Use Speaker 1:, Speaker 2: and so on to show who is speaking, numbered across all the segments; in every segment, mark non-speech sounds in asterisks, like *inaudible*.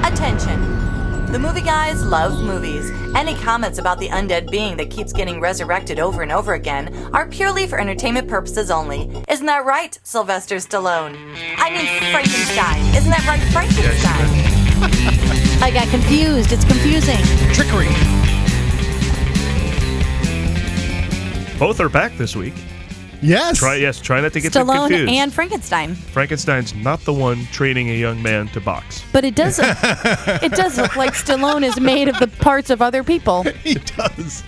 Speaker 1: Attention! The movie guys love movies. Any comments about the undead being that keeps getting resurrected over and over again are purely for entertainment purposes only. Isn't that right, Sylvester Stallone? I mean, Frankenstein. Isn't that right, Frankenstein?
Speaker 2: *laughs* I got confused. It's confusing.
Speaker 3: Trickery.
Speaker 4: Both are back this week.
Speaker 3: Yes.
Speaker 4: Try yes, try not to get them
Speaker 2: Stallone
Speaker 4: confused.
Speaker 2: and Frankenstein.
Speaker 4: Frankenstein's not the one training a young man to box.
Speaker 2: But it does
Speaker 3: *laughs*
Speaker 2: look, it does look like Stallone is made of the parts of other people.
Speaker 3: *laughs* He does.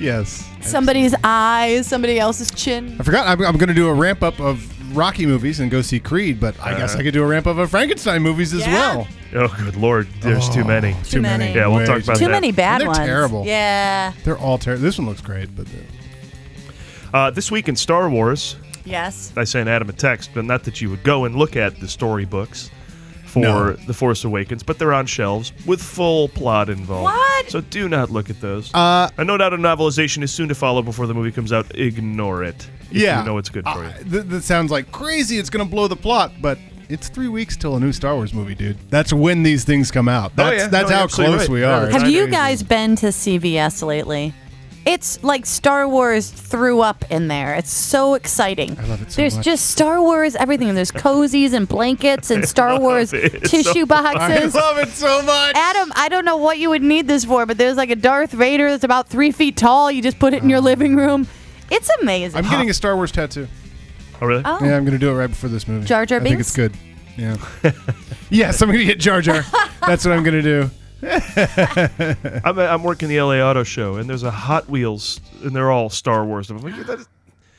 Speaker 3: Yes.
Speaker 2: Somebody's eyes, somebody else's chin.
Speaker 3: I forgot. I'm, I'm going to do a ramp up of Rocky movies and go see Creed, but I guess
Speaker 4: Uh-huh.
Speaker 3: I could do a ramp up of Frankenstein movies as
Speaker 2: Yeah.
Speaker 3: well.
Speaker 4: Oh, good lord, there's too many.
Speaker 2: Too many.
Speaker 4: Yeah, we'll talk about
Speaker 2: Too
Speaker 4: that.
Speaker 2: many bad
Speaker 3: And
Speaker 2: ones.
Speaker 3: they're terrible.
Speaker 2: Yeah.
Speaker 3: They're all terrible. This one looks great, but they're-
Speaker 2: Oh.
Speaker 4: Uh, this week in Star Wars,
Speaker 2: Yes.
Speaker 4: I sent Adam a text, but not that you would go and look at the storybooks for
Speaker 3: No.
Speaker 4: The Force Awakens, but they're on shelves with full plot involved.
Speaker 2: What?
Speaker 4: So do not look at those.
Speaker 3: Uh,
Speaker 4: and no doubt a novelization is soon to follow before the movie comes out. Ignore it. if
Speaker 3: yeah.
Speaker 4: You know it's good for
Speaker 3: Uh,
Speaker 4: you.
Speaker 3: th- that sounds like crazy. It's going to blow the plot, but it's three weeks till a new Star Wars movie, dude. That's when these things come out. That's
Speaker 4: Oh, yeah.
Speaker 3: that's
Speaker 4: No, you're
Speaker 3: how
Speaker 4: absolutely
Speaker 3: close
Speaker 4: right.
Speaker 3: we
Speaker 4: Yeah,
Speaker 3: are.
Speaker 4: it's
Speaker 2: Have
Speaker 4: Nine
Speaker 2: you
Speaker 4: days
Speaker 2: guys been to CVS lately? It's like Star Wars threw up in there. It's so exciting. I
Speaker 3: love it so
Speaker 2: There's
Speaker 3: much.
Speaker 2: just Star Wars everything. and There's cozies and blankets
Speaker 3: *laughs*
Speaker 2: and Star Wars
Speaker 4: it. It's so
Speaker 2: tissue
Speaker 3: I
Speaker 2: boxes.
Speaker 3: love it so much.
Speaker 2: Adam, I don't know what you would need this for, but there's like a Darth Vader that's about three feet tall. You just put it in your living room. It's amazing.
Speaker 3: Oh. I'm getting a Star Wars tattoo.
Speaker 4: Oh, really?
Speaker 2: Oh.
Speaker 3: Yeah, I'm gonna do it right before this movie.
Speaker 2: Jar Jar
Speaker 3: I think
Speaker 2: Binks?
Speaker 3: it's good. Yeah. yes, I'm gonna get Jar Jar. That's what I'm gonna do.
Speaker 4: I'm, I'm working the LA Auto Show, and there's a Hot Wheels, and they're all Star Wars. I'm like, that is-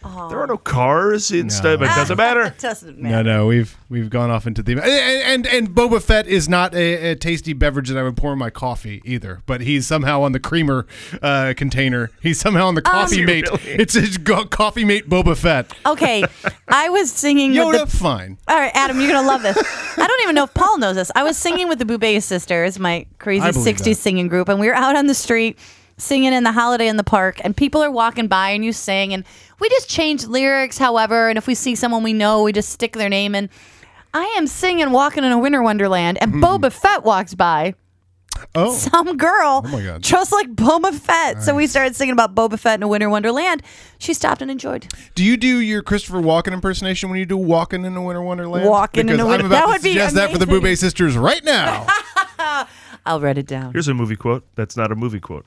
Speaker 4: there are no cars in Star but it doesn't matter.
Speaker 2: *laughs*
Speaker 1: It doesn't
Speaker 3: No,
Speaker 1: matter.
Speaker 3: no, we've we've gone off into the and and, and Boba Fett is not a, a tasty beverage that I would pour in my coffee either. But he's somehow on the creamer uh, container. He's somehow on the
Speaker 2: Um,
Speaker 3: coffee mate.
Speaker 4: Really?
Speaker 3: It's his go- coffee mate Boba Fett. *laughs*
Speaker 2: okay, I was singing with
Speaker 3: Yoda,
Speaker 2: the
Speaker 3: fine.
Speaker 2: All right, Adam, you're gonna love this. I don't even know if Paul knows this. I was singing with the Boubet Sisters, my crazy
Speaker 3: I believe
Speaker 2: '60s
Speaker 3: that.
Speaker 2: singing group, and we were out on the street singing in the Holiday in the Park, and people are walking by, and you sing, and we just change lyrics, however, and if we see someone we know, we just stick their name in. I am singing "Walking in a Winter Wonderland," and
Speaker 3: Hmm.
Speaker 2: Boba Fett walks by.
Speaker 3: Oh,
Speaker 2: Some girl,
Speaker 3: my God.
Speaker 2: just like Boba Fett. So we started singing about Boba Fett in a Winter Wonderland. She stopped and enjoyed.
Speaker 3: do you do your Christopher Walken impersonation when you do Walking in a Winter Wonderland?
Speaker 2: Walking in a
Speaker 3: Because
Speaker 2: Winter-
Speaker 3: I'm about
Speaker 2: that
Speaker 3: to
Speaker 2: would be
Speaker 3: suggest that for the
Speaker 2: amazing.
Speaker 3: Boobay sisters
Speaker 2: *laughs*
Speaker 3: right now.
Speaker 2: I'll write it down.
Speaker 4: Here's a movie quote. That's not a movie quote.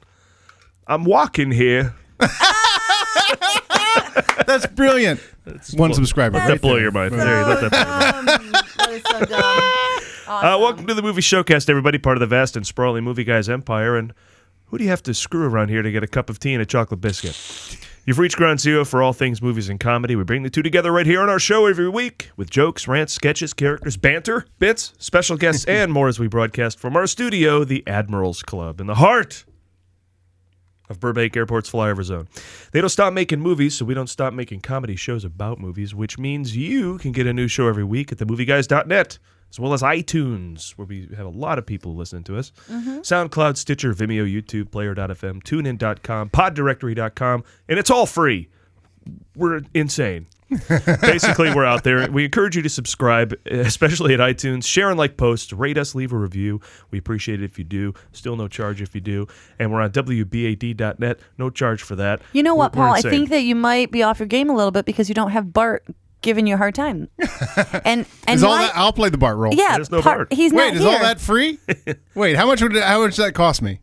Speaker 4: I'm walking here.
Speaker 3: That's
Speaker 4: *laughs*
Speaker 3: brilliant. One
Speaker 4: blow-
Speaker 3: subscriber.
Speaker 4: Let
Speaker 3: right
Speaker 4: that blow
Speaker 3: there.
Speaker 4: your mind. There, let that blow your mind.
Speaker 2: That was so
Speaker 3: *laughs*
Speaker 2: dumb.
Speaker 4: Uh, welcome to the Movie Showcast, everybody, part of the vast and sprawling Movie Guys empire. And who do you have to screw around here to get a cup of tea and a chocolate biscuit? You've reached ground zero for all things movies and comedy. We bring the two together right here on our show every week with jokes, rants, sketches, characters, banter, bits, special guests, and more as we broadcast from our studio, the Admirals Club, in the heart of Burbank Airport's flyover zone. They don't stop making movies, so we don't stop making comedy shows about movies, which means you can get a new show every week at themovieguys.net, as well as iTunes, where we have a lot of people listening to us. SoundCloud, Stitcher, Vimeo, YouTube, Player.fm, TuneIn.com, PodDirectory.com, and it's all free. We're insane. Basically, we're out there. We encourage you to subscribe, especially at iTunes. Share and like posts. Rate us, leave a review. We appreciate it if you do. Still no charge if you do. And we're on WBAD.net. No charge for that.
Speaker 2: You know what,
Speaker 4: We're- we're
Speaker 2: Paul? I
Speaker 4: insane.
Speaker 2: think that you might be off your game a little bit because you don't have Bart giving you a hard
Speaker 3: *laughs*
Speaker 2: time. And and
Speaker 3: Is all
Speaker 2: like-
Speaker 3: that, I'll play the Bart role.
Speaker 2: yeah,
Speaker 4: There's no
Speaker 2: Par-
Speaker 4: Bart.
Speaker 2: he's
Speaker 3: Wait,
Speaker 2: not
Speaker 3: is
Speaker 2: here.
Speaker 3: all that
Speaker 4: *laughs*
Speaker 3: free? Wait, how much would it, how much did that cost me?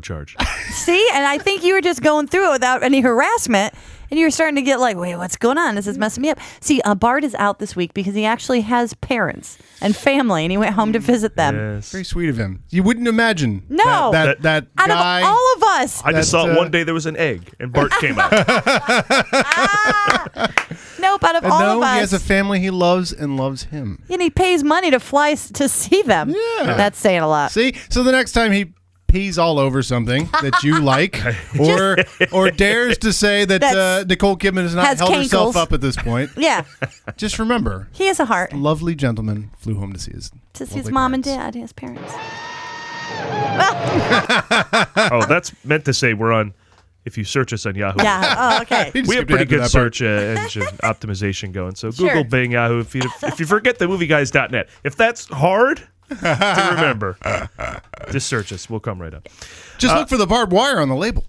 Speaker 2: *laughs*
Speaker 4: charge.
Speaker 2: See, and I think you were just going through it without any harassment, and you were starting to get like, wait, what's going on? This is messing me up. See, uh, Bart is out this week because he actually has parents and family, and he went home to visit them.
Speaker 4: Yes.
Speaker 3: Very sweet of him. You wouldn't imagine.
Speaker 2: No.
Speaker 3: that that, that
Speaker 2: Out
Speaker 3: guy.
Speaker 2: of all of us,
Speaker 4: I
Speaker 3: That's,
Speaker 4: just saw it
Speaker 3: uh,
Speaker 4: one day there was an egg and Bart came
Speaker 2: *laughs*
Speaker 4: out.
Speaker 2: nope, out of
Speaker 3: and
Speaker 2: all
Speaker 3: uh, no,
Speaker 2: of us,
Speaker 3: he has a family he loves and loves him.
Speaker 2: and he pays money to fly s- to see them.
Speaker 3: Yeah.
Speaker 2: that's saying a lot.
Speaker 3: See, so the next time he pees all over
Speaker 2: *laughs*
Speaker 3: something that you like, or
Speaker 4: *laughs*
Speaker 3: or dares to say that uh,
Speaker 2: That's-
Speaker 3: Nicole Kidman has not
Speaker 2: has
Speaker 3: held herself
Speaker 2: cankles.
Speaker 3: up at
Speaker 2: *laughs*
Speaker 3: this point,
Speaker 2: Yeah,
Speaker 3: just remember,
Speaker 2: he has a
Speaker 3: *laughs*
Speaker 2: heart.
Speaker 3: lovely gentleman flew home to see his
Speaker 2: to see his
Speaker 3: lovely
Speaker 2: mom and
Speaker 3: parents.
Speaker 2: dad, his parents.
Speaker 4: oh, that's meant to say we're on, if you search us on Yahoo.
Speaker 2: Yeah.
Speaker 3: *laughs*
Speaker 2: Oh, okay.
Speaker 3: He just
Speaker 4: We have
Speaker 3: skipped ahead
Speaker 4: pretty
Speaker 3: to
Speaker 4: good
Speaker 3: that part.
Speaker 4: search uh, engine
Speaker 3: *laughs*
Speaker 4: optimization going. So uh,
Speaker 2: Sure.
Speaker 4: Google, Bing, Yahoo. If you, if you forget the movieguys.net, if that's hard, to remember.
Speaker 3: *laughs*
Speaker 4: Just search us. We'll come right up.
Speaker 3: Just look for the barbed wire on the label.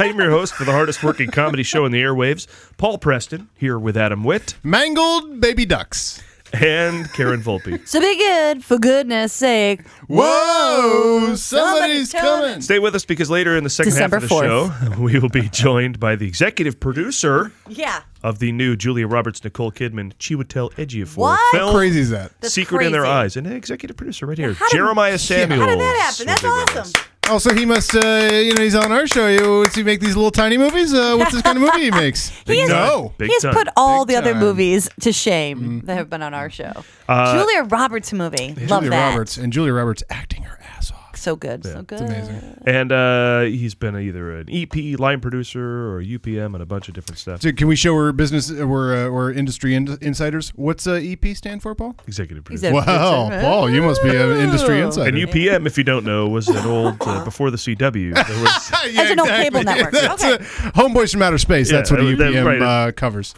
Speaker 4: I'm your host for the hardest working comedy show in the airwaves, Paul Preston, here with Adam Witt
Speaker 3: Mangled baby ducks.
Speaker 4: and Karen Volpe.
Speaker 2: So be good, for goodness sake.
Speaker 3: Whoa, somebody's
Speaker 2: somebody's
Speaker 3: coming.
Speaker 2: coming.
Speaker 4: Stay with us because later in the second half of
Speaker 2: December
Speaker 4: the show, we will be joined by the executive producer
Speaker 1: Yeah.
Speaker 4: of the new Julia Roberts, Nicole Kidman, Chiwetel Ejiofor
Speaker 1: What?
Speaker 4: film,
Speaker 3: Crazy is that?
Speaker 1: That's
Speaker 4: Secret in Their
Speaker 1: crazy.
Speaker 4: Eyes, and an executive producer right
Speaker 1: *laughs*
Speaker 4: here,
Speaker 1: How did-
Speaker 4: Jeremiah Samuels.
Speaker 1: How did that happen?
Speaker 4: will
Speaker 1: That's
Speaker 4: be with us.
Speaker 1: awesome.
Speaker 3: Also, he must, uh, you know, he's on our show. He- Does he make these little tiny movies? Uh, what's this kind of movie he makes?
Speaker 4: Big time.
Speaker 3: no.
Speaker 4: Big
Speaker 2: He's
Speaker 4: time.
Speaker 2: put all
Speaker 3: Big
Speaker 2: the other
Speaker 3: time. Mm. Uh,
Speaker 2: movies to shame that have been on our show. Julia Roberts movie. Love
Speaker 3: Julia
Speaker 2: that.
Speaker 3: Roberts and Julia Roberts acting her ass off.
Speaker 2: So good. so good.
Speaker 3: Amazing.
Speaker 4: And uh, he's been either an EP, line producer, or UPM, and a bunch of different stuff.
Speaker 3: So can we show we're business, uh, we're, uh, we're industry in- insiders? What's uh, EP stand for, Paul?
Speaker 4: Executive
Speaker 2: He's
Speaker 4: producer.
Speaker 2: a
Speaker 3: Wow,
Speaker 2: producer.
Speaker 3: Paul, you must be an industry
Speaker 1: *laughs*
Speaker 2: Ooh.
Speaker 3: insider.
Speaker 4: And UPM, if you don't know, was an old
Speaker 1: Uh-huh.
Speaker 4: uh, before the CW. There was,
Speaker 3: Ah, *laughs* yeah,
Speaker 2: That's an old cable network.
Speaker 3: *laughs* That's
Speaker 2: Okay.
Speaker 3: uh, Homeboys from Outer Space.
Speaker 4: Yeah,
Speaker 3: that's what
Speaker 4: that-
Speaker 3: UPM
Speaker 4: right.
Speaker 3: uh, covers.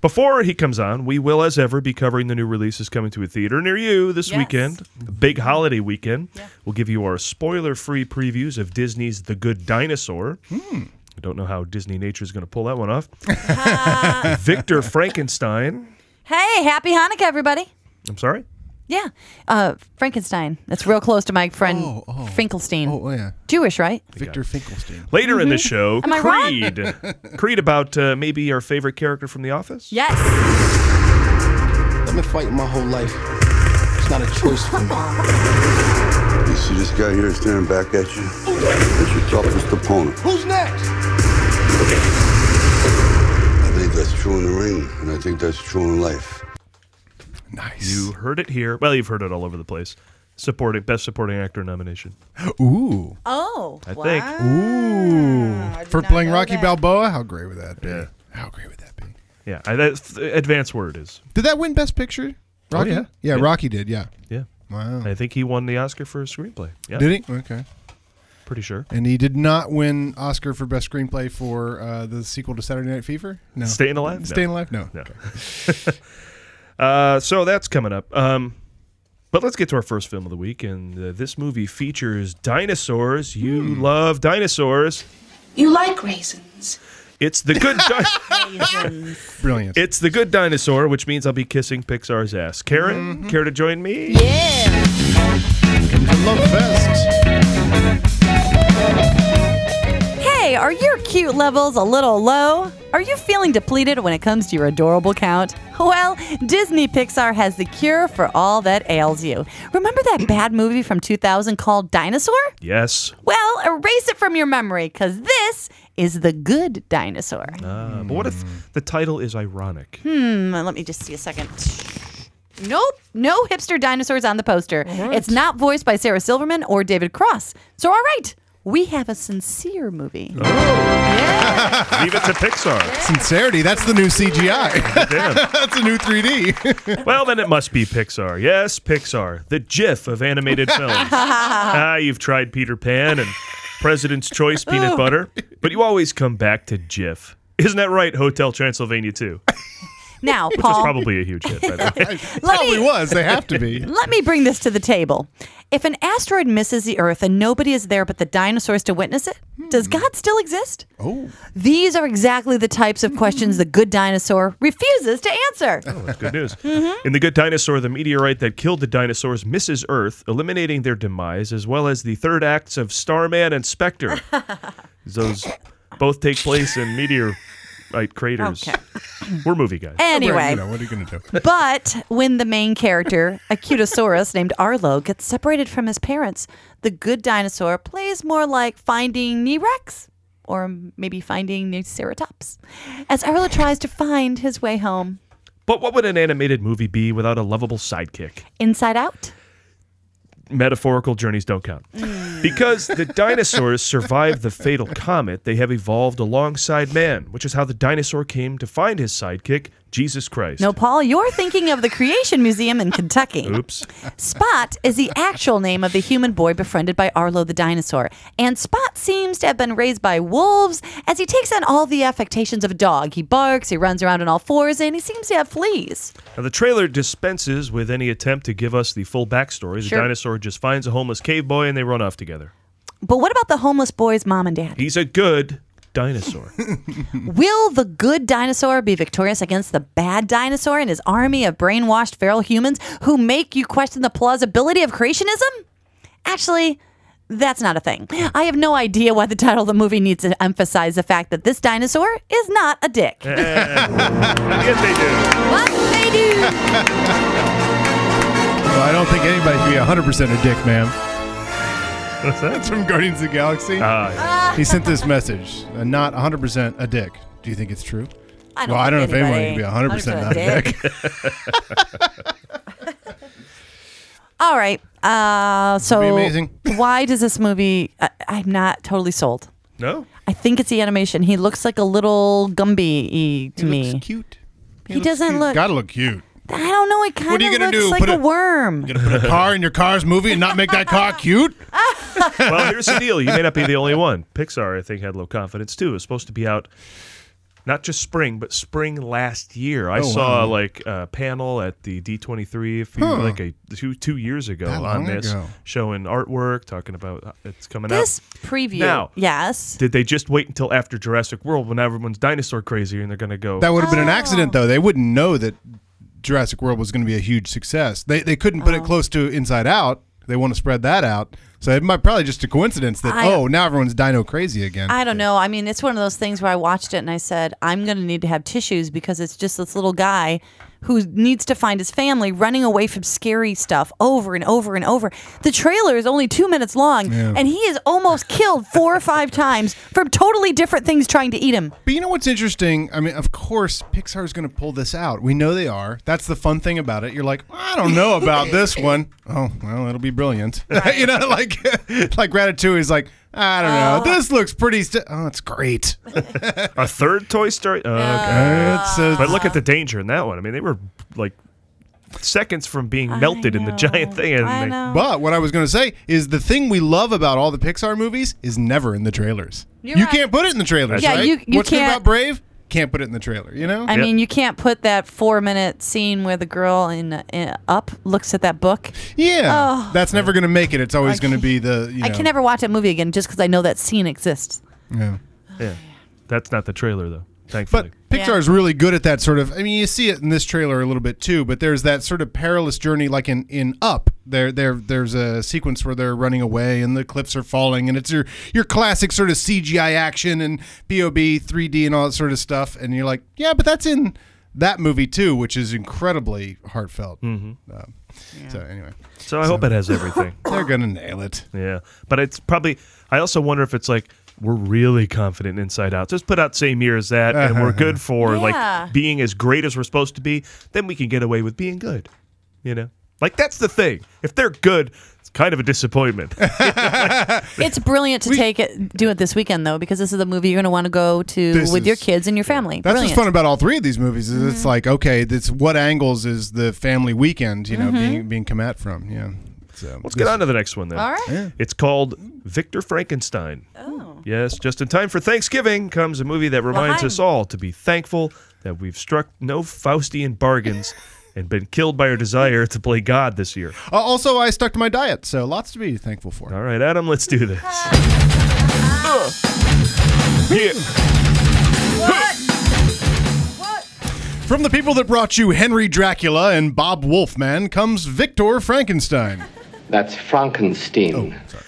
Speaker 4: before he comes on, we will, as ever, be covering the new releases coming to a theater near you this
Speaker 1: Yes.
Speaker 4: weekend. Big holiday weekend. We'll give you our spoiler-free previews of Disney's The Good Dinosaur. I don't know how Disney Nature is going to pull that
Speaker 2: *laughs*
Speaker 4: one off. Victor Frankenstein.
Speaker 2: Hey, happy Hanukkah, everybody.
Speaker 4: I'm sorry.
Speaker 2: Yeah. Uh, Frankenstein. That's real close to my friend
Speaker 3: Oh, oh.
Speaker 2: Finkelstein.
Speaker 3: Oh, yeah.
Speaker 2: Jewish, right?
Speaker 3: Victor Finkelstein.
Speaker 4: Later in the show,
Speaker 2: Mm-hmm. Am I
Speaker 4: Creed.
Speaker 2: wrong?
Speaker 4: Creed about uh, maybe our favorite character from The Office.
Speaker 1: Yes.
Speaker 5: I've been fighting my whole life. It's not a choice for me.
Speaker 6: You see this guy here staring back at you? That's your toughest opponent.
Speaker 5: Who's next?
Speaker 6: I believe that's true in the ring, and I think that's true in life.
Speaker 3: Nice.
Speaker 4: You heard it here. Well, you've heard it all over the place. Supporting best supporting actor nomination.
Speaker 3: Ooh.
Speaker 1: Oh.
Speaker 4: I
Speaker 1: wow.
Speaker 4: think.
Speaker 3: Ooh. For
Speaker 1: not
Speaker 3: playing
Speaker 1: know
Speaker 3: Rocky
Speaker 1: that.
Speaker 3: Balboa? How great would that be?
Speaker 4: Yeah.
Speaker 3: How great would that be?
Speaker 4: Yeah, I, that's the advanced word is.
Speaker 3: Did that win Best Picture? Rocky?
Speaker 4: yeah.
Speaker 3: Oh, yeah.
Speaker 4: Yeah.
Speaker 3: Rocky did, yeah.
Speaker 4: Yeah.
Speaker 3: Wow.
Speaker 4: I think he won the Oscar for a screenplay. Yeah,
Speaker 3: Did he? Okay.
Speaker 4: pretty sure.
Speaker 3: And he did not win Oscar for Best Screenplay for uh, the sequel to Saturday Night Fever? No.
Speaker 4: Staying Alive? No.
Speaker 3: Staying Alive? No.
Speaker 4: No. *laughs* Uh, so that's coming up. Um, but let's get to our first film of the week, and uh, this movie features dinosaurs. You love dinosaurs.
Speaker 7: You like raisins.
Speaker 4: It's the good. Di-
Speaker 3: Brilliant.
Speaker 4: It's the good dinosaur, which means I'll be kissing Pixar's ass. Karen, care to join me?
Speaker 1: Yeah.
Speaker 3: I love Fest.
Speaker 2: Hey, are your cute levels a little low? Are you feeling depleted when it comes to your adorable count? Well, Disney Pixar has the cure for all that ails you. Remember that bad movie from 2000 called Dinosaur?
Speaker 4: Yes.
Speaker 2: Well, erase it from your memory because this is the good dinosaur.
Speaker 4: Uh, But what if the title is ironic?
Speaker 2: Mm, let me just see a second. Nope, no hipster dinosaurs on the poster. It's not voiced by Sarah Silverman or David Cross. So, all right, we have a sincere movie.
Speaker 4: Oh. Leave it to Pixar.
Speaker 3: Sincerity. That's the new CGI. *laughs*
Speaker 4: Damn.
Speaker 3: that's a new *laughs* 3D.
Speaker 4: Well, then it must be Pixar. Yes, Pixar, the GIF of animated films. ah, you've tried Peter Pan and President's Choice peanut butter, but you always come back to GIF. Isn't that right, Hotel Transylvania 2? Which
Speaker 2: Now,
Speaker 4: was
Speaker 2: Paul.
Speaker 4: probably a huge hit, by the way.
Speaker 1: *laughs*
Speaker 2: Let
Speaker 3: Probably
Speaker 2: me-
Speaker 3: was. They have to be.
Speaker 2: Let me bring this to the table. If an asteroid misses the Earth and nobody is there but the dinosaurs to witness it, does God still exist?
Speaker 3: Hmm. Oh.
Speaker 2: These are exactly the types of questions the good dinosaur refuses to answer.
Speaker 3: Oh,
Speaker 4: That's good news. In The Good Dinosaur, the meteorite that killed the dinosaurs misses Earth, eliminating their demise, as well as the third acts of Starman and Spectre. Those both take place in meteorite craters.
Speaker 2: Okay.
Speaker 4: We're movie guys.
Speaker 3: Well,
Speaker 2: Anyway,
Speaker 3: you know, what are you going to do?
Speaker 2: *laughs* but when the main character, a cutosaurus named Arlo, gets separated from his parents, the good dinosaur plays more like finding Nerex or maybe finding Triceratops as Arlo tries to find his way home.
Speaker 4: But what would an animated movie be without a lovable sidekick?
Speaker 2: Inside out?
Speaker 4: Metaphorical journeys don't count. Because the dinosaurs survived the fatal comet, they have evolved alongside man, which is how the dinosaur came to find his sidekick, Jesus Christ.
Speaker 2: No, Paul, you're thinking of the Creation Museum in Kentucky.
Speaker 4: Oops.
Speaker 2: Spot is the actual name of the human boy befriended by Arlo the dinosaur, and Spot seems to have been raised by wolves as he takes on all the affectations of a dog. He barks, he runs around on all fours, and he seems to have fleas.
Speaker 4: Now, the trailer dispenses with any attempt to give us the full backstory. The
Speaker 2: Sure.
Speaker 4: dinosaur just finds a homeless cave boy and they run off together.
Speaker 2: But what about the homeless boy's mom and dad?
Speaker 4: He's a good dinosaur.
Speaker 2: Will the good dinosaur be victorious against the bad dinosaur and his army of brainwashed feral humans who make you question the plausibility of creationism? Actually, that's not a thing. I have no idea why the title of the movie needs to emphasize the fact that this dinosaur is not a dick.
Speaker 4: *laughs* yes, they do.
Speaker 2: What they do?
Speaker 3: Well, I don't think anybody can be 100% a dick, ma'am.
Speaker 4: What's that?
Speaker 3: It's from Guardians of the Galaxy.
Speaker 4: Ah,
Speaker 3: he sent this message. uh, Not 100% a dick. Do you think it's true?
Speaker 2: I
Speaker 3: well, I don't know
Speaker 2: think
Speaker 3: if anyone
Speaker 2: anybody-
Speaker 3: can be 100% not a
Speaker 2: dick.
Speaker 3: dick.
Speaker 2: *laughs* All right. Uh, so
Speaker 3: be amazing.
Speaker 2: why does this movie? I, I'm not totally sold.
Speaker 4: no.
Speaker 2: I think it's the animation. He looks like a little Gumby to
Speaker 3: He
Speaker 2: me.
Speaker 3: looks cute.
Speaker 2: He
Speaker 3: looks
Speaker 2: doesn't
Speaker 3: cute.
Speaker 2: look-
Speaker 3: Gotta look cute.
Speaker 2: I don't know. It kind
Speaker 3: are you
Speaker 2: of
Speaker 3: gonna
Speaker 2: looks
Speaker 3: do?
Speaker 2: like
Speaker 3: Put
Speaker 2: a
Speaker 3: a-
Speaker 2: worm.
Speaker 3: Gonna put a car in your car's movie and not make
Speaker 2: *laughs*
Speaker 3: that car cute?
Speaker 4: Well, here's the deal. You may not be the only one. Pixar, I think, had low confidence too. It's supposed to be out not just spring, but spring last year. I
Speaker 3: Oh,
Speaker 4: saw
Speaker 3: wow.
Speaker 4: like a panel at the D23 a few,
Speaker 3: Huh.
Speaker 4: like a two two years ago
Speaker 3: That
Speaker 4: on
Speaker 3: long
Speaker 4: this,
Speaker 3: ago.
Speaker 4: showing artwork, talking about how it's coming
Speaker 2: This
Speaker 4: out.
Speaker 2: preview.
Speaker 4: Now-
Speaker 2: yes.
Speaker 4: Did they just wait until after Jurassic World when everyone's dinosaur crazy and they're gonna go?
Speaker 3: That would have been
Speaker 2: Oh.
Speaker 3: an accident, though. They wouldn't know that Jurassic World was going to be a huge success. They, they couldn't put
Speaker 2: Oh.
Speaker 3: it close to Inside Out. They want to spread that out. So it might probably just a coincidence that,
Speaker 2: I-
Speaker 3: oh, now everyone's dino crazy again.
Speaker 2: I don't know. I mean, it's one of those things where I watched it and I said, I'm going to need to have tissues because it's just this little guy who needs to find his family running away from scary stuff over and over and over. The trailer is only two minutes long and he is almost killed four or five times from totally different things trying to eat him.
Speaker 3: But you know what's interesting? I mean, of course, Pixar's going to pull this out. We know they are. That's the fun thing about it. You're like, I don't know about
Speaker 2: *laughs*
Speaker 3: this one. Oh, well, it'll be brilliant. *laughs* you know, like like Ratatouille's like, I don't know. This looks pretty. St- oh,
Speaker 2: *laughs*
Speaker 3: it's great.
Speaker 4: a third Toy Story. Uh, okay.
Speaker 3: It's, uh,
Speaker 2: *laughs*
Speaker 4: But look at the danger in that one. I mean, they were like seconds from being melted in the
Speaker 2: know.
Speaker 4: giant thing. And
Speaker 2: I
Speaker 4: they-
Speaker 2: know.
Speaker 3: But what I was going to say is the thing we love about all the Pixar movies is never in the trailers.
Speaker 2: You're
Speaker 3: you
Speaker 2: right.
Speaker 3: can't put it in the trailers,
Speaker 2: Yeah,
Speaker 3: right?
Speaker 2: you- you
Speaker 3: What's
Speaker 2: can't-
Speaker 3: good about Brave? Can't put it in the trailer, you know?
Speaker 2: I
Speaker 4: Yep.
Speaker 2: mean, you can't put that four minute scene where the girl in, in Up looks at that book.
Speaker 3: yeah. That's never going to make it. It's always going to be the, you know.
Speaker 2: Oh. I can never watch that movie again just because I know that scene
Speaker 3: *laughs*
Speaker 2: exists.
Speaker 3: yeah.
Speaker 4: yeah. *sighs* That's not the trailer though. Thankfully.
Speaker 3: But Pixar is really good at that sort of. I mean, you see it in this trailer a little bit too. But there's that sort of perilous journey, like in in Up. There, there, there's a sequence where they're running away and the cliffs are falling, and it's your your classic sort of CGI action and Bob 3D and all that sort of stuff. And you're like, yeah, but that's in that movie too, which is incredibly heartfelt. Mm-hmm. Um, So anyway,
Speaker 4: so I hope it has everything.
Speaker 3: they're gonna nail it.
Speaker 4: *laughs* Yeah, but it's probably. I also wonder if it's like we're really confident Inside Out. Just put out same year as that, and we're good for
Speaker 2: Yeah.
Speaker 4: like being as great as we're supposed to be. Then we can get away with being good. You know, like that's the thing. If they're good, it's kind of a disappointment.
Speaker 2: It's brilliant to take it, do it this weekend though, because this is the movie you're going to want to go to
Speaker 3: This
Speaker 2: with your
Speaker 3: is-
Speaker 2: kids and your family.
Speaker 3: That's
Speaker 2: brilliant.
Speaker 3: what's fun about all three of these movies is it's like okay, that's what angles is the family weekend you know being being come at from yeah. So
Speaker 4: Let's get on to the next one then.
Speaker 2: All right.
Speaker 4: It's called Victor Frankenstein. Oh. Yes, just in time for Thanksgiving comes a movie that reminds
Speaker 2: Behind.
Speaker 4: us all to be thankful that we've struck no
Speaker 2: *laughs*
Speaker 4: Faustian bargains and been killed by our desire to play God this year.
Speaker 3: Uh, also, I stuck to my diet, so lots to be thankful for.
Speaker 4: All right, Adam, let's
Speaker 2: *laughs*
Speaker 4: do this. Uh. Yeah.
Speaker 3: From the people that brought you Henry Dracula and Bob Wolfman comes Victor Frankenstein.
Speaker 8: That's Frankenstein.
Speaker 3: Oh.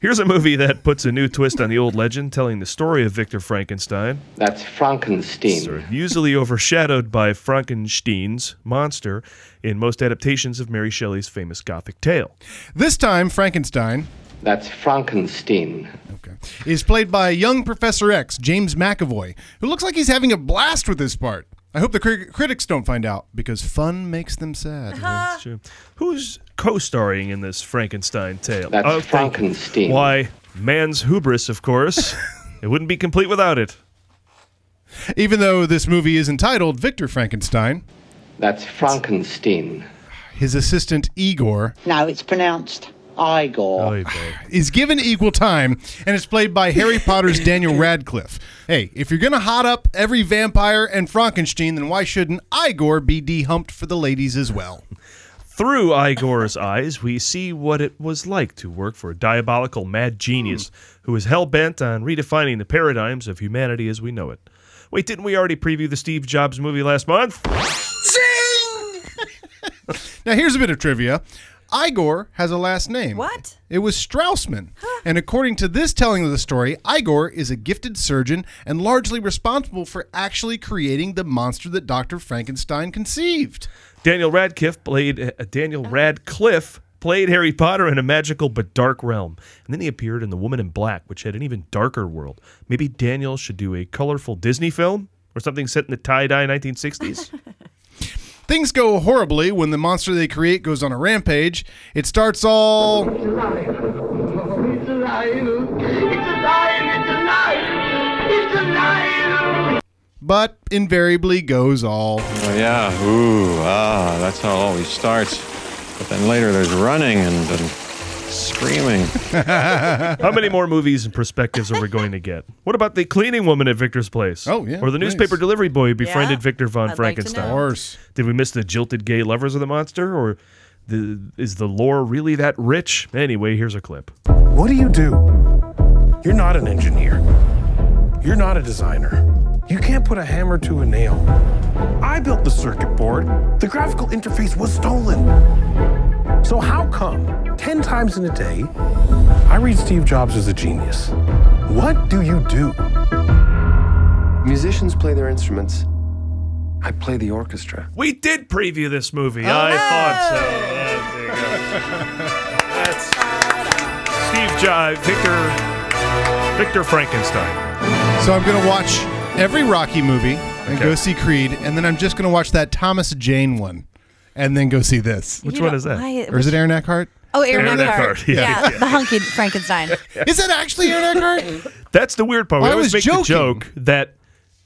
Speaker 4: Here's a movie that puts a new twist on the old legend, telling the story of Victor Frankenstein,
Speaker 8: That's Frankenstein.
Speaker 4: sort of usually overshadowed by Frankenstein's monster in most adaptations of Mary Shelley's famous Gothic tale.
Speaker 3: This time, Frankenstein
Speaker 8: That's Frankenstein.
Speaker 3: okay, is played by young Professor X, James McAvoy, who looks like he's having a blast with this part. I hope the cri- critics don't find out because fun makes them sad.
Speaker 4: That's true. Who's co-starring in this Frankenstein tale?
Speaker 8: That's
Speaker 4: Oh, thank-
Speaker 8: Frankenstein. *laughs*
Speaker 4: Why, man's hubris, of course. it wouldn't be complete without it.
Speaker 3: Even though this movie is entitled Victor Frankenstein,
Speaker 8: That's Frankenstein.
Speaker 3: his assistant Igor
Speaker 9: No, it's pronounced Oh.
Speaker 8: Oh.
Speaker 9: Igor.
Speaker 4: Oy vey.
Speaker 3: is given equal time and is played by Harry Potter's Daniel Radcliffe. Hey, if you're going to hot up every vampire and Frankenstein, then why shouldn't Igor be dehumped for the ladies as well?
Speaker 4: Through Igor's eyes, we see what it was like to work for a diabolical mad genius
Speaker 8: Hmm.
Speaker 4: who is hell bent on redefining the paradigms of humanity as we know it. Wait, didn't we already preview the Steve Jobs movie last month?
Speaker 3: Now, here's a bit of trivia. Igor has a last name.
Speaker 1: What?
Speaker 3: It was Straussman. And according to this telling of the story, Igor is a gifted surgeon and largely responsible for actually creating the monster that Dr. Frankenstein conceived.
Speaker 4: Daniel Radcliffe played uh, Daniel
Speaker 1: Oh.
Speaker 4: Radcliffe played Harry Potter in a magical but dark realm, and then he appeared in The Woman in Black, which had an even darker world. Maybe Daniel should do a colorful Disney film or something set in the
Speaker 1: *laughs*
Speaker 4: tie-dye 1960s.
Speaker 3: Things go horribly when the monster they create goes on a rampage. It starts all but invariably goes all.
Speaker 10: Well, Oh, yeah, ooh, ah, that's how it always starts. But then later there's running and, and screaming.
Speaker 4: How many more movies and perspectives are we going to get? What about the cleaning woman at Victor's place?
Speaker 3: Oh, yeah,
Speaker 4: Or the
Speaker 3: please.
Speaker 4: newspaper delivery boy who befriended
Speaker 1: Yeah,
Speaker 4: Victor von
Speaker 1: I'd like to
Speaker 4: Frankenstein?
Speaker 1: know.
Speaker 3: Horse.
Speaker 4: Did we miss the jilted gay lovers of the monster, or the, is the lore really that rich? Anyway, here's a clip.
Speaker 11: What do you do? You're not an engineer. You're not a designer. You can't put a hammer to a nail. I built the circuit board. The graphical interface was stolen. So, how come 10 times in a day I read Steve Jobs as a genius? What do you do?
Speaker 5: Musicians play their instruments. I play the orchestra.
Speaker 4: We did preview this movie.
Speaker 3: Oh.
Speaker 4: I thought so. Ah, Yeah, there you go. That's Steve Jobs, Victor, Victor Frankenstein.
Speaker 3: So I'm gonna watch every Rocky movie and
Speaker 4: Okay.
Speaker 3: go see Creed, and then I'm just gonna watch that Thomas Jane one, and then go see this.
Speaker 4: Which
Speaker 2: You
Speaker 4: one
Speaker 2: don't-
Speaker 4: is that?
Speaker 2: why-
Speaker 3: Or is it Aaron Eckhart?
Speaker 2: Oh, Aaron,
Speaker 4: Aaron
Speaker 2: Eckhart.
Speaker 4: Eckhart, yeah.
Speaker 2: Yeah.
Speaker 3: *laughs*
Speaker 2: the hunky Frankenstein.
Speaker 3: Is that actually Aaron Eckhart?
Speaker 4: That's the weird part. We
Speaker 3: I
Speaker 4: always
Speaker 3: was
Speaker 4: make the
Speaker 3: joking.
Speaker 4: joke that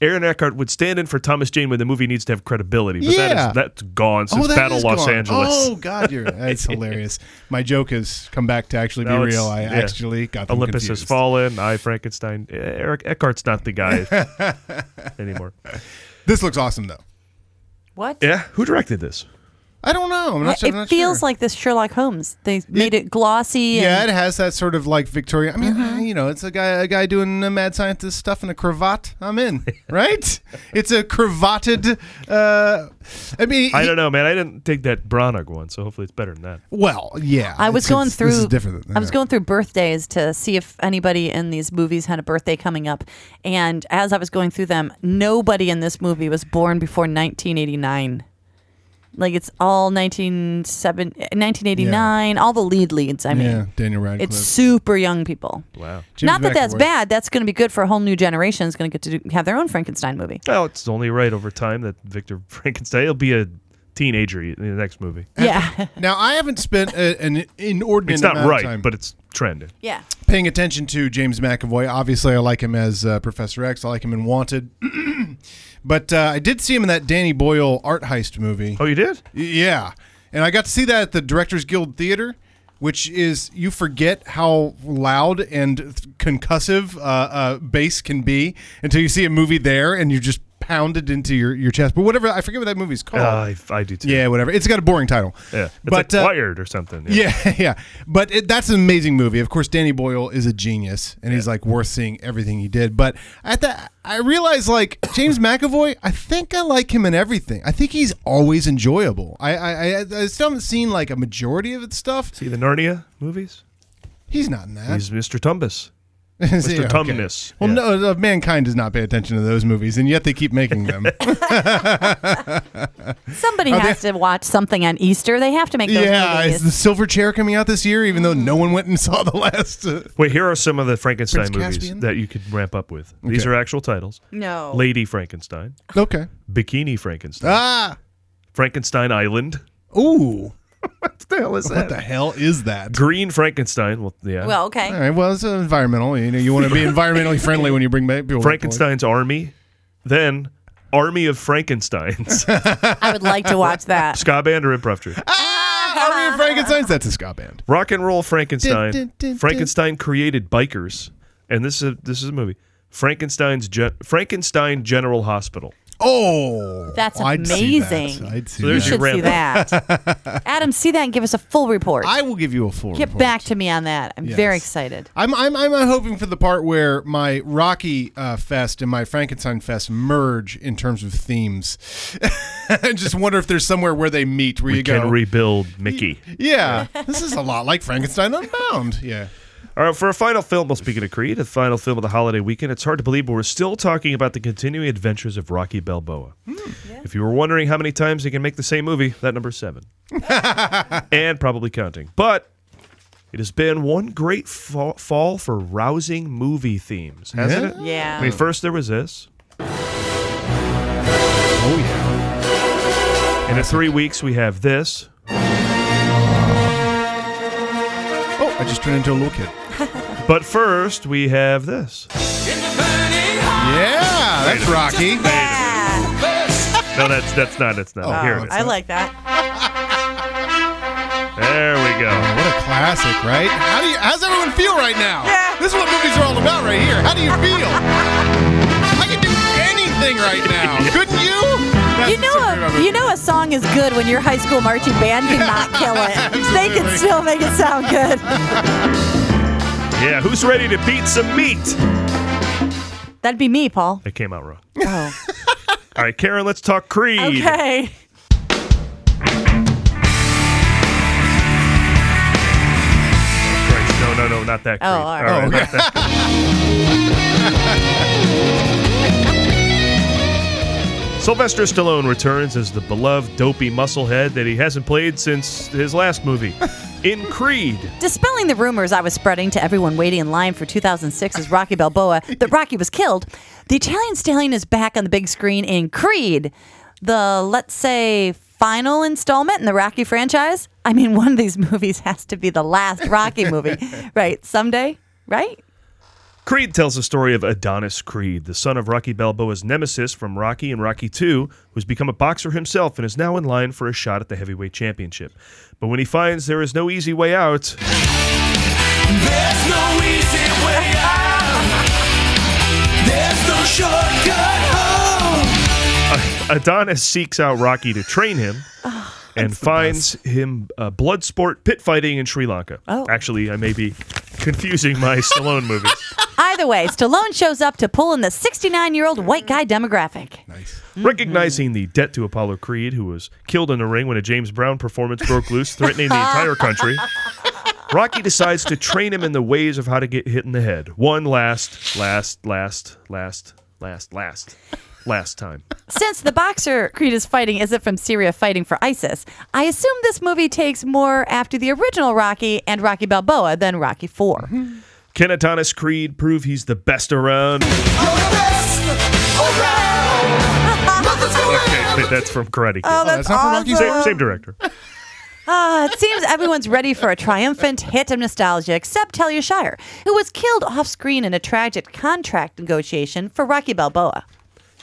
Speaker 4: Aaron Eckhart would stand in for Thomas Jane when the movie needs to have credibility, but that
Speaker 3: Yeah. Oh,
Speaker 4: is, that's gone since
Speaker 3: that
Speaker 4: Battle
Speaker 3: is
Speaker 4: Los
Speaker 3: gone.
Speaker 4: Angeles.
Speaker 3: Oh God, you're that's hilarious. My joke has come back to actually be
Speaker 4: Now it's-
Speaker 3: real. I
Speaker 4: yeah.
Speaker 3: actually got them
Speaker 4: Olympus
Speaker 3: confused.
Speaker 4: has fallen. I Frankenstein. Eh, Eric Eckhart's not
Speaker 3: *laughs*
Speaker 4: the guy anymore.
Speaker 3: This looks awesome though.
Speaker 1: What?
Speaker 4: Yeah, who directed this?
Speaker 3: I don't know. I'm not sure.
Speaker 2: Uh, it
Speaker 3: I'm not
Speaker 2: feels
Speaker 3: sure.
Speaker 2: like this Sherlock Holmes. They made it, glossy.
Speaker 3: Yeah,
Speaker 2: and
Speaker 3: it has that sort of like Victoria. I mean,
Speaker 2: Mm-hmm.
Speaker 3: you know, it's a guy a guy doing uh, mad scientist stuff in a cravat. I'm in,
Speaker 2: *laughs*
Speaker 3: right? It's a cravated. Uh, I mean,
Speaker 4: I
Speaker 3: he-
Speaker 4: don't know, man. I didn't take that Branagh one, so hopefully it's better than that.
Speaker 3: well, yeah.
Speaker 2: I was
Speaker 3: it's-
Speaker 2: going
Speaker 3: it's-
Speaker 2: through.
Speaker 3: This is different. than
Speaker 2: I was
Speaker 3: that.
Speaker 2: going through birthdays to see if anybody in these movies had a birthday coming up, and as I was going through them, nobody in this movie was born before 1989. Like it's all 1970 1989, all the lead leads. I mean,
Speaker 3: Yeah, Daniel Radcliffe.
Speaker 2: it's super young people.
Speaker 4: Wow.
Speaker 3: James
Speaker 2: Not that that's
Speaker 3: McAvoy.
Speaker 2: bad. That's going to be good for a whole new generation. Is going to get to do, have their own Frankenstein
Speaker 3: *laughs*
Speaker 2: movie.
Speaker 4: Well, it's only right over time that Victor *laughs* Frankenstein will be a teenager in the next movie.
Speaker 2: Yeah,
Speaker 3: Now I haven't spent a, an inordinate
Speaker 4: It's not
Speaker 3: amount
Speaker 4: right,
Speaker 3: of time
Speaker 4: but it's trending.
Speaker 2: yeah.
Speaker 3: paying attention to James McAvoy. Obviously, I like him as uh, Professor X. I like him in Wanted. *clears throat* but uh, I did see him in that Danny Boyle art heist movie.
Speaker 4: Oh, you did?
Speaker 3: Yeah. And I got to see that at the Directors Guild Theater, which is, you forget how loud and th- concussive uh, uh, bass can be until you see a movie there and you just pound it into your, your chest. But whatever, I forget what that movie's
Speaker 4: Uh,
Speaker 3: called.
Speaker 4: I, I do too.
Speaker 3: yeah, whatever. It's got a boring title.
Speaker 4: Yeah. It's
Speaker 3: but
Speaker 4: like
Speaker 3: uh,
Speaker 4: Wired or something.
Speaker 3: *laughs* yeah, yeah. But it, that's an amazing movie. Of course, Danny Boyle is a genius, and he's like worth seeing everything he did. But at that, I realized like
Speaker 4: *coughs*
Speaker 3: James McAvoy. I think I like him in everything. I think he's always enjoyable. I I, I, I still haven't seen like a majority of his stuff.
Speaker 4: See the Narnia movies?
Speaker 3: He's not in that.
Speaker 4: He's Mr. Tumbus.
Speaker 3: *laughs* Is he?
Speaker 4: Mr. Tumnus.
Speaker 3: Well,
Speaker 4: Yeah.
Speaker 3: no, uh, mankind does not pay attention to those movies, and yet they keep making
Speaker 4: *laughs*
Speaker 3: them.
Speaker 2: Somebody has to watch something on Easter. They have to make those
Speaker 3: yeah,
Speaker 2: movies.
Speaker 3: is the Silver Chair coming out this year? Even though no one went and saw the last. *laughs* Uh,
Speaker 4: Wait, here are some of the Frankenstein
Speaker 3: Prince
Speaker 4: movies
Speaker 3: Caspian?
Speaker 4: that you could ramp up with. These
Speaker 3: Okay.
Speaker 4: are actual titles
Speaker 2: no.
Speaker 4: Lady Frankenstein,
Speaker 3: okay.
Speaker 4: Bikini Frankenstein,
Speaker 3: Ah.
Speaker 4: Frankenstein Island,
Speaker 3: Ooh.
Speaker 4: what the hell is
Speaker 3: *laughs* What the hell is that?
Speaker 4: Green Frankenstein. Well, yeah.
Speaker 2: Well, okay.
Speaker 3: uh, *laughs* All right. Well, it's environmental. You know, you want to be environmentally friendly when you bring back people.
Speaker 4: Frankenstein's Army, Then Army of Frankenstein's.
Speaker 3: *laughs*
Speaker 2: I would like to watch that.
Speaker 4: ska band or improv troupe?
Speaker 3: Army of Ah, Frankenstein's. That's a ska band.
Speaker 4: Rock and Roll
Speaker 3: Dun,
Speaker 4: Frankenstein.
Speaker 3: dun, dun, dun.
Speaker 4: Frankenstein created bikers, and this is a, this is a movie. Frankenstein's Gen- Frankenstein General Hospital.
Speaker 3: Oh,
Speaker 2: That's
Speaker 3: I'd see that.
Speaker 2: amazing.
Speaker 3: I'd see
Speaker 4: So
Speaker 3: that.
Speaker 4: there's your
Speaker 2: Should see
Speaker 4: ramble.
Speaker 2: that.
Speaker 3: *laughs*
Speaker 2: Adam, see that and give us a full report.
Speaker 3: I will give you a full.
Speaker 2: Get
Speaker 3: report.
Speaker 2: back to me on that. I'm
Speaker 3: Yes.
Speaker 2: very excited.
Speaker 3: I'm I'm I'm uh, hoping for the part where my Rocky uh, Fest and my Frankenstein Fest merge in terms of themes. *laughs* I just wonder if there's somewhere where they meet, where
Speaker 4: We
Speaker 3: you go.
Speaker 4: can rebuild Mickey.
Speaker 2: *laughs*
Speaker 3: yeah, this is a lot like Frankenstein Unbound. Yeah.
Speaker 4: All right, for a final film, well, speaking of Creed, a final film of the holiday weekend, it's hard to believe, but we're still talking about the continuing adventures of Rocky Balboa. If you were wondering how many times they can make the same movie, that number is seven. and probably counting. But it has been one great fa- fall for rousing movie themes, hasn't it? I
Speaker 2: Yeah.
Speaker 4: mean, first there was this.
Speaker 3: Oh yeah.
Speaker 4: And in three weeks, we have this.
Speaker 3: Oh, I just turned into a little kid.
Speaker 4: But first, we have this.
Speaker 3: Yeah, that's Rocky.
Speaker 2: Yeah.
Speaker 4: No, that's that's not. That's not.
Speaker 3: Oh,
Speaker 4: Here it
Speaker 3: it's
Speaker 2: I
Speaker 4: is.
Speaker 2: like that.
Speaker 4: There we go.
Speaker 3: What a classic, right? How do you? How's everyone feel right now?
Speaker 2: Yeah.
Speaker 3: This is what movies are all about, right here. How do you feel? I can do anything right now. Couldn't you? That's
Speaker 2: You know,
Speaker 3: what's so great about
Speaker 2: a,
Speaker 3: movies.
Speaker 2: you know a song is good when your high school marching band
Speaker 3: *laughs*
Speaker 2: cannot kill it. They can
Speaker 3: Absolutely.
Speaker 2: still make it sound
Speaker 3: *laughs*
Speaker 2: good.
Speaker 4: Yeah, who's ready to beat some meat?
Speaker 2: That'd be me, Paul.
Speaker 4: That came out
Speaker 2: *laughs*
Speaker 4: wrong.
Speaker 2: Oh.
Speaker 4: All right, Karen, let's talk Creed.
Speaker 2: Okay.
Speaker 4: Christ, no, no, no, not that Creed.
Speaker 2: Oh, all right.
Speaker 4: All right, not that.
Speaker 2: *laughs*
Speaker 4: Sylvester Stallone returns as the beloved dopey musclehead that he hasn't played since his last movie,
Speaker 2: *laughs*
Speaker 4: in Creed.
Speaker 2: Dispelling the rumors I was spreading to everyone waiting in line for 2006's Rocky Balboa that Rocky was killed, the Italian Stallion is back on the big screen in Creed, the, let's say, final installment in the Rocky franchise. I mean, one of these *laughs* movies has to be the last Rocky movie, right? Someday, right?
Speaker 4: Creed tells the story of Adonis Creed, the son of Rocky Balboa's nemesis from Rocky and Rocky II, who's become a boxer himself and is now in line for a shot at the heavyweight championship. But when he finds there is no easy way out, *laughs*
Speaker 3: Oh,
Speaker 4: Adonis seeks out Rocky to train him and finds him uh, blood sport pit fighting in Sri Lanka.
Speaker 2: Oh.
Speaker 4: Actually, I may be confusing my Stallone movies.
Speaker 2: Either way, Stallone shows up to pull in the 69 year old white guy demographic.
Speaker 4: Recognizing the debt to Apollo Creed, who was killed in the ring when a James Brown performance broke loose, threatening the entire country, Rocky decides to train him in the ways of how to get hit in the head. One last, last, last, last, last, last, last time.
Speaker 2: Since the boxer Creed is fighting isn't from Syria fighting for ISIS, I assume this movie takes more after the original Rocky and Rocky Balboa than Rocky 4
Speaker 4: Can Adonis Creed prove he's the best around? Okay, that's from Karate Kid.
Speaker 3: that's not from Rocky
Speaker 4: same, same director.
Speaker 2: Ah, it seems everyone's ready for a triumphant hit of nostalgia, except Talia Shire, who was killed off screen in a tragic contract negotiation for Rocky Balboa.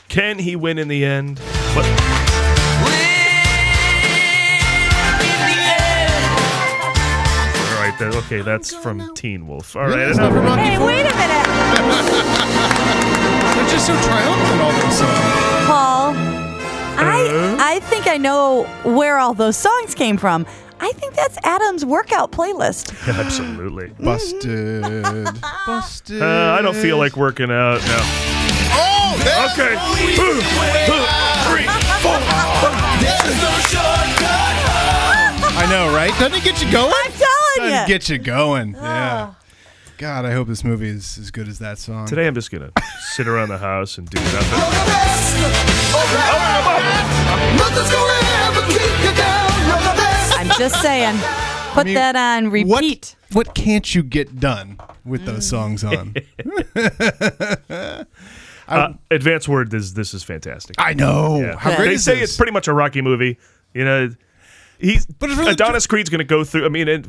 Speaker 4: Can he win in the end? But all right, that, okay, that's from Teen Wolf. All right,
Speaker 3: That's not
Speaker 4: enough. *laughs*
Speaker 3: from Rocky
Speaker 2: Hey,
Speaker 3: Four.
Speaker 2: wait a minute,
Speaker 3: They're just so triumphant all of a sudden.
Speaker 2: Paul. I I think I know where all those songs came from. I think that's Adam's workout playlist.
Speaker 4: absolutely.
Speaker 3: Busted. Busted.
Speaker 4: Uh, I don't feel like working out now.
Speaker 3: Oh, there's
Speaker 4: Okay.
Speaker 3: no easy
Speaker 4: Boom,
Speaker 3: way
Speaker 4: boom,
Speaker 3: out.
Speaker 4: three,
Speaker 3: There's no shortcut home. I know, right? Doesn't it get you going?
Speaker 2: I'm telling Ah.
Speaker 3: Doesn't
Speaker 2: you.
Speaker 3: it get you going. Yeah. God, I hope this movie is as good as that song.
Speaker 4: Today I'm just gonna sit around the house and do nothing.
Speaker 2: I'm just *laughs* saying. Put
Speaker 3: mean,
Speaker 2: that on repeat.
Speaker 3: What, what can't you get done with those songs
Speaker 4: *laughs*
Speaker 3: on?
Speaker 4: Uh, advance word is this is fantastic.
Speaker 3: I know.
Speaker 4: Yeah.
Speaker 3: How great
Speaker 4: they
Speaker 3: is
Speaker 4: say
Speaker 3: this?
Speaker 4: it's pretty much a Rocky movie. You know, he's
Speaker 3: But it's really-
Speaker 4: Adonis Creed's going to go through. I mean, it,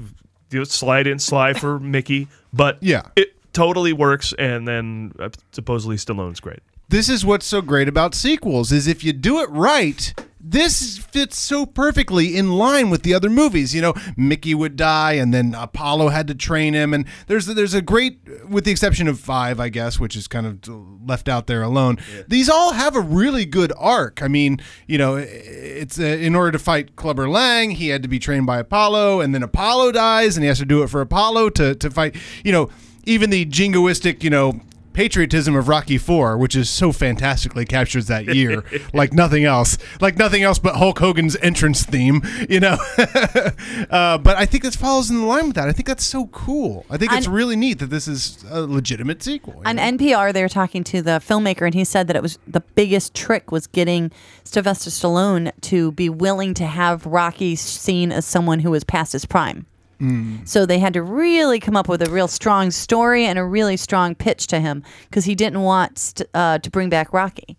Speaker 4: you know, slide in,
Speaker 3: *laughs*
Speaker 4: slide for Mickey, but
Speaker 3: Yeah.
Speaker 4: it totally works. And then uh, supposedly Stallone's great.
Speaker 3: This is what's so great about sequels is if you do it right, this fits so perfectly in line with the other movies. You know, Mickey would die, and then Apollo had to train him, and there's there's a great, with the exception of five, I guess, which is kind of left out there alone. These all have a really good arc. I mean, you know, it's uh, in order to fight Clubber Lang, he had to be trained by Apollo, and then Apollo dies, and he has to do it for Apollo to to fight. You know, even the jingoistic, you know, patriotism of Rocky Four, which is so fantastically captures that
Speaker 4: *laughs*
Speaker 3: year, like nothing else, like nothing else but Hulk Hogan's entrance theme, you know. *laughs* uh, but I think this follows in line with that. I think that's so cool. I think it's
Speaker 2: And-
Speaker 3: really neat that this is a legitimate sequel.
Speaker 2: On NPR, they were talking to the filmmaker, and he said that it was the biggest trick was getting Sylvester Stallone to be willing to have Rocky seen as someone who was past his prime.
Speaker 4: Mm.
Speaker 2: So they had to really come up with a real strong story and a really strong pitch to him because he didn't want st- uh, to bring back Rocky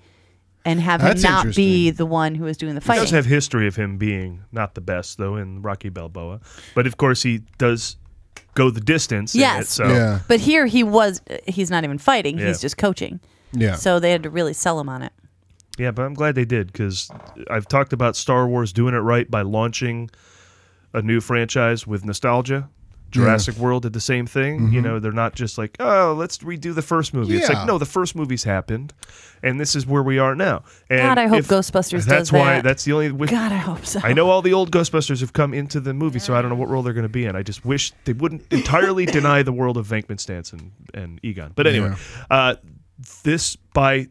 Speaker 2: and have
Speaker 4: That's
Speaker 2: him not be the one who was doing the
Speaker 4: He
Speaker 2: fighting.
Speaker 4: does have history of him being not the best though in Rocky Balboa, but of course he does go the distance. in it,
Speaker 2: yes,
Speaker 4: so
Speaker 2: but here he was—he's not even fighting;
Speaker 4: Yeah.
Speaker 2: he's just coaching.
Speaker 4: Yeah.
Speaker 2: So they had to really sell him on it.
Speaker 4: yeah, but I'm glad they did because I've talked about Star Wars doing it right by launching a new franchise with nostalgia. Jurassic World did the same thing. You
Speaker 12: Mhm.
Speaker 4: know, they're not just like, oh, let's redo the first movie. It's
Speaker 12: Yeah.
Speaker 4: like, no, the first movie's happened, and this is where we are now. And
Speaker 2: God, I hope
Speaker 4: if-
Speaker 2: Ghostbusters
Speaker 4: That's
Speaker 2: does
Speaker 4: why.
Speaker 2: that.
Speaker 4: That's the only. wi-
Speaker 2: God, I hope so.
Speaker 4: I know all the old Ghostbusters have come into the movie, so I don't know what role they're going to be in. I just wish they wouldn't
Speaker 3: *laughs*
Speaker 4: entirely deny the world of Venkman Stance and, and Egon. But anyway, uh, this by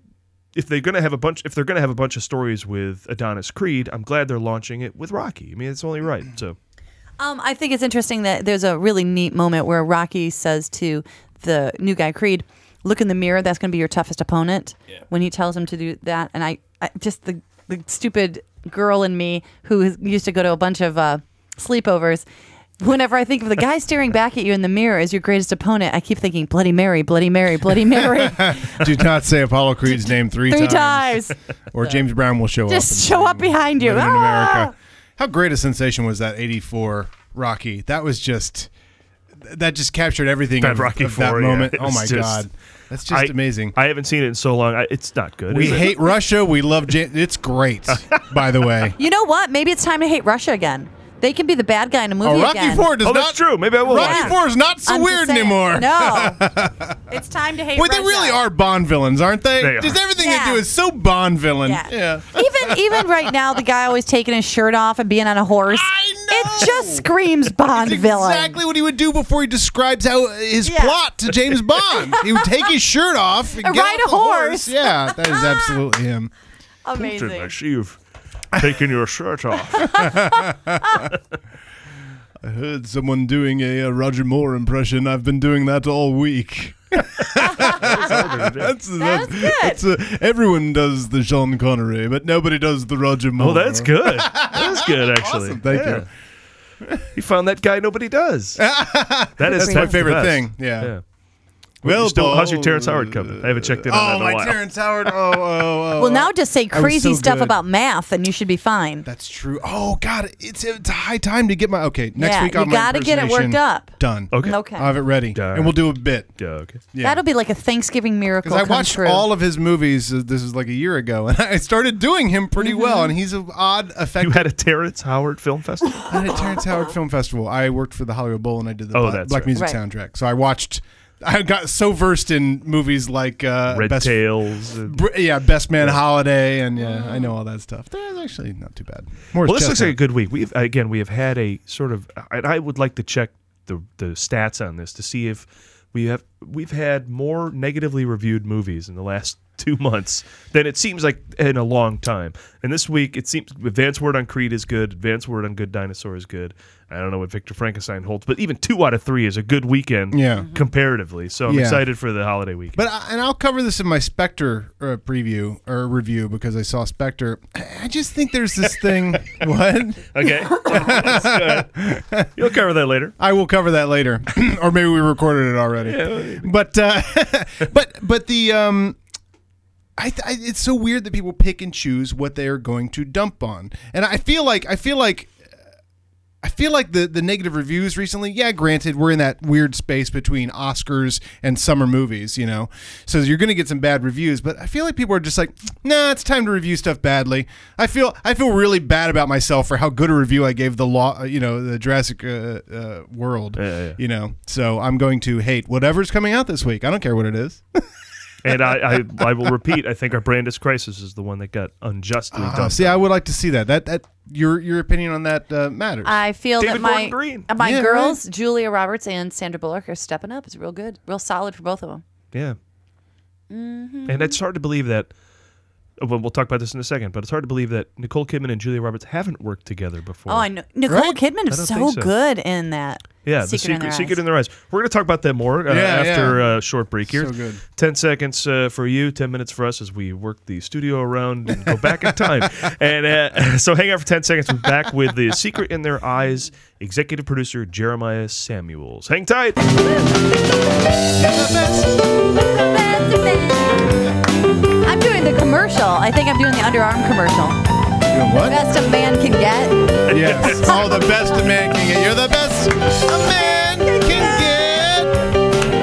Speaker 4: if they're going to have a bunch if they're going to have a bunch of stories with Adonis Creed, I'm glad they're launching it with Rocky. I mean, it's only right. So
Speaker 2: Um, I think it's interesting that there's a really neat moment where Rocky says to the new guy Creed, "Look in the mirror. That's going to be your toughest opponent." When he tells him to do that, and I, I just the the stupid girl in me who is- used to go to a bunch of uh, sleepovers. Whenever I think of the guy staring back at you in the mirror as your greatest opponent, I keep thinking Bloody Mary, Bloody Mary,
Speaker 3: *laughs*
Speaker 2: Bloody Mary.
Speaker 3: Do not say Apollo
Speaker 2: *laughs*
Speaker 3: Creed's name three,
Speaker 2: Three
Speaker 3: times,
Speaker 2: times.
Speaker 3: or James Brown will show up. and
Speaker 2: Just show up behind you.
Speaker 3: Living in
Speaker 2: Ah!
Speaker 3: America. How great a sensation was that '84 Rocky? That was just that just captured everything
Speaker 4: That
Speaker 3: of,
Speaker 4: Rocky
Speaker 3: of that
Speaker 4: IV, yeah,
Speaker 3: moment.
Speaker 4: *laughs* it
Speaker 3: oh
Speaker 4: was
Speaker 3: my
Speaker 4: just-
Speaker 3: god, that's just
Speaker 4: I-
Speaker 3: amazing.
Speaker 4: I haven't seen it in so long. I, it's not good.
Speaker 3: We
Speaker 4: is it?
Speaker 3: hate Russia. We love Jan- it's *laughs* great. by the way,
Speaker 2: You know what? Maybe it's time to hate Russia again. They can be the bad guy in a movie
Speaker 3: oh, Rocky
Speaker 2: again.
Speaker 3: Four does
Speaker 4: Oh,
Speaker 3: not.
Speaker 4: that's true. Maybe I will
Speaker 3: Rocky
Speaker 2: Yeah.
Speaker 3: Four is not so
Speaker 2: I'm just
Speaker 3: weird
Speaker 2: saying.
Speaker 3: anymore. *laughs*
Speaker 2: No, it's time to hate.
Speaker 3: Wait, they really are Bond villains, aren't they?
Speaker 4: They
Speaker 3: Just
Speaker 4: are.
Speaker 3: everything
Speaker 2: Yeah.
Speaker 3: they do is so Bond villain.
Speaker 2: Yeah. even even right now, the guy always taking his shirt off and being on a horse. I know. It just screams Bond villain.
Speaker 3: Exactly what he would do before he describes how uh, his plot to James Bond. he would take his shirt
Speaker 2: *laughs*
Speaker 3: off and
Speaker 2: And
Speaker 3: get
Speaker 2: ride
Speaker 3: off
Speaker 2: a
Speaker 3: the
Speaker 2: horse.
Speaker 3: Yeah,
Speaker 2: *laughs*
Speaker 3: that is absolutely him.
Speaker 2: Amazing.
Speaker 4: Putin, I see you've taken your shirt
Speaker 3: *laughs*
Speaker 4: off.
Speaker 3: I heard someone doing a, uh Roger Moore impression. I've been doing that all week. *laughs* that's, that's, that's, uh, everyone does the Sean Connery, but nobody does the Roger Moore.
Speaker 4: Oh,
Speaker 3: *laughs*
Speaker 4: that's good. That's good, actually.
Speaker 3: Awesome, thank
Speaker 4: Yeah. You found that guy nobody
Speaker 3: *laughs*
Speaker 4: does. that is
Speaker 3: That's my
Speaker 4: that's the
Speaker 3: favorite
Speaker 4: best.
Speaker 3: thing, yeah.
Speaker 4: Well,
Speaker 3: Well,
Speaker 4: you still, how's your
Speaker 3: Paul,
Speaker 4: Terrence Howard coming? I haven't checked in on that
Speaker 3: Oh,
Speaker 4: in a
Speaker 3: my
Speaker 4: while.
Speaker 3: Terrence Howard. Oh, oh,
Speaker 2: *laughs*
Speaker 3: oh.
Speaker 2: Well, now just say
Speaker 3: I was
Speaker 2: crazy
Speaker 3: so
Speaker 2: stuff
Speaker 3: good.
Speaker 2: about math, and you should be fine.
Speaker 3: That's true. Oh God, it's it's high time to get my okay. Next
Speaker 2: Yeah,
Speaker 3: week I'll
Speaker 2: you
Speaker 3: my
Speaker 2: gotta get it worked
Speaker 3: impersonation
Speaker 2: up.
Speaker 3: Done.
Speaker 2: Okay. Okay.
Speaker 3: I'll have it ready, and we'll do a bit.
Speaker 4: Yeah. Okay.
Speaker 3: Yeah.
Speaker 2: That'll be like a Thanksgiving miracle.
Speaker 3: Because I
Speaker 2: come
Speaker 3: watched
Speaker 2: true.
Speaker 3: all of his movies. uh, This is like a year ago, *laughs* and I started doing him pretty
Speaker 2: Mm-hmm.
Speaker 3: well. And he's an odd effect.
Speaker 4: You had a Terrence Howard Film Festival?
Speaker 3: at a
Speaker 2: *laughs*
Speaker 3: Terrence Howard Film Festival. I worked for the Hollywood Bowl, and I did the
Speaker 4: Oh,
Speaker 3: Bla-
Speaker 4: that's
Speaker 3: Black
Speaker 4: right.
Speaker 3: Music
Speaker 4: Right.
Speaker 3: soundtrack. So I watched. I got so versed in movies like uh, *laughs*
Speaker 4: Red
Speaker 3: Best,
Speaker 4: Tails. and-
Speaker 3: Br- yeah, Best Man Holiday, and yeah,
Speaker 2: Mm.
Speaker 3: I know all that stuff. That's actually not too bad. Morris
Speaker 4: well, this looks
Speaker 3: Chestnut.
Speaker 4: like a good week. We've again, we have had a sort of, and I would like to check the the stats on this to see if we have we've had more negatively reviewed movies in the last *laughs* two months than it seems like in a long time. And this week, it seems Advance Word on Creed is good. Advance Word on Good Dinosaur is good. I don't know what Victor Frankenstein holds, but even two out of three is a good weekend,
Speaker 3: Yeah.
Speaker 4: comparatively. So I'm
Speaker 3: Yeah.
Speaker 4: excited for the
Speaker 3: *laughs*
Speaker 4: holiday week.
Speaker 3: But I, and I'll cover this in my Spectre uh, preview or review because I saw Spectre. I I just think there's this thing. what?
Speaker 4: Okay, *laughs* Let's go ahead. you'll cover that later.
Speaker 3: I will cover that later, *clears throat* or maybe we recorded it already.
Speaker 4: Yeah.
Speaker 3: But uh, *laughs* but but the um, I, th- I it's so weird that people pick and choose what they are going to dump on, and I feel like I feel like. uh, I feel like the the negative reviews recently. Yeah, granted, we're in that weird space between Oscars and summer movies, you know. So you're going to get some bad reviews, but I feel like people are just like, nah, it's time to review stuff badly. I feel I feel really bad about myself for how good a review I gave the law, you know, the Jurassic uh, uh, World, you know. So I'm going to hate whatever's coming out this week. I don't care what it is.
Speaker 4: And I, I, I will repeat. I think our Brandis Crisis is the one that got unjustly
Speaker 3: Ah,
Speaker 4: dumped.
Speaker 3: see, I would like to see that. That that your your opinion on that uh, matters.
Speaker 2: I feel
Speaker 4: David
Speaker 2: that my
Speaker 4: Gordon Green.
Speaker 2: uh, my
Speaker 3: Yeah,
Speaker 2: girls, Julia Roberts and Sandra Bullock, are stepping up. It's real good, real solid for both of them.
Speaker 4: Yeah.
Speaker 2: Mm-hmm.
Speaker 4: And it's hard to believe that. oh, Well, we'll talk about this in a second, but it's hard to believe that Nicole Kidman and Julia Roberts haven't worked together before.
Speaker 2: Oh, I know Nicole
Speaker 3: Right?
Speaker 2: Kidman
Speaker 4: I don't
Speaker 2: is so,
Speaker 4: think so.
Speaker 2: good in that.
Speaker 4: Yeah,
Speaker 2: secret,
Speaker 4: the
Speaker 2: in
Speaker 4: secret,
Speaker 2: Their
Speaker 4: secret
Speaker 2: Eyes.
Speaker 4: in their eyes. We're going to talk about that more uh,
Speaker 3: Yeah,
Speaker 4: after
Speaker 3: yeah.
Speaker 4: Uh, short break here.
Speaker 3: So good.
Speaker 4: Ten seconds uh, for you, ten minutes for us as we work the studio around and go back in
Speaker 3: *laughs*
Speaker 4: time. And uh, so, hang out for ten seconds. We're back with the secret in their eyes. Executive producer Jeremiah Samuels. Hang tight.
Speaker 2: I'm doing the commercial. I think I'm doing the underarm commercial.
Speaker 3: You know what?
Speaker 2: Best a man can get.
Speaker 3: Yes. oh, the best a man can get. You're the best a man can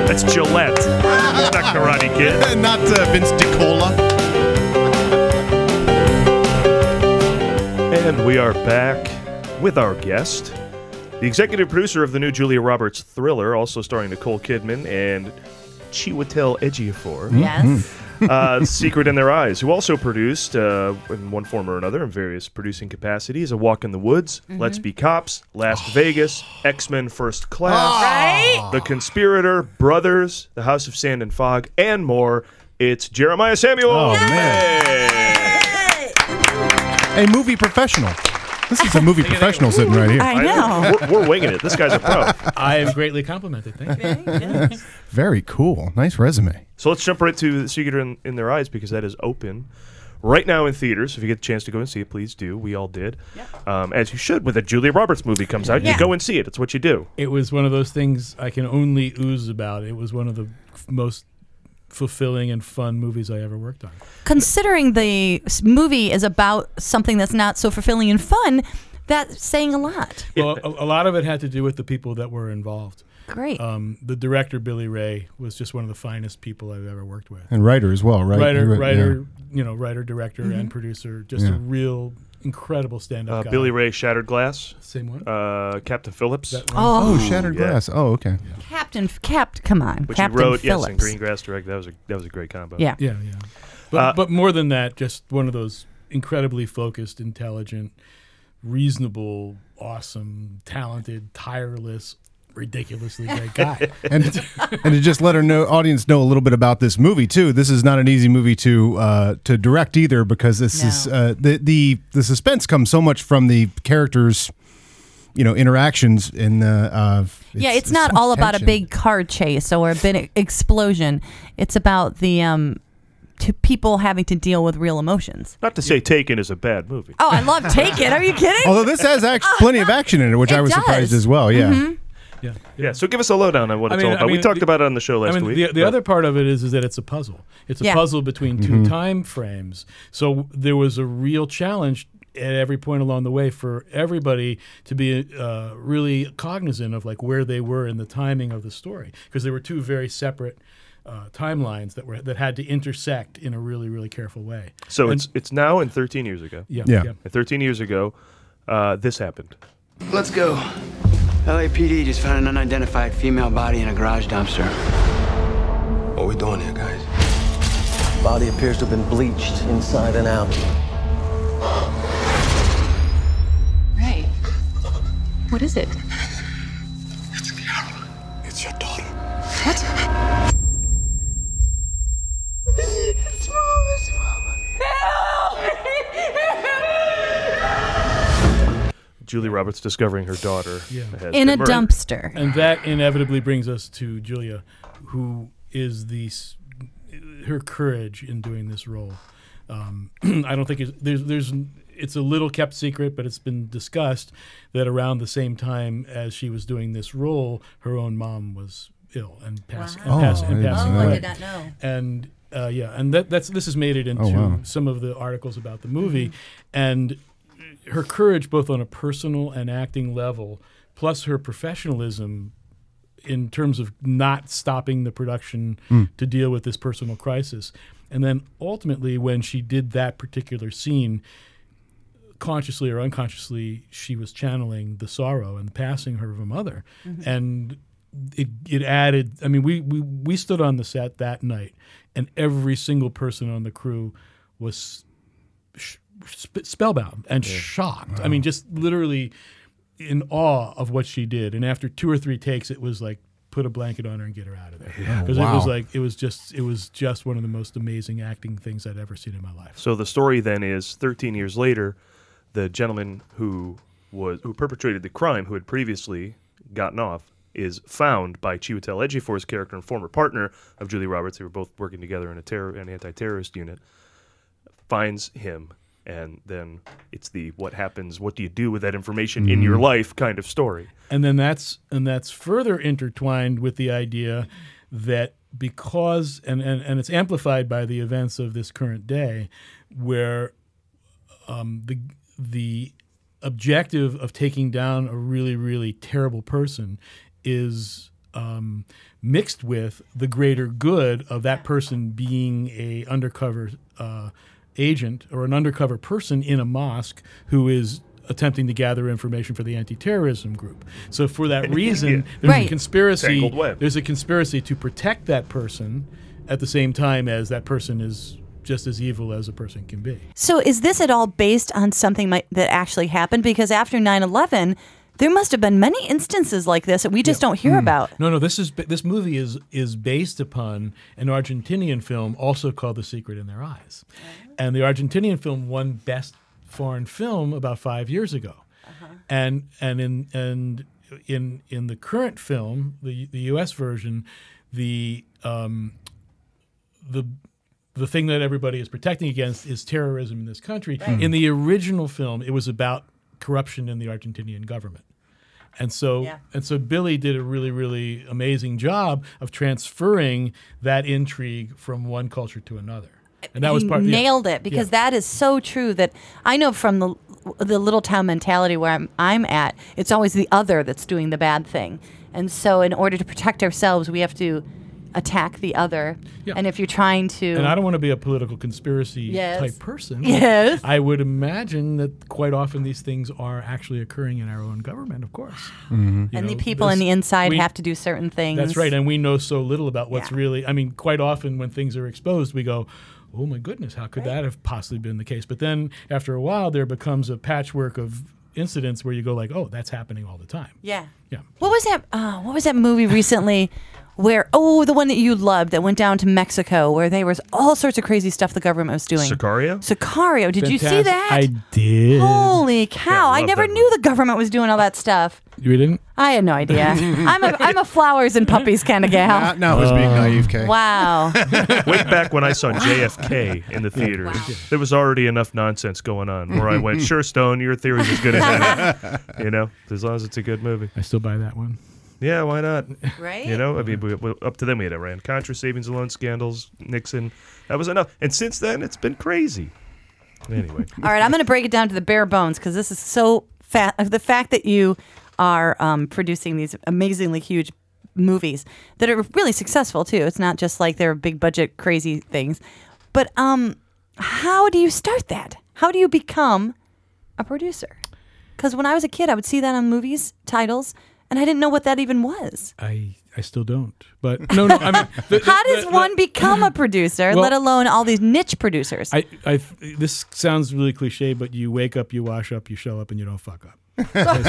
Speaker 4: That's Gillette, not Karate Kid.
Speaker 3: get. Not uh, Vince DiCola.
Speaker 4: And we are back with our guest, the executive producer of the new Julia Roberts thriller, also starring Nicole Kidman and Chiwetel Ejiofor.
Speaker 3: Hmm.
Speaker 2: Yes.
Speaker 4: uh, Secret in Their Eyes, who also produced, uh, in one form or another, in various producing capacities, A Walk in the Woods, Let's Be Cops, Last
Speaker 3: Oh.
Speaker 4: Vegas, X Men First
Speaker 3: Ah.
Speaker 4: Class,
Speaker 2: Right?
Speaker 4: The Conspirator, Brothers, The House of Sand and Fog, and more. It's Jeremiah Samuel.
Speaker 3: Oh, man. A movie professional. This is a
Speaker 12: *laughs*
Speaker 3: movie professional sitting right here.
Speaker 2: I know.
Speaker 4: *laughs* We're, we're winging it. This guy's a pro.
Speaker 12: I am greatly complimented. Thank you.
Speaker 3: Very cool. Nice resume.
Speaker 4: So let's jump right to the Secret in, in Their Eyes because that is open right now in theaters. If you get a chance to go and see it, please do. We all did, um, as you should. When the Julia Roberts movie comes out, you
Speaker 2: Yeah.
Speaker 4: go and see it. It's what you do.
Speaker 12: It was one of those things I can only ooze about. It was one of the f- most fulfilling and fun movies I ever worked on.
Speaker 2: Considering the s- movie is about something that's not so fulfilling and fun, that's saying a lot.
Speaker 12: Well, a, a lot of it had to do with the people that were involved.
Speaker 2: Great.
Speaker 12: Um, the director Billy Ray was just one of the finest people I've ever worked with.
Speaker 3: And writer as well, right?
Speaker 12: writer,
Speaker 3: You wrote-
Speaker 12: writer, you know, writer, director, and producer. Just a real incredible stand-up
Speaker 4: Uh,
Speaker 12: guy.
Speaker 4: Billy Ray, Shattered Glass,
Speaker 12: Same one.
Speaker 4: uh, Captain Phillips,
Speaker 12: That one.
Speaker 3: yeah.
Speaker 2: oh,
Speaker 3: Oh, Shattered
Speaker 4: yeah.
Speaker 3: Glass. Oh, okay.
Speaker 2: Captain, Cap, come on,
Speaker 4: which
Speaker 2: Captain
Speaker 4: he wrote.
Speaker 2: Phillips.
Speaker 4: Yes, and Green Grass Direct. That was a that was a great combo.
Speaker 2: Yeah.
Speaker 12: Yeah, yeah. But,
Speaker 4: Uh,
Speaker 12: but more than that, just one of those incredibly focused, intelligent, reasonable, awesome, talented, tireless, ridiculously great guy.
Speaker 4: *laughs*
Speaker 3: And and to just let our know, audience know a little bit about this movie too. This is not an easy movie to uh, to direct either because this is
Speaker 2: No.
Speaker 3: uh, the the the suspense comes so much from the characters, you know, interactions in the. Uh,
Speaker 2: yeah, it's, not
Speaker 3: so much
Speaker 2: all about a
Speaker 3: tension.
Speaker 2: big car chase or a big explosion. It's about the um, to people having to deal with real emotions.
Speaker 4: Not to say Taken is a bad movie.
Speaker 2: Oh, I love Take It. Are you kidding?
Speaker 3: Although this has act- plenty of action in it,
Speaker 2: *laughs*
Speaker 3: which
Speaker 2: It
Speaker 3: I was
Speaker 2: does. Mm-hmm.
Speaker 3: surprised as well. Yeah,
Speaker 12: yeah.
Speaker 4: Yeah. So give us a lowdown on what
Speaker 12: I
Speaker 4: it's
Speaker 12: mean-
Speaker 4: all
Speaker 12: I
Speaker 4: about. we
Speaker 12: mean,
Speaker 4: talked
Speaker 12: the-
Speaker 4: about it on the show last
Speaker 12: I mean,
Speaker 4: week.
Speaker 12: the, the
Speaker 4: but- Mm-hmm.
Speaker 12: other part of it is is that it's a puzzle. It's a
Speaker 2: Yeah.
Speaker 12: puzzle between two time frames. So there was a real challenge at every point along the way for everybody to be uh, really cognizant of like where they were in the timing of the story because there were two very separate. Uh, timelines that were that had to intersect in a really really careful way.
Speaker 4: so
Speaker 12: And-
Speaker 4: it's it's now and 13 years ago.
Speaker 12: yeah
Speaker 3: Yeah.
Speaker 4: And 13 years ago, uh, this happened.
Speaker 5: Let's go. LAPD just found an unidentified female body in a garage dumpster.
Speaker 6: What are we doing here, guys?
Speaker 5: Body appears to have been bleached inside and out.
Speaker 7: Ray, what is it?
Speaker 6: It's your daughter.
Speaker 7: What? It's mom, it's mom.
Speaker 4: Julie Roberts discovering her daughter has
Speaker 2: in
Speaker 4: been
Speaker 2: a
Speaker 4: murdered.
Speaker 2: dumpster.
Speaker 12: And that inevitably brings us to Julia, who is the s- her courage in doing this role. Um, *clears throat* I don't think it's, there's there's it's a little kept secret, but it's been discussed that around the same time as she was doing this role, her own mom was ill and passing and, pass,
Speaker 3: Oh,
Speaker 12: and
Speaker 3: I didn't
Speaker 12: passing
Speaker 3: know
Speaker 12: away
Speaker 2: not
Speaker 3: that.
Speaker 2: know.
Speaker 12: and uh, yeah, and that, that's this has made it into
Speaker 3: wow.
Speaker 12: some of the articles about the movie, and her courage, both on a personal and acting level, plus her professionalism in terms of not stopping the production
Speaker 13: Mm.
Speaker 12: to deal with this personal crisis. And then ultimately, when she did that particular scene, consciously or unconsciously, she was channeling the sorrow and passing her of a mother.
Speaker 13: Mhm.
Speaker 12: And it, it added, I mean, we, we, we stood on the set that night, and every single person on the crew was sh- sp- spellbound and
Speaker 13: Yeah.
Speaker 12: shocked. I mean, just literally in awe of what she did. And after two or three takes, it was like, put a blanket on her and get her out of there.
Speaker 4: Yeah.
Speaker 12: Because
Speaker 4: Oh,
Speaker 12: it was
Speaker 4: wow.
Speaker 12: like, it was just, it was just one of the most amazing acting things I'd ever seen in my life.
Speaker 4: So the story then is 13 years later, the gentleman who was who perpetrated the crime, who had previously gotten off, is found by Chiwetel Ejiofor's character and former partner of Julie Roberts. They were both working together in a terror an anti-terrorist unit. Finds him, and then it's the what happens, what do you do with that information in your
Speaker 12: Mhm.
Speaker 4: life kind of story.
Speaker 12: and then that's and that's further intertwined with the idea that because and and, and it's amplified by the events of this current day where um, the the objective of taking down a really really terrible person is um, mixed with the greater good of that person being a undercover uh, agent or an undercover person in a mosque who is attempting to gather information for the anti-terrorism group. So for that
Speaker 4: *laughs*
Speaker 12: reason,
Speaker 4: Yeah.
Speaker 12: there's a
Speaker 4: Right.
Speaker 12: conspiracy.
Speaker 4: Tangled web.
Speaker 12: There's a conspiracy to protect that person at the same time as that person is just as evil as a person can be.
Speaker 2: So is this at all based on something mi- that actually happened? Because after 9-11, there must have been many instances like this that we just don't
Speaker 12: Mm.
Speaker 2: hear about.
Speaker 12: No, no. This is this movie is is based upon an Argentinian film, also called The Secret in Their Eyes, and the Argentinian film won Best Foreign Film about five years ago, and and in and in in the current film, the the U.S. version, the um, the the thing that everybody is protecting against is terrorism in this country.
Speaker 13: Right.
Speaker 12: In the original film, it was about corruption in the Argentinian government. And so and so Billy did a really really amazing job of transferring that intrigue from one culture to another. And that was
Speaker 2: He
Speaker 12: part yeah.
Speaker 2: nailed it because
Speaker 12: Yeah.
Speaker 2: that is so true that I know from the the little town mentality where I'm I'm at, it's always the other that's doing the bad thing. And so in order to protect ourselves, we have to attack the other.
Speaker 12: Yeah.
Speaker 2: And if you're trying to
Speaker 12: And I don't want to be a political conspiracy
Speaker 2: Yes.
Speaker 12: type person.
Speaker 2: Yes.
Speaker 12: I would imagine that quite often these things are actually occurring in our own government, of course.
Speaker 2: Mhm.
Speaker 12: You
Speaker 2: And the
Speaker 12: know,
Speaker 2: people on
Speaker 12: this-
Speaker 2: the inside
Speaker 12: we-
Speaker 2: have to do certain things.
Speaker 12: That's right. And we know so little about what's really, I mean, quite often when things are exposed, we go, oh my goodness, how could that have possibly been the case? But then after a while, there becomes a patchwork of incidents where you go like, oh, that's happening all the time.
Speaker 2: Yeah.
Speaker 12: Yeah.
Speaker 2: What was that? Uh, what was that movie recently? Where oh the one that you loved that went down to Mexico where there was all sorts of crazy stuff the government was doing.
Speaker 4: Sicario?
Speaker 2: Sicario. Did you see
Speaker 12: Fantastic.
Speaker 2: that? Oh.
Speaker 12: I did.
Speaker 2: Holy cow!
Speaker 12: I
Speaker 2: I
Speaker 12: love
Speaker 2: never
Speaker 12: that
Speaker 2: knew the government was doing all that stuff.
Speaker 12: You didn't?
Speaker 2: I had no
Speaker 4: *laughs*
Speaker 2: idea. I'm a I'm a flowers and puppies kind of gal.
Speaker 4: Now- now it was being
Speaker 3: Uh,
Speaker 4: Oh. naive, Kay.
Speaker 2: Wow.
Speaker 4: Way back when I saw JFK in the theaters, there was already enough nonsense going on where I went, sure, Stone, your theory's as good as mine. you know, as long as it's a good movie.
Speaker 12: I still buy that one.
Speaker 4: Yeah, why not?
Speaker 2: Right?
Speaker 4: *laughs* You know, I mean, we, we, up to then we had Iran Contra savings and loan scandals, Nixon. That was enough. And since then, it's been crazy. Anyway.
Speaker 2: All right, I'm going to break it down to the bare bones because this is so fat. The fact that you are um, producing these amazingly huge movies that are really successful too. It's not just like they're big budget crazy things, but um, how do you start that? How do you become a producer? Because when I was a kid, I would see that on movies titles, and I didn't know what that even was.
Speaker 12: I, I still don't. But no, no, I mean, the-
Speaker 2: How does one
Speaker 12: *laughs*
Speaker 2: become a producer,
Speaker 12: Well-
Speaker 2: let alone all these niche producers?
Speaker 12: I, I, this sounds really cliche, but you wake up, you wash up, you show up, and you don't fuck up.
Speaker 3: That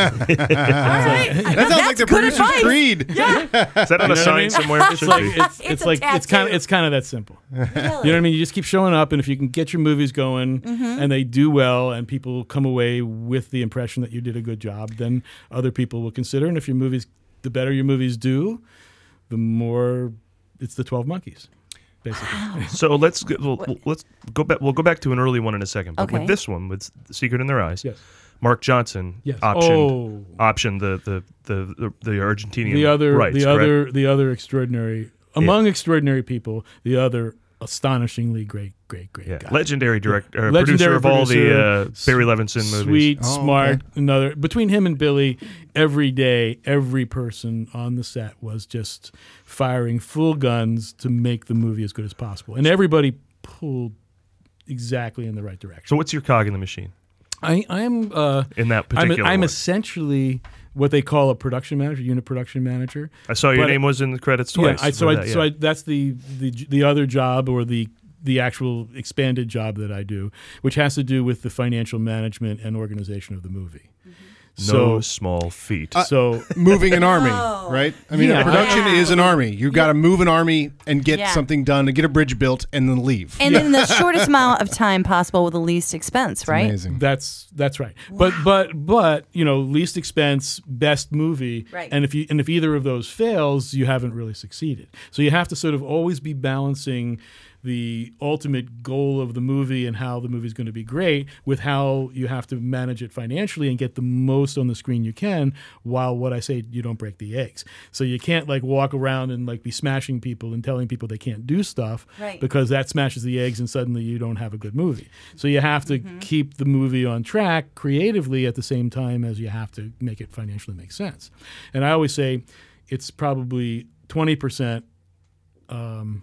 Speaker 3: sounds like the producer's
Speaker 2: *laughs*
Speaker 3: creed.
Speaker 4: Is that on a sign somewhere? It
Speaker 12: It's
Speaker 4: should
Speaker 12: like
Speaker 4: be.
Speaker 12: it's,
Speaker 4: It's
Speaker 12: it's
Speaker 4: a
Speaker 12: like it's kind of
Speaker 4: tattoo.
Speaker 12: it's kind of that simple. You know what I mean? You just keep showing up, and if you can get your movies going,
Speaker 13: Mhm.
Speaker 12: and they do well, and people come away with the impression that you did a good job, then other people will consider. And if your movies, the better your movies do, the more it's the Twelve Monkeys, basically.
Speaker 4: So let's go, we'll, let's go back. We'll go back to an early one in a second. But
Speaker 12: Okay.
Speaker 4: with this one, with The Secret in Their Eyes,
Speaker 12: Yes.
Speaker 4: Mark Johnson
Speaker 12: Yes. Oh.
Speaker 4: optioned, optioned the, the, the, the, the Argentinian
Speaker 12: the other
Speaker 4: rights,
Speaker 12: the
Speaker 4: correct?
Speaker 12: other the other extraordinary among extraordinary people the other astonishingly great, great, great guy.
Speaker 4: Legendary director, uh,
Speaker 12: Legendary
Speaker 4: producer of all
Speaker 12: producer,
Speaker 4: the uh, Barry Levinson movies. Oh,
Speaker 12: Sweet, smart. Another between him and Billy, every day, every person on the set was just firing full guns to make the movie as good as possible, and everybody pulled exactly in the right direction.
Speaker 4: So what's your cog in the machine?
Speaker 12: I, I'm uh,
Speaker 4: In that
Speaker 12: I'm-
Speaker 4: particular
Speaker 12: I'm,
Speaker 4: one.
Speaker 12: essentially what they call a production manager, unit production manager.
Speaker 4: I saw your
Speaker 12: But-
Speaker 4: name was in the credits
Speaker 12: Yeah,
Speaker 4: twice.
Speaker 12: I, so
Speaker 4: for
Speaker 12: I,
Speaker 4: that,
Speaker 12: so
Speaker 4: yeah.
Speaker 12: I, that's the, the the other job or the the actual expanded job that I do, which has to do with the financial management and organization of the movie.
Speaker 4: no small feat. *laughs*
Speaker 12: so
Speaker 3: moving an army, right? I mean,
Speaker 12: Yeah.
Speaker 3: production
Speaker 12: Yeah.
Speaker 3: is an army. You've got to move an army and get
Speaker 2: Yeah.
Speaker 3: something done and get a bridge built and then leave.
Speaker 2: And in the
Speaker 12: *laughs*
Speaker 2: shortest amount of time possible with the least expense, right?
Speaker 12: That's that's right. But but but you know, least expense, best movie.
Speaker 2: Right.
Speaker 12: And if you and if either of those fails, you haven't really succeeded. So you have to sort of always be balancing the ultimate goal of the movie and how the movie's going to be great with how you have to manage it financially and get the most on the screen you can while what I say you don't break the eggs. So you can't like walk around and like be smashing people and telling people they can't do stuff
Speaker 13: Right.
Speaker 12: because that smashes the eggs and suddenly you don't have a good movie. So you have to keep the movie on track creatively at the same time as you have to make it financially make sense. And I always say it's probably 20% um,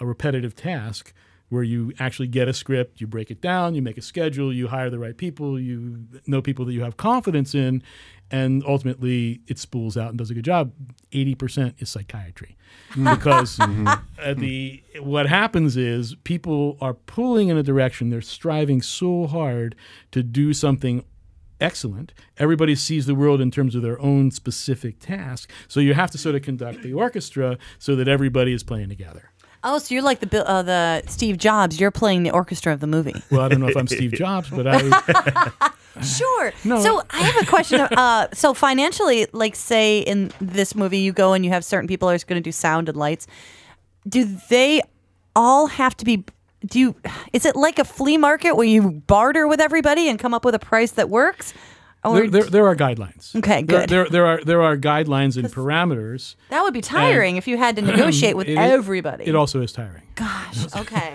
Speaker 12: a repetitive task where you actually get a script, you break it down, you make a schedule, you hire the right people, you know people that you have confidence in, and ultimately it spools out and does a good job. 80% is psychiatry.
Speaker 13: Mm.
Speaker 12: Because
Speaker 13: Mhm.
Speaker 12: at the what happens is people are pulling in a direction, they're striving so hard to do something excellent. Everybody sees the world in terms of their own specific task. So you have to sort of conduct the orchestra so that everybody is playing together.
Speaker 2: Oh, so you're like the Bill- uh, the Steve Jobs. You're playing the orchestra of the movie.
Speaker 12: Well, I don't know if I'm Steve Jobs, but I
Speaker 2: *laughs* Sure. So I have a question.
Speaker 12: *laughs*
Speaker 2: Uh, so financially, like say in this movie, you go and you have certain people are going to do sound and lights. Do they all have to be? Do you? Is it like a flea market where you barter with everybody and come up with a price that works? Or
Speaker 12: there, there, there are guidelines.
Speaker 2: Okay,
Speaker 12: There-
Speaker 2: good.
Speaker 12: There, there are there are guidelines and parameters.
Speaker 2: that would be tiring
Speaker 12: And-
Speaker 2: if you had
Speaker 12: *clears throat*
Speaker 2: to negotiate with
Speaker 12: It is-
Speaker 2: everybody.
Speaker 12: It also is tiring.
Speaker 2: Gosh. Okay.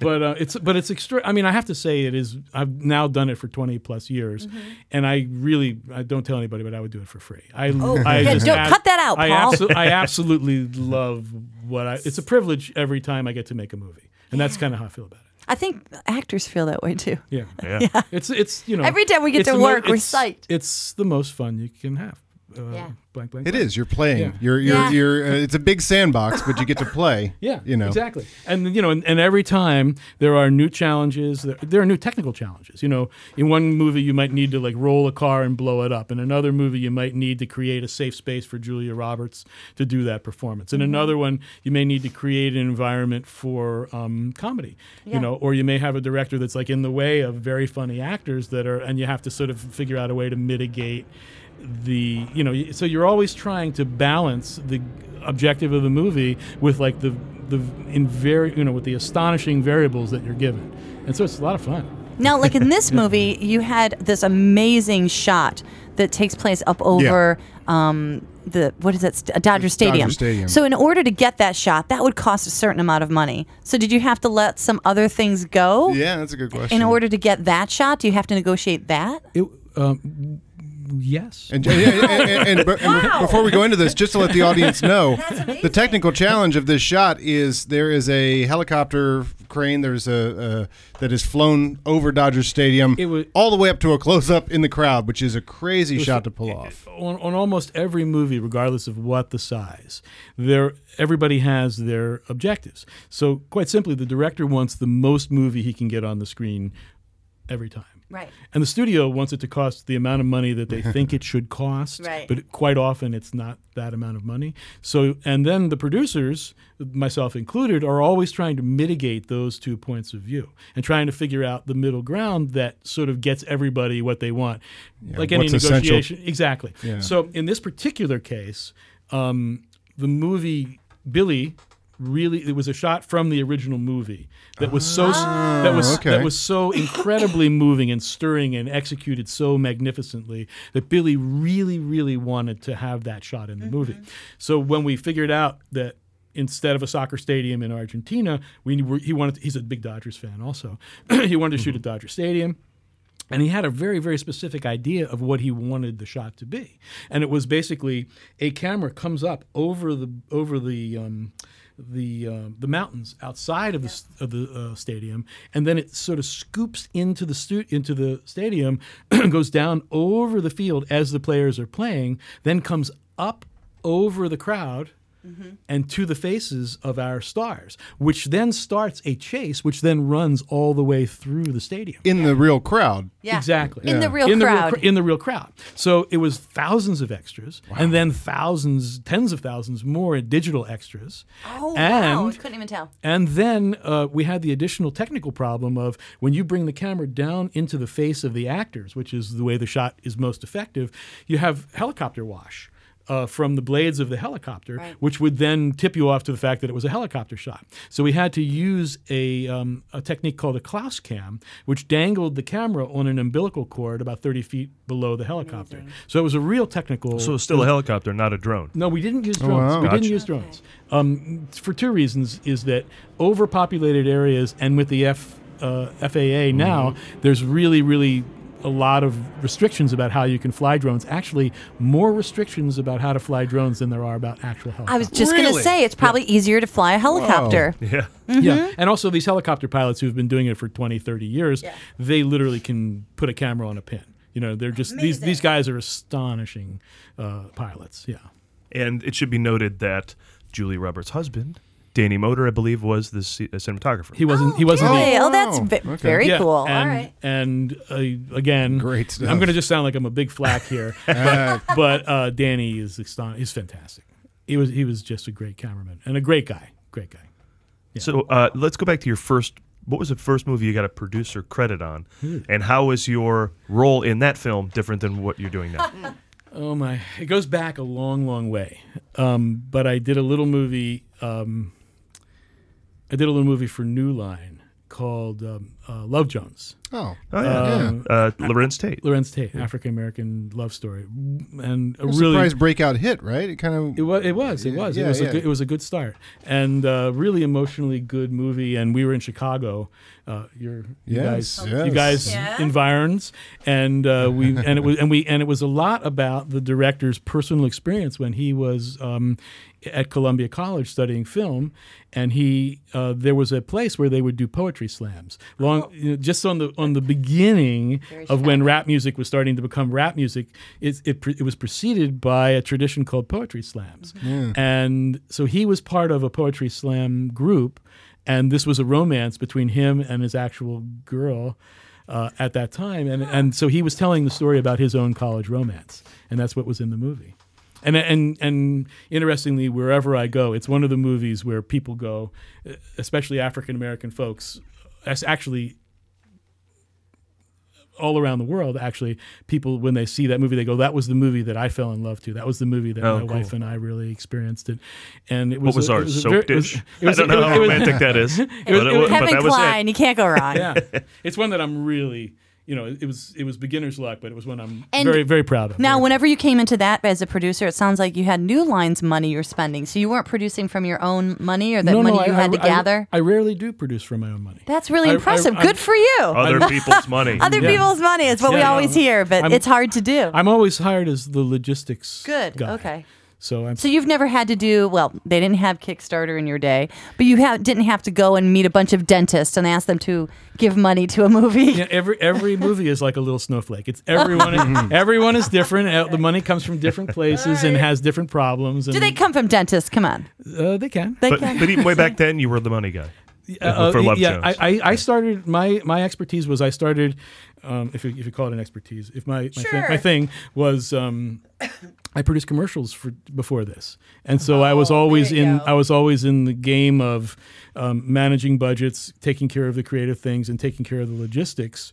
Speaker 12: but uh, it's but it's extra. I mean, I have to say it is. I've now done it for twenty plus years,
Speaker 2: Mm-hmm.
Speaker 12: and I really I don't tell anybody, but I would do it for free. I,
Speaker 2: Oh,
Speaker 12: I
Speaker 2: yeah,
Speaker 12: just
Speaker 2: don't-
Speaker 12: ab-
Speaker 2: cut that out,
Speaker 12: I,
Speaker 2: Paul.
Speaker 12: abso- I absolutely love what I. It's a privilege every time I get to make a movie, and that's kind of how I feel about it.
Speaker 2: I think actors feel that way too.
Speaker 12: Yeah,
Speaker 2: Yeah. Yeah.
Speaker 12: It's it's you know
Speaker 2: Every time we get
Speaker 12: it's
Speaker 2: to
Speaker 12: the mo-
Speaker 2: work, we're
Speaker 12: it's-
Speaker 2: psyched.
Speaker 12: It's the most fun you can have. Uh, Blank, blank,
Speaker 3: It
Speaker 12: blank.
Speaker 3: is. You're playing.
Speaker 12: Yeah.
Speaker 3: You're you're
Speaker 12: Yeah.
Speaker 3: you're. Uh, it's a big sandbox, but you get to play.
Speaker 12: *laughs* Yeah,
Speaker 3: you know
Speaker 12: exactly. And you know, and, and every time there are new challenges. There, there are new technical challenges. You know, in one movie you might need to like roll a car and blow it up. In another movie you might need to create a safe space for Julia Roberts to do that performance. In
Speaker 2: Mm-hmm.
Speaker 13: Mhm.
Speaker 12: another one you may need to create an environment for um, comedy.
Speaker 13: Yeah.
Speaker 12: You know, or you may have a director that's like in the way of very funny actors that are, and you have to sort of figure out a way to mitigate the you know y- so you're always trying to balance the objective of the movie with like the the in very you know with the astonishing variables that you're given and so it's a lot of fun
Speaker 2: Now, like in this movie, you had this amazing shot that takes place up over um, the what is that st- uh, Dodger Stadium.
Speaker 13: Stadium.
Speaker 2: So, in order to get that shot, that would cost a certain amount of money. So, did you have to let some other things go?
Speaker 3: Yeah, that's a good question.
Speaker 2: In order to get that shot, do you have to negotiate that?
Speaker 12: it um yes
Speaker 3: And, and, and- and- and- and before we go into this, just to let the
Speaker 2: *laughs*
Speaker 3: audience know, the technical challenge of this shot is there is a helicopter crane. There's a, a that is flown over Dodger Stadium, all the way up to a close up in the crowd, which is a crazy
Speaker 12: It was-
Speaker 3: shot to pull off.
Speaker 12: on, on almost every movie, regardless of what the size, there everybody has their objectives. So quite simply, the director wants the most movie he can get on the screen every time.
Speaker 2: Right.
Speaker 12: And the studio wants it to cost the amount of money that they think it should cost.
Speaker 2: Right.
Speaker 12: But quite often it's not that amount of money. So and then the producers, myself included, are always trying to mitigate those two points of view and trying to figure out the middle ground that sort of gets everybody what they want. like any
Speaker 3: what's essential.
Speaker 12: negotiation. Exactly.
Speaker 3: Yeah.
Speaker 12: So in this particular case, um, the movie Billy really it was a shot from the original movie that was so that was that
Speaker 3: okay.
Speaker 12: was so incredibly moving and stirring and executed so magnificently that Billy really really wanted to have that shot in the movie. So when we figured out that instead of a soccer stadium in Argentina, we were, he wanted. He's a big Dodgers fan, also. *clears throat* he wanted to shoot at Dodger Stadium. And he had a very, very specific idea of what he wanted the shot to be, and it was basically a camera comes up over the over the um, the uh, the mountains outside of the s of the uh, stadium, and then it sort of scoops into the stu- into the stadium, *clears throat* goes down over the field as the players are playing, then comes up over the crowd and to the faces of our stars, which then starts a chase, which then runs all the way through the stadium
Speaker 3: in the real crowd.
Speaker 2: Yeah.
Speaker 12: exactly,
Speaker 2: In the Yeah. real crowd.
Speaker 12: cr- in the real crowd. So it was thousands of extras, and then thousands, tens of thousands more digital extras.
Speaker 2: Oh,
Speaker 12: and,
Speaker 2: wow. I couldn't even tell.
Speaker 12: And then uh, we had the additional technical problem of when you bring the camera down into the face of the actors, which is the way the shot is most effective. You have helicopter wash. Uh, from the blades of the helicopter,
Speaker 13: Right.
Speaker 12: which would then tip you off to the fact that it was a helicopter shot. So we had to use a, um, a technique called a Klaus cam, which dangled the camera on an umbilical cord about 30 feet below the helicopter. So it was a real technical.
Speaker 4: So it's still a helicopter, not a
Speaker 12: *laughs*
Speaker 4: drone.
Speaker 12: No, we didn't use
Speaker 4: Oh,
Speaker 12: drones.
Speaker 4: wow.
Speaker 12: We
Speaker 4: Gotcha.
Speaker 12: didn't use drones um, for two reasons: is that overpopulated areas, and with the F, uh,
Speaker 4: Mm-hmm.
Speaker 12: FAA now, there's really, really a lot of restrictions about how you can fly drones. Actually, more restrictions about how to fly drones than there are about actual helicopters.
Speaker 2: I was just going to say it's probably easier to fly a helicopter.
Speaker 4: Yeah.
Speaker 12: Yeah.
Speaker 2: mm-hmm.
Speaker 12: And also, these helicopter pilots who've been doing it for 20, 30 years, they literally can put a camera on a pin. You know, they're just, these, these guys are astonishing uh, pilots. Yeah.
Speaker 4: And it should be noted that Julie Roberts' husband, Danny Motor, I believe, was the c- uh, cinematographer.
Speaker 12: He wasn't. he wasn't.
Speaker 2: really?
Speaker 12: the-
Speaker 2: Oh, that's ve- Wow. Okay. very
Speaker 12: Yeah,
Speaker 2: cool. All
Speaker 12: And,
Speaker 2: right.
Speaker 12: And uh, again, great.
Speaker 3: stuff.
Speaker 12: I'm going to just sound like I'm a big flack *laughs* here, but, but, uh, Danny is aston- He's fantastic. He was. He was just a great cameraman and a great guy. Great guy.
Speaker 4: So uh, let's go back to your first. What was the first movie you got a producer credit on,
Speaker 12: Hmm.
Speaker 4: and how was your role in that film different than what you're doing now?
Speaker 12: Oh my! It goes back a long, long way. Um, but I did a little movie. Um, I did a little movie for New Line called um, uh, Love Jones.
Speaker 3: Oh.
Speaker 4: Oh, yeah, yeah. Uh, Lawrence Tate.
Speaker 12: Lawrence Tate, African American love story, and a
Speaker 3: It was a
Speaker 12: really
Speaker 3: surprise breakout hit, right? It kind of
Speaker 12: it was it was it was
Speaker 3: Yeah,
Speaker 12: it was
Speaker 3: yeah.
Speaker 12: a good, it was a good start and uh, really emotionally good movie and we were in Chicago uh, your you
Speaker 3: Yes,
Speaker 12: guys
Speaker 3: yes.
Speaker 12: you guys
Speaker 3: Yeah.
Speaker 12: environs and uh,
Speaker 3: *laughs*
Speaker 12: we and it was and we and it was a lot about the director's personal experience when he was um, at Columbia College studying film and he uh, there was a place where they would do poetry slams long you know, just on the on the beginning of when rap music was starting to become rap music it it, pre- it was preceded by a tradition called poetry slams
Speaker 3: Yeah.
Speaker 12: and so he was part of a poetry slam group, and this was a romance between him and his actual girl uh, at that time. And, and so he was telling the story about his own college romance, and that's what was in the movie. And, and and interestingly, wherever I go, it's one of the movies where people go, uh, especially African American folks. That's actually all around the world. Actually, people when they see that movie, they go, "That was the movie that I fell in love to. That was the movie that
Speaker 4: Oh,
Speaker 12: my
Speaker 4: cool.
Speaker 12: wife and I really experienced it." And it
Speaker 4: What
Speaker 12: was
Speaker 4: was
Speaker 12: a-
Speaker 4: ours?
Speaker 12: it was a
Speaker 4: Soap
Speaker 12: very- it was-
Speaker 4: dish?
Speaker 12: *laughs* it was-
Speaker 4: I don't know
Speaker 12: it was-
Speaker 4: how
Speaker 12: it was-
Speaker 4: romantic that is,
Speaker 12: It
Speaker 4: but it
Speaker 12: was- it was-
Speaker 4: was- but that was it.
Speaker 2: Klein, you can't go wrong.
Speaker 12: *laughs* yeah, *laughs* it's one that I'm really, you know, it was it was beginner's luck, but it was one I'm
Speaker 2: And
Speaker 12: very very proud of.
Speaker 2: Now, whenever you came into that as a producer, it sounds like you had New Line's money you're spending. So you weren't producing from your own money or that money you had to gather?
Speaker 12: I, rarely do produce from my own money.
Speaker 2: That's really
Speaker 12: I- I-
Speaker 2: impressive.
Speaker 12: I'm-
Speaker 2: Good for you.
Speaker 12: *laughs* Other people's money.
Speaker 2: Other
Speaker 12: Yeah.
Speaker 2: people's money is what we
Speaker 12: Yeah.
Speaker 2: always hear, but
Speaker 12: I'm-
Speaker 2: it's hard to do.
Speaker 12: I'm always hired as the logistics
Speaker 2: Good.
Speaker 12: guy.
Speaker 2: Okay.
Speaker 12: So I'm
Speaker 2: So you've never had to do well. They didn't have Kickstarter in your day, but you ha- didn't have to go and meet a bunch of dentists and ask them to give money to a movie.
Speaker 12: *laughs* Yeah, every every movie is like a little snowflake. It's
Speaker 2: *laughs*
Speaker 12: everyone. everyone is different. Uh, The money comes from different places and has different problems. And
Speaker 2: Do they come from dentists? Come on.
Speaker 12: Uh, they can.
Speaker 2: They
Speaker 4: but,
Speaker 2: can.
Speaker 4: but even way back then, you were the money guy
Speaker 12: *laughs* Uh,
Speaker 4: for
Speaker 12: uh,
Speaker 4: Love
Speaker 12: yeah,
Speaker 4: Jones.
Speaker 12: I, I, I started my my expertise was I started, um, if you, if you call it an expertise, if my my, thing,
Speaker 13: Sure.
Speaker 12: my thing was um, I produced commercials for before this, and so I
Speaker 2: Oh,
Speaker 12: was always in I was always in the game of um, managing budgets, taking care of the creative things, and taking care of the logistics.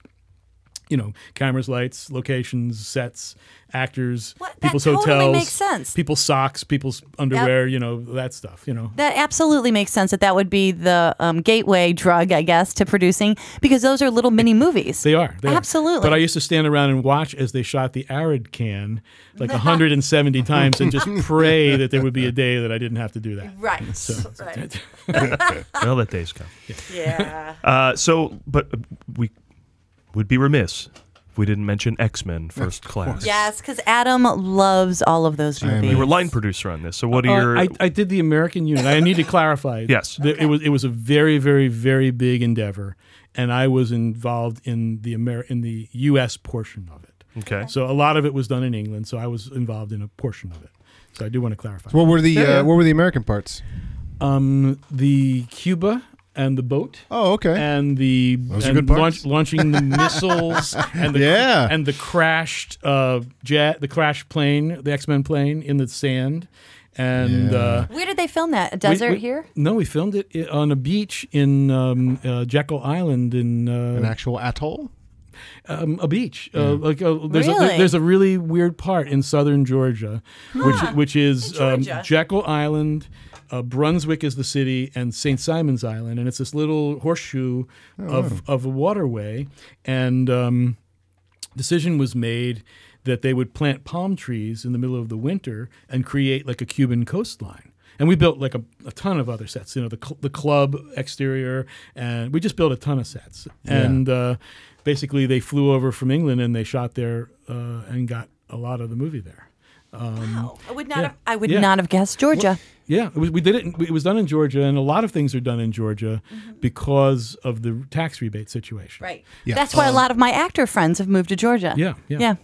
Speaker 12: you know, cameras, lights, locations, sets, actors,
Speaker 2: that
Speaker 12: people's
Speaker 2: totally
Speaker 12: hotels,
Speaker 2: makes sense.
Speaker 12: people's socks, people's underwear, you know, that stuff, you know.
Speaker 2: That absolutely makes sense that that would be the um, gateway drug, I guess, to producing because those are little mini movies.
Speaker 12: They are. They are.
Speaker 2: Absolutely.
Speaker 12: But I used to stand around and watch as they shot the arid can like
Speaker 2: *laughs*
Speaker 12: 170 times and just pray that there would be a day that I didn't have to do that.
Speaker 2: Right.
Speaker 12: *laughs* So,
Speaker 2: Right.
Speaker 4: well, that day's come.
Speaker 12: *laughs*
Speaker 2: Yeah.
Speaker 4: Uh, so, but uh, we would be remiss if we didn't mention X Men First Class.
Speaker 2: Yes, because Adam loves all of those movies.
Speaker 4: You were line producer on this. So, what are
Speaker 12: Uh,
Speaker 4: your?
Speaker 12: I, I did the American Union. I need to clarify.
Speaker 4: *laughs* Yes.
Speaker 12: that It was it was a very very very big endeavor, and I was involved in the Amer- in the U.S. portion of it.
Speaker 4: Okay.
Speaker 12: So a lot of it was done in England. So I was involved in a portion of it. So I do want to clarify.
Speaker 3: So what were the
Speaker 12: Yeah, yeah.
Speaker 3: uh, what were the American parts?
Speaker 12: Um, the Cuba and the boat.
Speaker 3: Oh, okay.
Speaker 12: And the
Speaker 3: Those are
Speaker 12: and
Speaker 3: good parts.
Speaker 12: launch- launching the
Speaker 3: *laughs*
Speaker 12: missiles and the
Speaker 3: Yeah.
Speaker 12: and the crashed uh, jet, the crashed plane, the X Men plane in the sand, and uh,
Speaker 2: Where did they film that? A
Speaker 12: we-
Speaker 2: desert
Speaker 12: we-
Speaker 2: here?
Speaker 12: No, we filmed it i- on a beach in um, uh, Jekyll Island in uh,
Speaker 3: An actual atoll.
Speaker 12: Um, a beach. Uh, like uh, there's a,
Speaker 2: Really?
Speaker 12: there- there's a really weird part in southern Georgia,
Speaker 2: Huh.
Speaker 12: which which is um,
Speaker 2: Georgia.
Speaker 12: Jekyll Island. Uh, Brunswick is the city, and St. Simon's Island, and it's this little horseshoe of of a waterway, and um, decision was made that they would plant palm trees in the middle of the winter and create like a Cuban coastline. And we built like a, a ton of other sets, you know, the, cl- the club exterior, and we just built a ton of sets.
Speaker 11: Yeah.
Speaker 12: And uh, basically, they flew over from England and they shot there uh, and got a lot of the movie there. Um,
Speaker 2: I would not.
Speaker 12: yeah.
Speaker 2: Have, I would
Speaker 12: Yeah.
Speaker 2: not have guessed Georgia.
Speaker 12: yeah, it was, we did it. in- It was done in Georgia, and a lot of things are done in Georgia because of the tax rebate situation.
Speaker 2: Mm-hmm. Right.
Speaker 12: Yeah.
Speaker 2: That's why a
Speaker 12: Um,
Speaker 2: lot of my actor friends have moved to Georgia.
Speaker 12: Yeah, yeah.
Speaker 2: Yeah.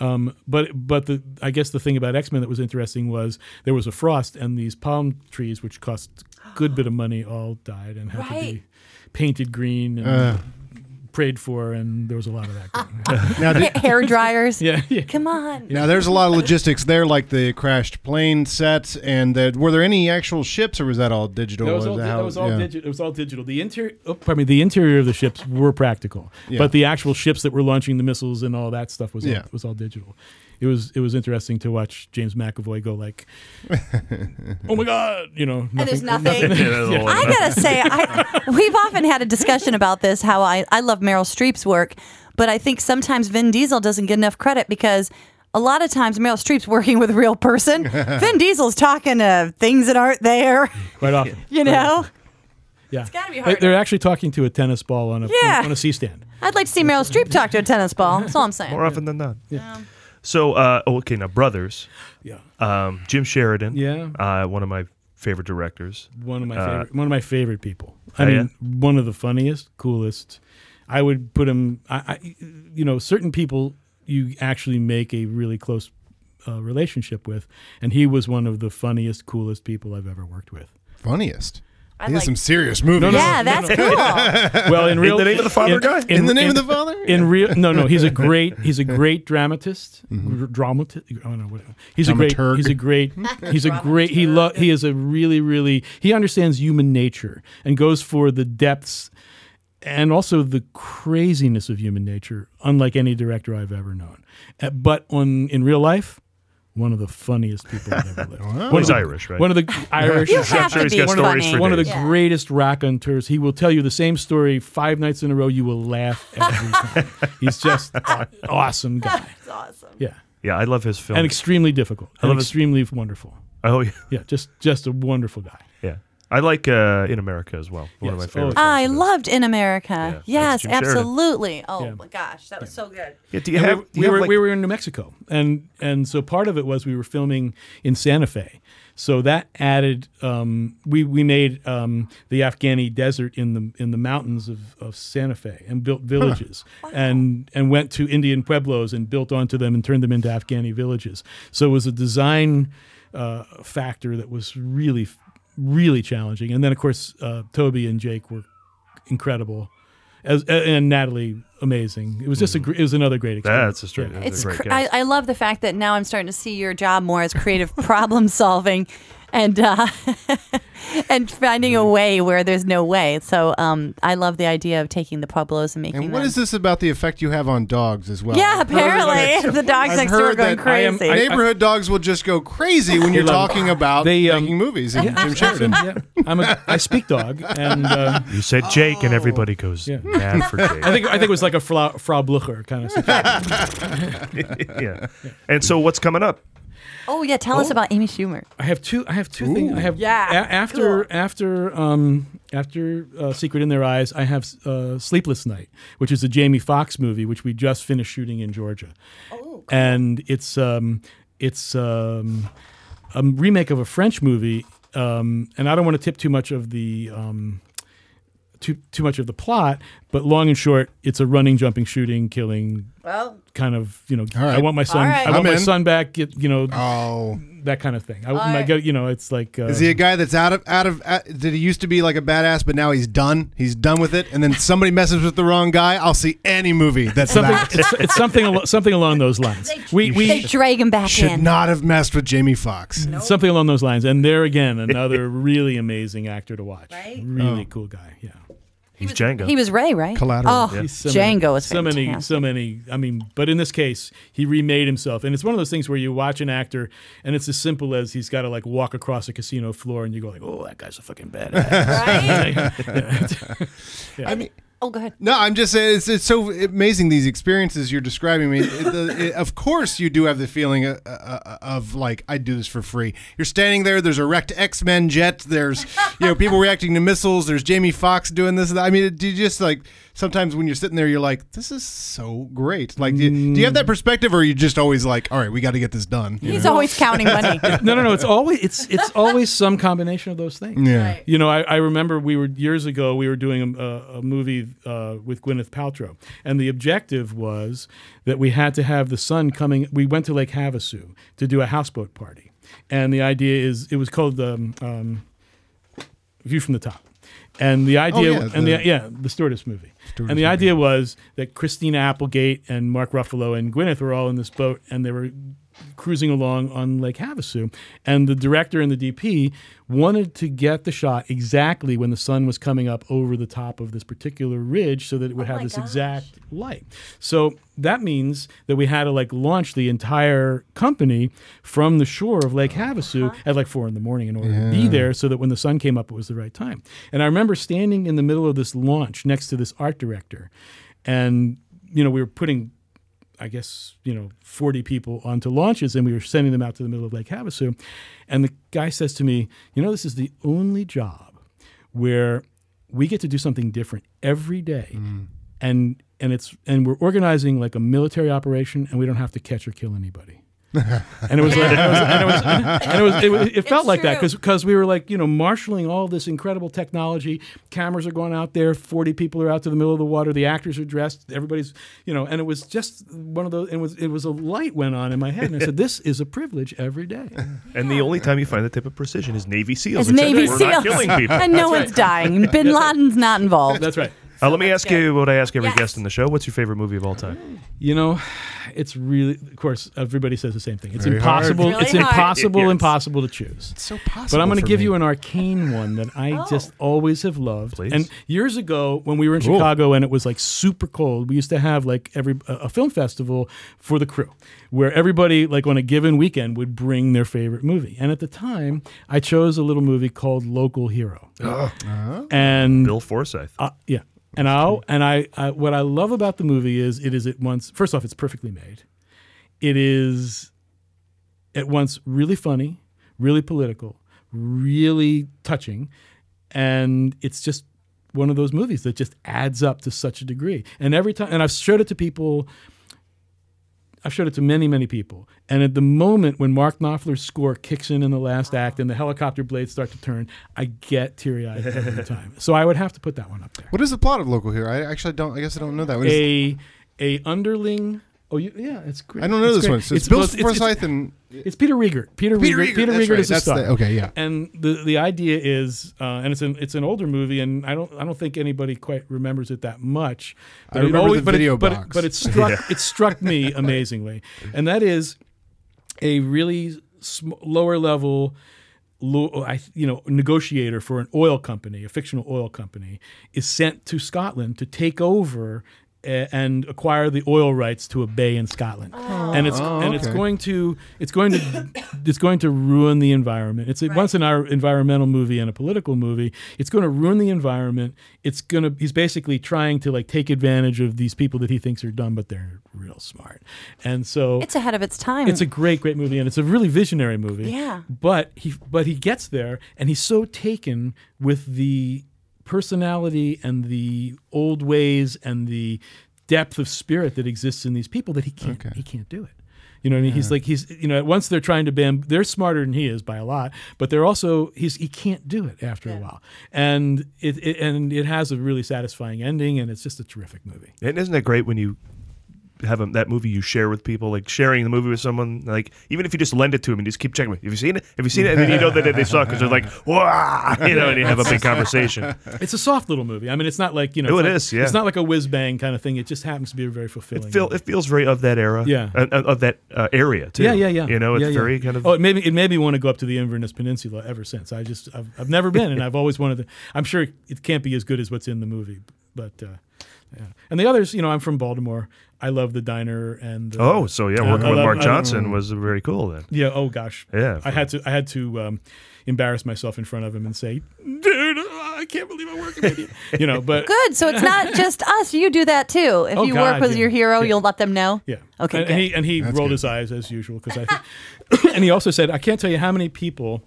Speaker 12: Um, but but the I guess the thing about X Men that was interesting was there was a frost and these palm trees, which cost a good *gasps* bit of money, all died and had to be
Speaker 2: Right.
Speaker 12: painted green and
Speaker 3: Uh.
Speaker 12: prayed for, and there was a lot of that.
Speaker 2: *laughs*
Speaker 3: Now, did-
Speaker 2: Hair dryers.
Speaker 12: *laughs* yeah,
Speaker 2: Come on.
Speaker 3: Now there's a lot of logistics there, like the crashed plane sets, and the, were there any actual ships, or was that all digital?
Speaker 12: That was all,
Speaker 3: Is
Speaker 12: di-
Speaker 3: how-
Speaker 12: that was all
Speaker 3: yeah.
Speaker 12: digi- it was all digital. The interior, oh, pardon me, the interior of the ships were practical,
Speaker 3: Yeah.
Speaker 12: but the actual ships that were launching the missiles and all that stuff was
Speaker 3: Yeah.
Speaker 12: all, was all digital. It was it was interesting to watch James McAvoy go
Speaker 3: *laughs*
Speaker 12: like, "Oh my God!" You know,
Speaker 2: And there's nothing.
Speaker 12: Yeah.
Speaker 2: I gotta say,
Speaker 4: *laughs*
Speaker 2: I, we've often had a discussion about this. How I I love Meryl Streep's work, but I think sometimes Vin Diesel doesn't get enough credit because a lot of times Meryl Streep's working with a real
Speaker 4: *laughs*
Speaker 2: person. Vin Diesel's talking to things that aren't there. *laughs*
Speaker 12: quite *laughs* often.
Speaker 2: You know.
Speaker 12: Yeah,
Speaker 2: It's gotta be
Speaker 12: They-
Speaker 2: harder.
Speaker 12: They're actually talking to a tennis ball on a
Speaker 2: Yeah.
Speaker 12: on a C stand.
Speaker 2: I'd like to see Meryl Streep talk to a tennis ball. That's all I'm saying.
Speaker 4: More often than not. So, uh, oh, okay, now brothers.
Speaker 12: Yeah.
Speaker 4: Um, Jim Sheridan.
Speaker 12: Yeah.
Speaker 4: Uh, one of my favorite directors.
Speaker 12: One of my
Speaker 4: Uh,
Speaker 12: favorite, one of my favorite people. I
Speaker 4: Oh, yeah?
Speaker 12: mean, one of the funniest, coolest. I would put him. I, I you know, certain people you actually make a really close uh, relationship with, and he was one of the funniest, coolest people I've ever
Speaker 3: *laughs*
Speaker 12: worked with.
Speaker 3: Funniest.
Speaker 2: I
Speaker 3: he has
Speaker 2: like-
Speaker 3: some serious movies.
Speaker 2: yeah,
Speaker 4: *laughs*
Speaker 2: that's cool.
Speaker 12: well, in
Speaker 3: In
Speaker 12: real,
Speaker 3: the name of the father guy? In the name of the father?
Speaker 12: *laughs* In real, no, no, he's a great, he's a great dramatist,
Speaker 4: Mm-hmm.
Speaker 12: gr- dramatist. Oh no, what, he's
Speaker 3: Dramaturg.
Speaker 4: *laughs*
Speaker 12: a great, he's a great, he's a great. He lo- he is a really, really. He understands human nature and goes for the depths, and also the craziness of human nature, unlike any director I've ever known. Uh, but on in real life. One of the funniest people I've
Speaker 4: *laughs*
Speaker 12: ever lived. One of
Speaker 4: He's
Speaker 12: the-
Speaker 4: Irish, right?
Speaker 12: One of the
Speaker 4: *laughs*
Speaker 12: Irish.
Speaker 4: You have to be
Speaker 12: one of the-
Speaker 4: funny.
Speaker 12: One of the
Speaker 4: Yeah.
Speaker 12: greatest raconteurs. He will tell you the same story five nights in a row. You will laugh every time. He's just an awesome guy. That's
Speaker 2: awesome.
Speaker 12: Yeah.
Speaker 4: Yeah, I love his film.
Speaker 12: And extremely difficult.
Speaker 4: I
Speaker 12: and
Speaker 4: love his-
Speaker 12: extremely wonderful.
Speaker 4: Oh, yeah.
Speaker 12: Yeah, just just a wonderful guy.
Speaker 4: Yeah. I like uh, In America as well. One of my
Speaker 12: Yes. Oh,
Speaker 4: favorites.
Speaker 2: I loved In America. yes,
Speaker 4: Jim Sheridan.
Speaker 2: absolutely. Oh my gosh, that was so good.
Speaker 4: Yeah, do you
Speaker 12: And
Speaker 4: have-
Speaker 12: we,
Speaker 4: do you
Speaker 12: we
Speaker 4: have,
Speaker 12: were
Speaker 4: like-
Speaker 12: we were in New Mexico, and and so part of it was we were filming in Santa Fe, so that added. Um, we we made um, the Afghani desert in the in the mountains of, of Santa Fe and built villages, and and went to Indian pueblos and built onto them and turned them into Afghani villages. So it was a design uh, factor that was really really challenging, and then of course uh, Toby and Jake were incredible. As, and Natalie, amazing. It was just a gr- it was another great experience.
Speaker 4: That's a straight-
Speaker 12: Yeah.
Speaker 4: that's a
Speaker 2: It's cr- I, I love the fact that now I'm starting to see your job more as creative *laughs* problem solving and uh, *laughs* and finding
Speaker 3: Mm-hmm.
Speaker 2: a way where there's no way. So um, I love the idea of taking the Pueblos and making
Speaker 3: And
Speaker 2: them.
Speaker 3: what is this about the effect you have on dogs as well?
Speaker 2: Yeah, apparently *laughs* the dogs
Speaker 3: I've
Speaker 2: next door are
Speaker 3: heard
Speaker 2: going
Speaker 3: that I am-
Speaker 2: crazy.
Speaker 3: neighborhood dogs will just go crazy
Speaker 12: *laughs*
Speaker 3: when
Speaker 12: They
Speaker 3: you're
Speaker 12: love-
Speaker 3: talking about
Speaker 12: They, um,
Speaker 3: making movies and Jim
Speaker 12: *laughs*
Speaker 3: Sheridan.
Speaker 12: I'm a, I speak dog, and uh,
Speaker 4: You said Jake, and everybody goes
Speaker 12: yeah.
Speaker 4: mad
Speaker 12: *laughs*
Speaker 4: for Jake.
Speaker 12: I think I think it was like a Frau, Frau Blucher kind of situation.
Speaker 4: *laughs* yeah. And so, what's coming up?
Speaker 2: oh yeah, tell us
Speaker 12: Oh.
Speaker 2: about Amy Schumer.
Speaker 12: I have two. I have two things. I have
Speaker 2: Yeah,
Speaker 12: a- after after um after uh, Secret in Their Eyes. I have uh, Sleepless Night, which is a Jamie Foxx movie, which we just finished shooting in Georgia. Oh, and it's um it's um a remake of a French movie. Um, and I don't want to tip too much of the um too too much of the plot, but long and short, it's a running, jumping, shooting, killing.
Speaker 2: Well.
Speaker 12: kind of you know.
Speaker 3: right.
Speaker 12: I want my son.
Speaker 3: All right.
Speaker 12: I want
Speaker 3: I'm
Speaker 12: my
Speaker 3: in.
Speaker 12: son back. Get, you know.
Speaker 3: Oh.
Speaker 12: That kind of thing. I,
Speaker 3: All
Speaker 12: my,
Speaker 3: right.
Speaker 12: go- you know, it's like uh,
Speaker 3: Is he a guy that's out of out of? uh did he used to be like a badass, but now he's done? He's done with it. And then somebody messes with the wrong guy. I'll see any movie that's
Speaker 12: *laughs* something?
Speaker 3: that.
Speaker 12: it's, it's something al- something along those lines. We
Speaker 2: they
Speaker 12: we
Speaker 2: drag him back
Speaker 3: Should
Speaker 2: in.
Speaker 3: not have messed with Jamie Foxx.
Speaker 12: something along those lines. And there *laughs* again, another really amazing actor to watch.
Speaker 2: Right?
Speaker 12: Really
Speaker 3: Oh.
Speaker 12: cool guy. Yeah.
Speaker 4: He's Django.
Speaker 2: He was Ray, right?
Speaker 3: Collateral.
Speaker 2: Oh,
Speaker 12: He's so many-
Speaker 2: Django is
Speaker 12: so many, so many. I mean, but in this case, he remade himself, and it's one of those things where you watch an actor, and it's as simple as he's got to like walk across a casino floor, and you go like, "Oh, that guy's a fucking badass."
Speaker 2: *laughs*
Speaker 3: *laughs*
Speaker 12: Right?
Speaker 3: I mean,
Speaker 2: oh, go ahead.
Speaker 3: No, I'm just saying it's, it's so amazing these experiences you're describing. I mean, it, the, it, of course you do have the feeling of, of like I do this for free. You're standing there. There's a wrecked X-Men jet. There's you know people reacting to missiles. There's Jamie Foxx doing this. and that. I mean, do you just like sometimes when you're sitting there, you're like, this is so great. Like, do you, do you have
Speaker 12: Mm.
Speaker 3: that perspective, or are you just always like, all right, we got to get this done? you
Speaker 2: He's
Speaker 3: know?
Speaker 2: always counting
Speaker 3: *laughs*
Speaker 2: money.
Speaker 12: *laughs* no, no, no. It's always it's it's always some combination of those things.
Speaker 3: Yeah. Right.
Speaker 12: You know, I, I remember we were years ago we were doing a, a, a movie uh, with Gwyneth Paltrow, and the objective was that we had to have the sun coming. We went to Lake Havasu to do a houseboat party, and the idea is it was called the um, um, View from the Top. And the idea,
Speaker 3: Oh, yeah,
Speaker 12: and
Speaker 3: the-
Speaker 12: the yeah, the Stewardess movie.
Speaker 3: Stewardess
Speaker 12: and the
Speaker 3: movie.
Speaker 12: idea was that Christina Applegate and Mark Ruffalo and Gwyneth were all in this boat, and they were cruising along on Lake Havasu. And the director and the DP wanted to get the shot exactly when the sun was coming up over the top of this particular ridge, so that it would have this exact light. So that means that we had to like launch the entire company from the shore of Lake Havasu at like four in the morning in order to be there so that when the sun came up, it was the right time. And I remember standing in the middle of this launch next to this art director. And, you know, we were putting, I guess, you know, 40 people onto launches and we were sending them out to the middle of Lake Havasu. And the guy says to me, You know, this is the only job where we get to do something different every day. And, and it's and we're organizing like a military operation, and we don't have to catch or kill anybody and it was like, and it was, and it, was, and it, was, it, felt like that because we were like you know marshaling all this incredible technology cameras are going out there 40 people are out to the middle of the water the actors are dressed everybody's you know and it was just one of those it was it was a light went on in my head and i said this is a privilege every day
Speaker 4: And the only time you find that type of precision is Navy SEALs.
Speaker 2: It's
Speaker 4: which I
Speaker 2: Navy
Speaker 4: think we're not
Speaker 2: SEALs, *laughs*
Speaker 4: killing people.
Speaker 2: and no one's
Speaker 12: *laughs*
Speaker 2: dying. Bin Laden's not involved.
Speaker 12: that's right
Speaker 4: Uh, let me ask you what I ask every guest on the show. What's your favorite movie of all
Speaker 2: Mm.
Speaker 4: time?
Speaker 12: you know it's really of course everybody says the same thing it's
Speaker 4: Very hard.
Speaker 12: impossible
Speaker 4: Really
Speaker 12: it's
Speaker 4: hard.
Speaker 12: impossible
Speaker 4: Yes.
Speaker 12: impossible to choose
Speaker 3: It's so possible.
Speaker 12: But I'm going
Speaker 3: for
Speaker 12: to give
Speaker 3: me. Oh.
Speaker 12: you an arcane one that I just always have loved.
Speaker 4: Please.
Speaker 12: And years ago, when we were in Chicago and it was like super cold, we used to have like every a a film festival for the crew, where everybody like on a given weekend would bring their favorite movie. And at the time, I chose a little movie called Local Hero,
Speaker 4: Ah.
Speaker 3: Uh-huh.
Speaker 12: and
Speaker 4: Bill Forsyth.
Speaker 12: uh, yeah. And I and I, I what I love about the movie is it is at once first off it's perfectly made. It is at once really funny, really political, really touching, and it's just one of those movies that just adds up to such a degree. And every time and I've showed it to people I've showed it to many, many people. And at the moment when Mark Knopfler's score kicks in in the last act and the helicopter blades start to turn, I get teary eyed every time. So I would have to put that one up there.
Speaker 3: What is the plot of Local Hero? I actually don't. I guess I don't know that. What is-
Speaker 12: A a underling. Oh, you, yeah, it's great.
Speaker 3: I don't know
Speaker 12: It's
Speaker 3: this
Speaker 12: great.
Speaker 3: one. So it's, Bill
Speaker 12: supposed- it's-
Speaker 3: Forsyth
Speaker 12: it's-
Speaker 3: and
Speaker 12: It's Peter Riegert. Peter,
Speaker 3: Peter
Speaker 12: Riegert.
Speaker 3: Riegert,
Speaker 12: Peter
Speaker 3: that's
Speaker 12: Riegert
Speaker 3: right.
Speaker 12: is the
Speaker 3: That's the-
Speaker 12: star.
Speaker 3: okay, yeah.
Speaker 12: And the the idea is, uh, and it's an it's an older movie, and I don't I don't think anybody quite remembers it that much. But it
Speaker 3: remember the
Speaker 12: but it-
Speaker 3: video
Speaker 12: but it,
Speaker 3: box.
Speaker 12: But
Speaker 3: *laughs*
Speaker 12: it struck it struck me amazingly, and that is a really sm- lower level lo- I, you know negotiator for an oil company, a fictional oil company, is sent to Scotland to take over a- and acquire the oil rights to a bay in Scotland.
Speaker 11: Oh.
Speaker 12: And it's
Speaker 11: Oh,
Speaker 12: and it's
Speaker 11: okay.
Speaker 12: going to it's going to it's going to ruin the environment. It's a once an our environmental movie and a political movie. It's going to ruin the environment. It's going to he's basically trying to like take advantage of these people that he thinks are dumb but they're real smart. And so
Speaker 2: It's ahead of its time.
Speaker 12: It's a great great movie and it's a really visionary movie.
Speaker 2: Yeah.
Speaker 12: But he but he gets there and he's so taken with the personality and the old ways and the depth of spirit that exists in these people that he can't he can't do it. You know what I mean? He's
Speaker 11: Yeah.
Speaker 12: like he's you know at once they're trying to ban they're smarter than he is by a lot, but they're also he's he can't do it after a while. And it, it and it has a really satisfying ending and it's just a terrific movie.
Speaker 4: And isn't that great when you have a, that movie you share with people, like sharing the movie with someone, like even if you just lend it to them and just keep checking, have you seen it? Have you seen it? And then you know that they saw it because they're like, wow, you know, and you have a big conversation.
Speaker 12: It's a soft little movie. I mean, it's not like you know.
Speaker 4: Oh,
Speaker 12: it's
Speaker 4: it
Speaker 12: like-
Speaker 4: is, yeah.
Speaker 12: It's not like a whiz bang kind of thing. It just happens to be a very fulfilling.
Speaker 4: It, feel, it feels very of that era,
Speaker 12: Yeah.
Speaker 4: uh, uh, of that uh, area too.
Speaker 12: Yeah, yeah, yeah.
Speaker 4: You know, it's
Speaker 12: Yeah, yeah.
Speaker 4: very kind of.
Speaker 12: Oh, it made me, it made me want to go up to the Inverness Peninsula ever since. I just I've, I've never
Speaker 4: *laughs*
Speaker 12: been, and I've always wanted to. I'm sure it can't be as good as what's in the movie, but uh, yeah. And the others, you know, I'm from Baltimore. I love the diner and. Uh,
Speaker 4: Oh, so yeah, working
Speaker 12: I
Speaker 4: with
Speaker 12: love-
Speaker 4: Mark
Speaker 12: I-
Speaker 4: Johnson was very cool then.
Speaker 12: Yeah. Oh gosh.
Speaker 4: Yeah,
Speaker 12: I had to. I had to um, embarrass myself in front of him and say, dude, I can't believe I'm
Speaker 4: *laughs*
Speaker 12: working with you. you know, but
Speaker 2: Good. So it's
Speaker 12: *laughs*
Speaker 2: not just us. You do that too. If
Speaker 12: Oh,
Speaker 2: you
Speaker 12: God,
Speaker 2: work with
Speaker 12: yeah.
Speaker 2: your hero,
Speaker 12: Yeah.
Speaker 2: you'll let them know.
Speaker 12: Yeah.
Speaker 2: Okay.
Speaker 12: And, and he and he rolled his eyes as usual because I think, *coughs* and he also said, I can't tell you how many people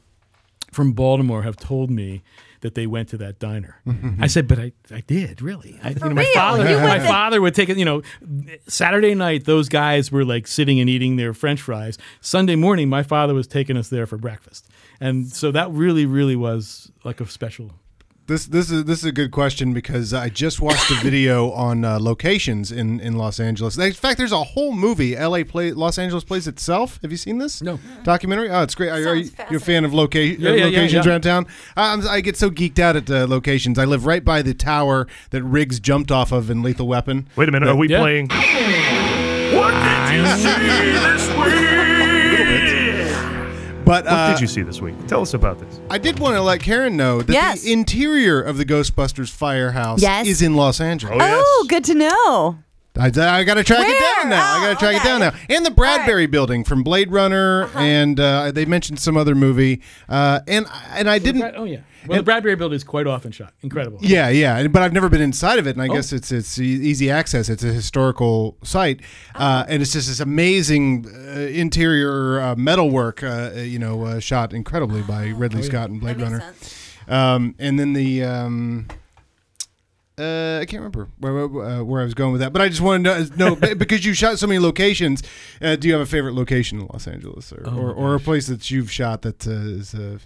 Speaker 12: from Baltimore have told me that they went to that diner. I said, but I, I did really. I, you know, my
Speaker 11: real?
Speaker 12: father,
Speaker 11: You
Speaker 12: my
Speaker 11: went to-
Speaker 12: father would take it. You know, Saturday night those guys were like sitting and eating their French fries. Sunday morning, my father was taking us there for breakfast, and so that really, really was like a special
Speaker 3: This this is this is a good question because I just watched
Speaker 11: *coughs*
Speaker 3: a video on uh, locations in, in Los Angeles. In fact, there's a whole movie L.A. play Los Angeles plays itself. Have you seen this? No documentary. Oh, it's great. Are, are you you a fan of loca-
Speaker 11: Yeah,
Speaker 3: uh,
Speaker 11: yeah, yeah,
Speaker 3: locations
Speaker 11: yeah.
Speaker 3: around town? I, I'm, I get so geeked out at uh, locations. I live right by the tower that Riggs jumped off of in Lethal Weapon.
Speaker 4: Wait a minute, are we Yeah. playing-
Speaker 11: What did you see this week?
Speaker 3: But
Speaker 4: What
Speaker 3: uh,
Speaker 4: did you see this week? Tell us about this.
Speaker 3: I did want to let Karen know that
Speaker 2: Yes.
Speaker 3: the interior of the Ghostbusters firehouse
Speaker 2: Yes.
Speaker 3: is in Los Angeles.
Speaker 2: Oh, good to know.
Speaker 3: I, I got to track it down now. I got to track it down now. And the Bradbury Building from Blade Runner, and uh, they mentioned some other movie. Uh, and and I didn't.
Speaker 12: oh yeah. Well, the Bradbury building is quite often shot. Incredible.
Speaker 3: Yeah, yeah, and- but I've never been inside of it, and I
Speaker 12: Oh.
Speaker 3: guess it's it's e- easy access. It's a historical site, uh, and it's just this amazing uh, interior uh, metalwork, uh, you know, uh, shot incredibly by Ridley
Speaker 11: yeah.
Speaker 3: Scott and Blade Runner. Um, and then the um, uh, I can't remember where, where, uh, where I was going with that, but I just want to know, know be- because you shot so many locations. Uh, do you have a favorite location in Los Angeles, or
Speaker 12: Oh, my
Speaker 3: or, or a place that you've shot that uh, is a,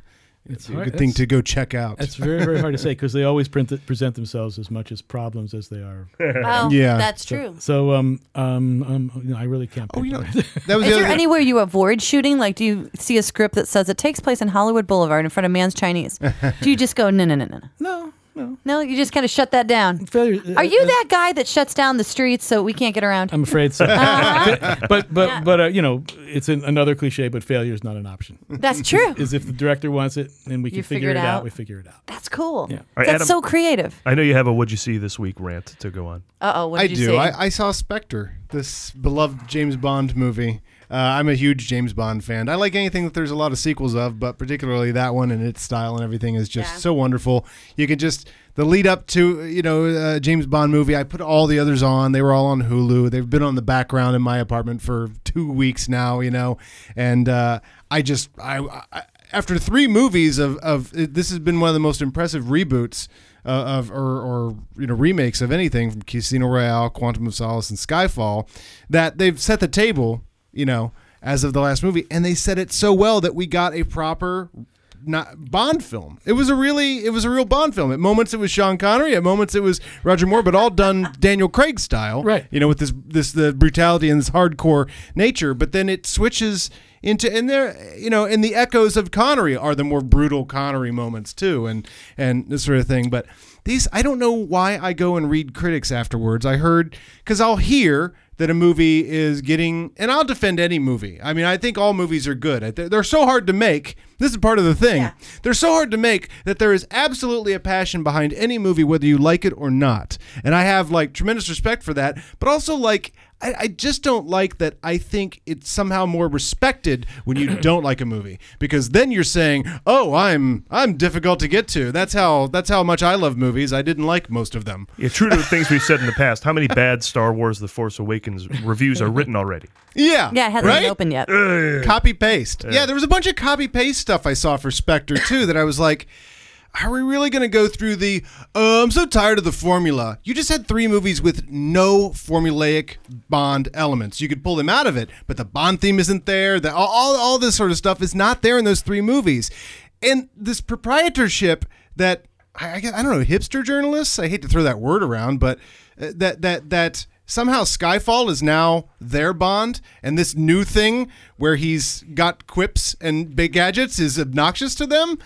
Speaker 12: It's
Speaker 3: a
Speaker 12: hard-
Speaker 3: good thing
Speaker 12: that's-
Speaker 3: to go check out?
Speaker 12: That's very, very hard to say because they always print present themselves as much as problems as they
Speaker 3: *laughs*
Speaker 12: are.
Speaker 2: Oh, Yeah. that's
Speaker 12: So-
Speaker 2: true.
Speaker 12: So, um, um, um you know, I really can't. Oh, you know,
Speaker 3: that
Speaker 2: Is there anywhere you avoid shooting? Like, do you see a script that says it takes place in Hollywood Boulevard in front of Man's Chinese? do you just go, no, no, no, no, no?
Speaker 12: *laughs* No, no. uh,
Speaker 2: No, you just kind of shut that down. Are you that guy that shuts down the streets so we can't get around?
Speaker 12: I'm afraid so.
Speaker 2: Uh-huh.
Speaker 12: But but but uh, you know, it's an, another cliche. But failure is not an option.
Speaker 2: That's true.
Speaker 12: Is if the director wants it and we can
Speaker 2: You
Speaker 12: figure, it out, we figure it out.
Speaker 2: That's cool.
Speaker 4: All right,
Speaker 2: That's
Speaker 4: Adam,
Speaker 2: so creative.
Speaker 4: I know you have a "What'd you see this week" rant to go on.
Speaker 2: Uh-oh, what
Speaker 3: I
Speaker 2: did you
Speaker 3: do.
Speaker 2: say?
Speaker 3: I, I saw Spectre, this beloved James Bond movie. Uh, I'm a huge James Bond fan. I like anything that there's a lot of sequels of, but particularly that one and its style and everything is just so wonderful. You can just the lead up to you know uh, James Bond movie. I put all the others on. They were all on Hulu. They've been on the background in my apartment for two weeks now. You know, and uh, I just I, I after three movies of of this has been one of the most impressive reboots uh, of or, or you know remakes of anything from Casino Royale, Quantum of Solace, and Skyfall that they've set the table, you know, as of the last movie, and they set it so well that we got a proper not Bond film. It was a really it was a real Bond film. At moments it was Sean Connery, at moments it was Roger Moore, but all done *laughs* Daniel Craig style. Right. You know, with this this the brutality and this hardcore nature. But then it switches into and there you know, and the echoes of Connery are the more brutal Connery moments too and and this sort of thing. But these I don't know why I go and read critics afterwards. I heard because I'll hear that a movie is getting, and I'll defend any movie. I mean, I think all movies are good. I- They're they're so hard to make This is part of the thing. They're so hard to make that there is absolutely a passion behind any movie, whether you like it or not. And I have like tremendous respect for that, but also like I, I just don't like that I think it's somehow more respected when you don't like a movie. Because then you're saying, Oh, I'm I'm difficult to get to. That's how that's how much I love movies. I didn't like most of them.
Speaker 4: Yeah, true to the things we've said in the past, how many bad Star Wars The Force Awakens reviews are written already?
Speaker 3: Yeah.
Speaker 2: Yeah, it hasn't
Speaker 3: right?
Speaker 2: been open yet.
Speaker 3: Copy paste. Yeah. there was a bunch of copy paste stuff I saw for Spectre too that I was like, are we really going to go through the? Uh, I'm so tired of the formula. You just had three movies with no formulaic Bond elements. You could pull them out of it, but the Bond theme isn't there. The, all, all all this sort of stuff is not there in those three movies, and this proprietorship that I, I, guess- I don't know hipster journalists. I hate to throw that word around, but uh, that that that somehow Skyfall is now their Bond, and this new thing where he's got quips and big gadgets is obnoxious to them.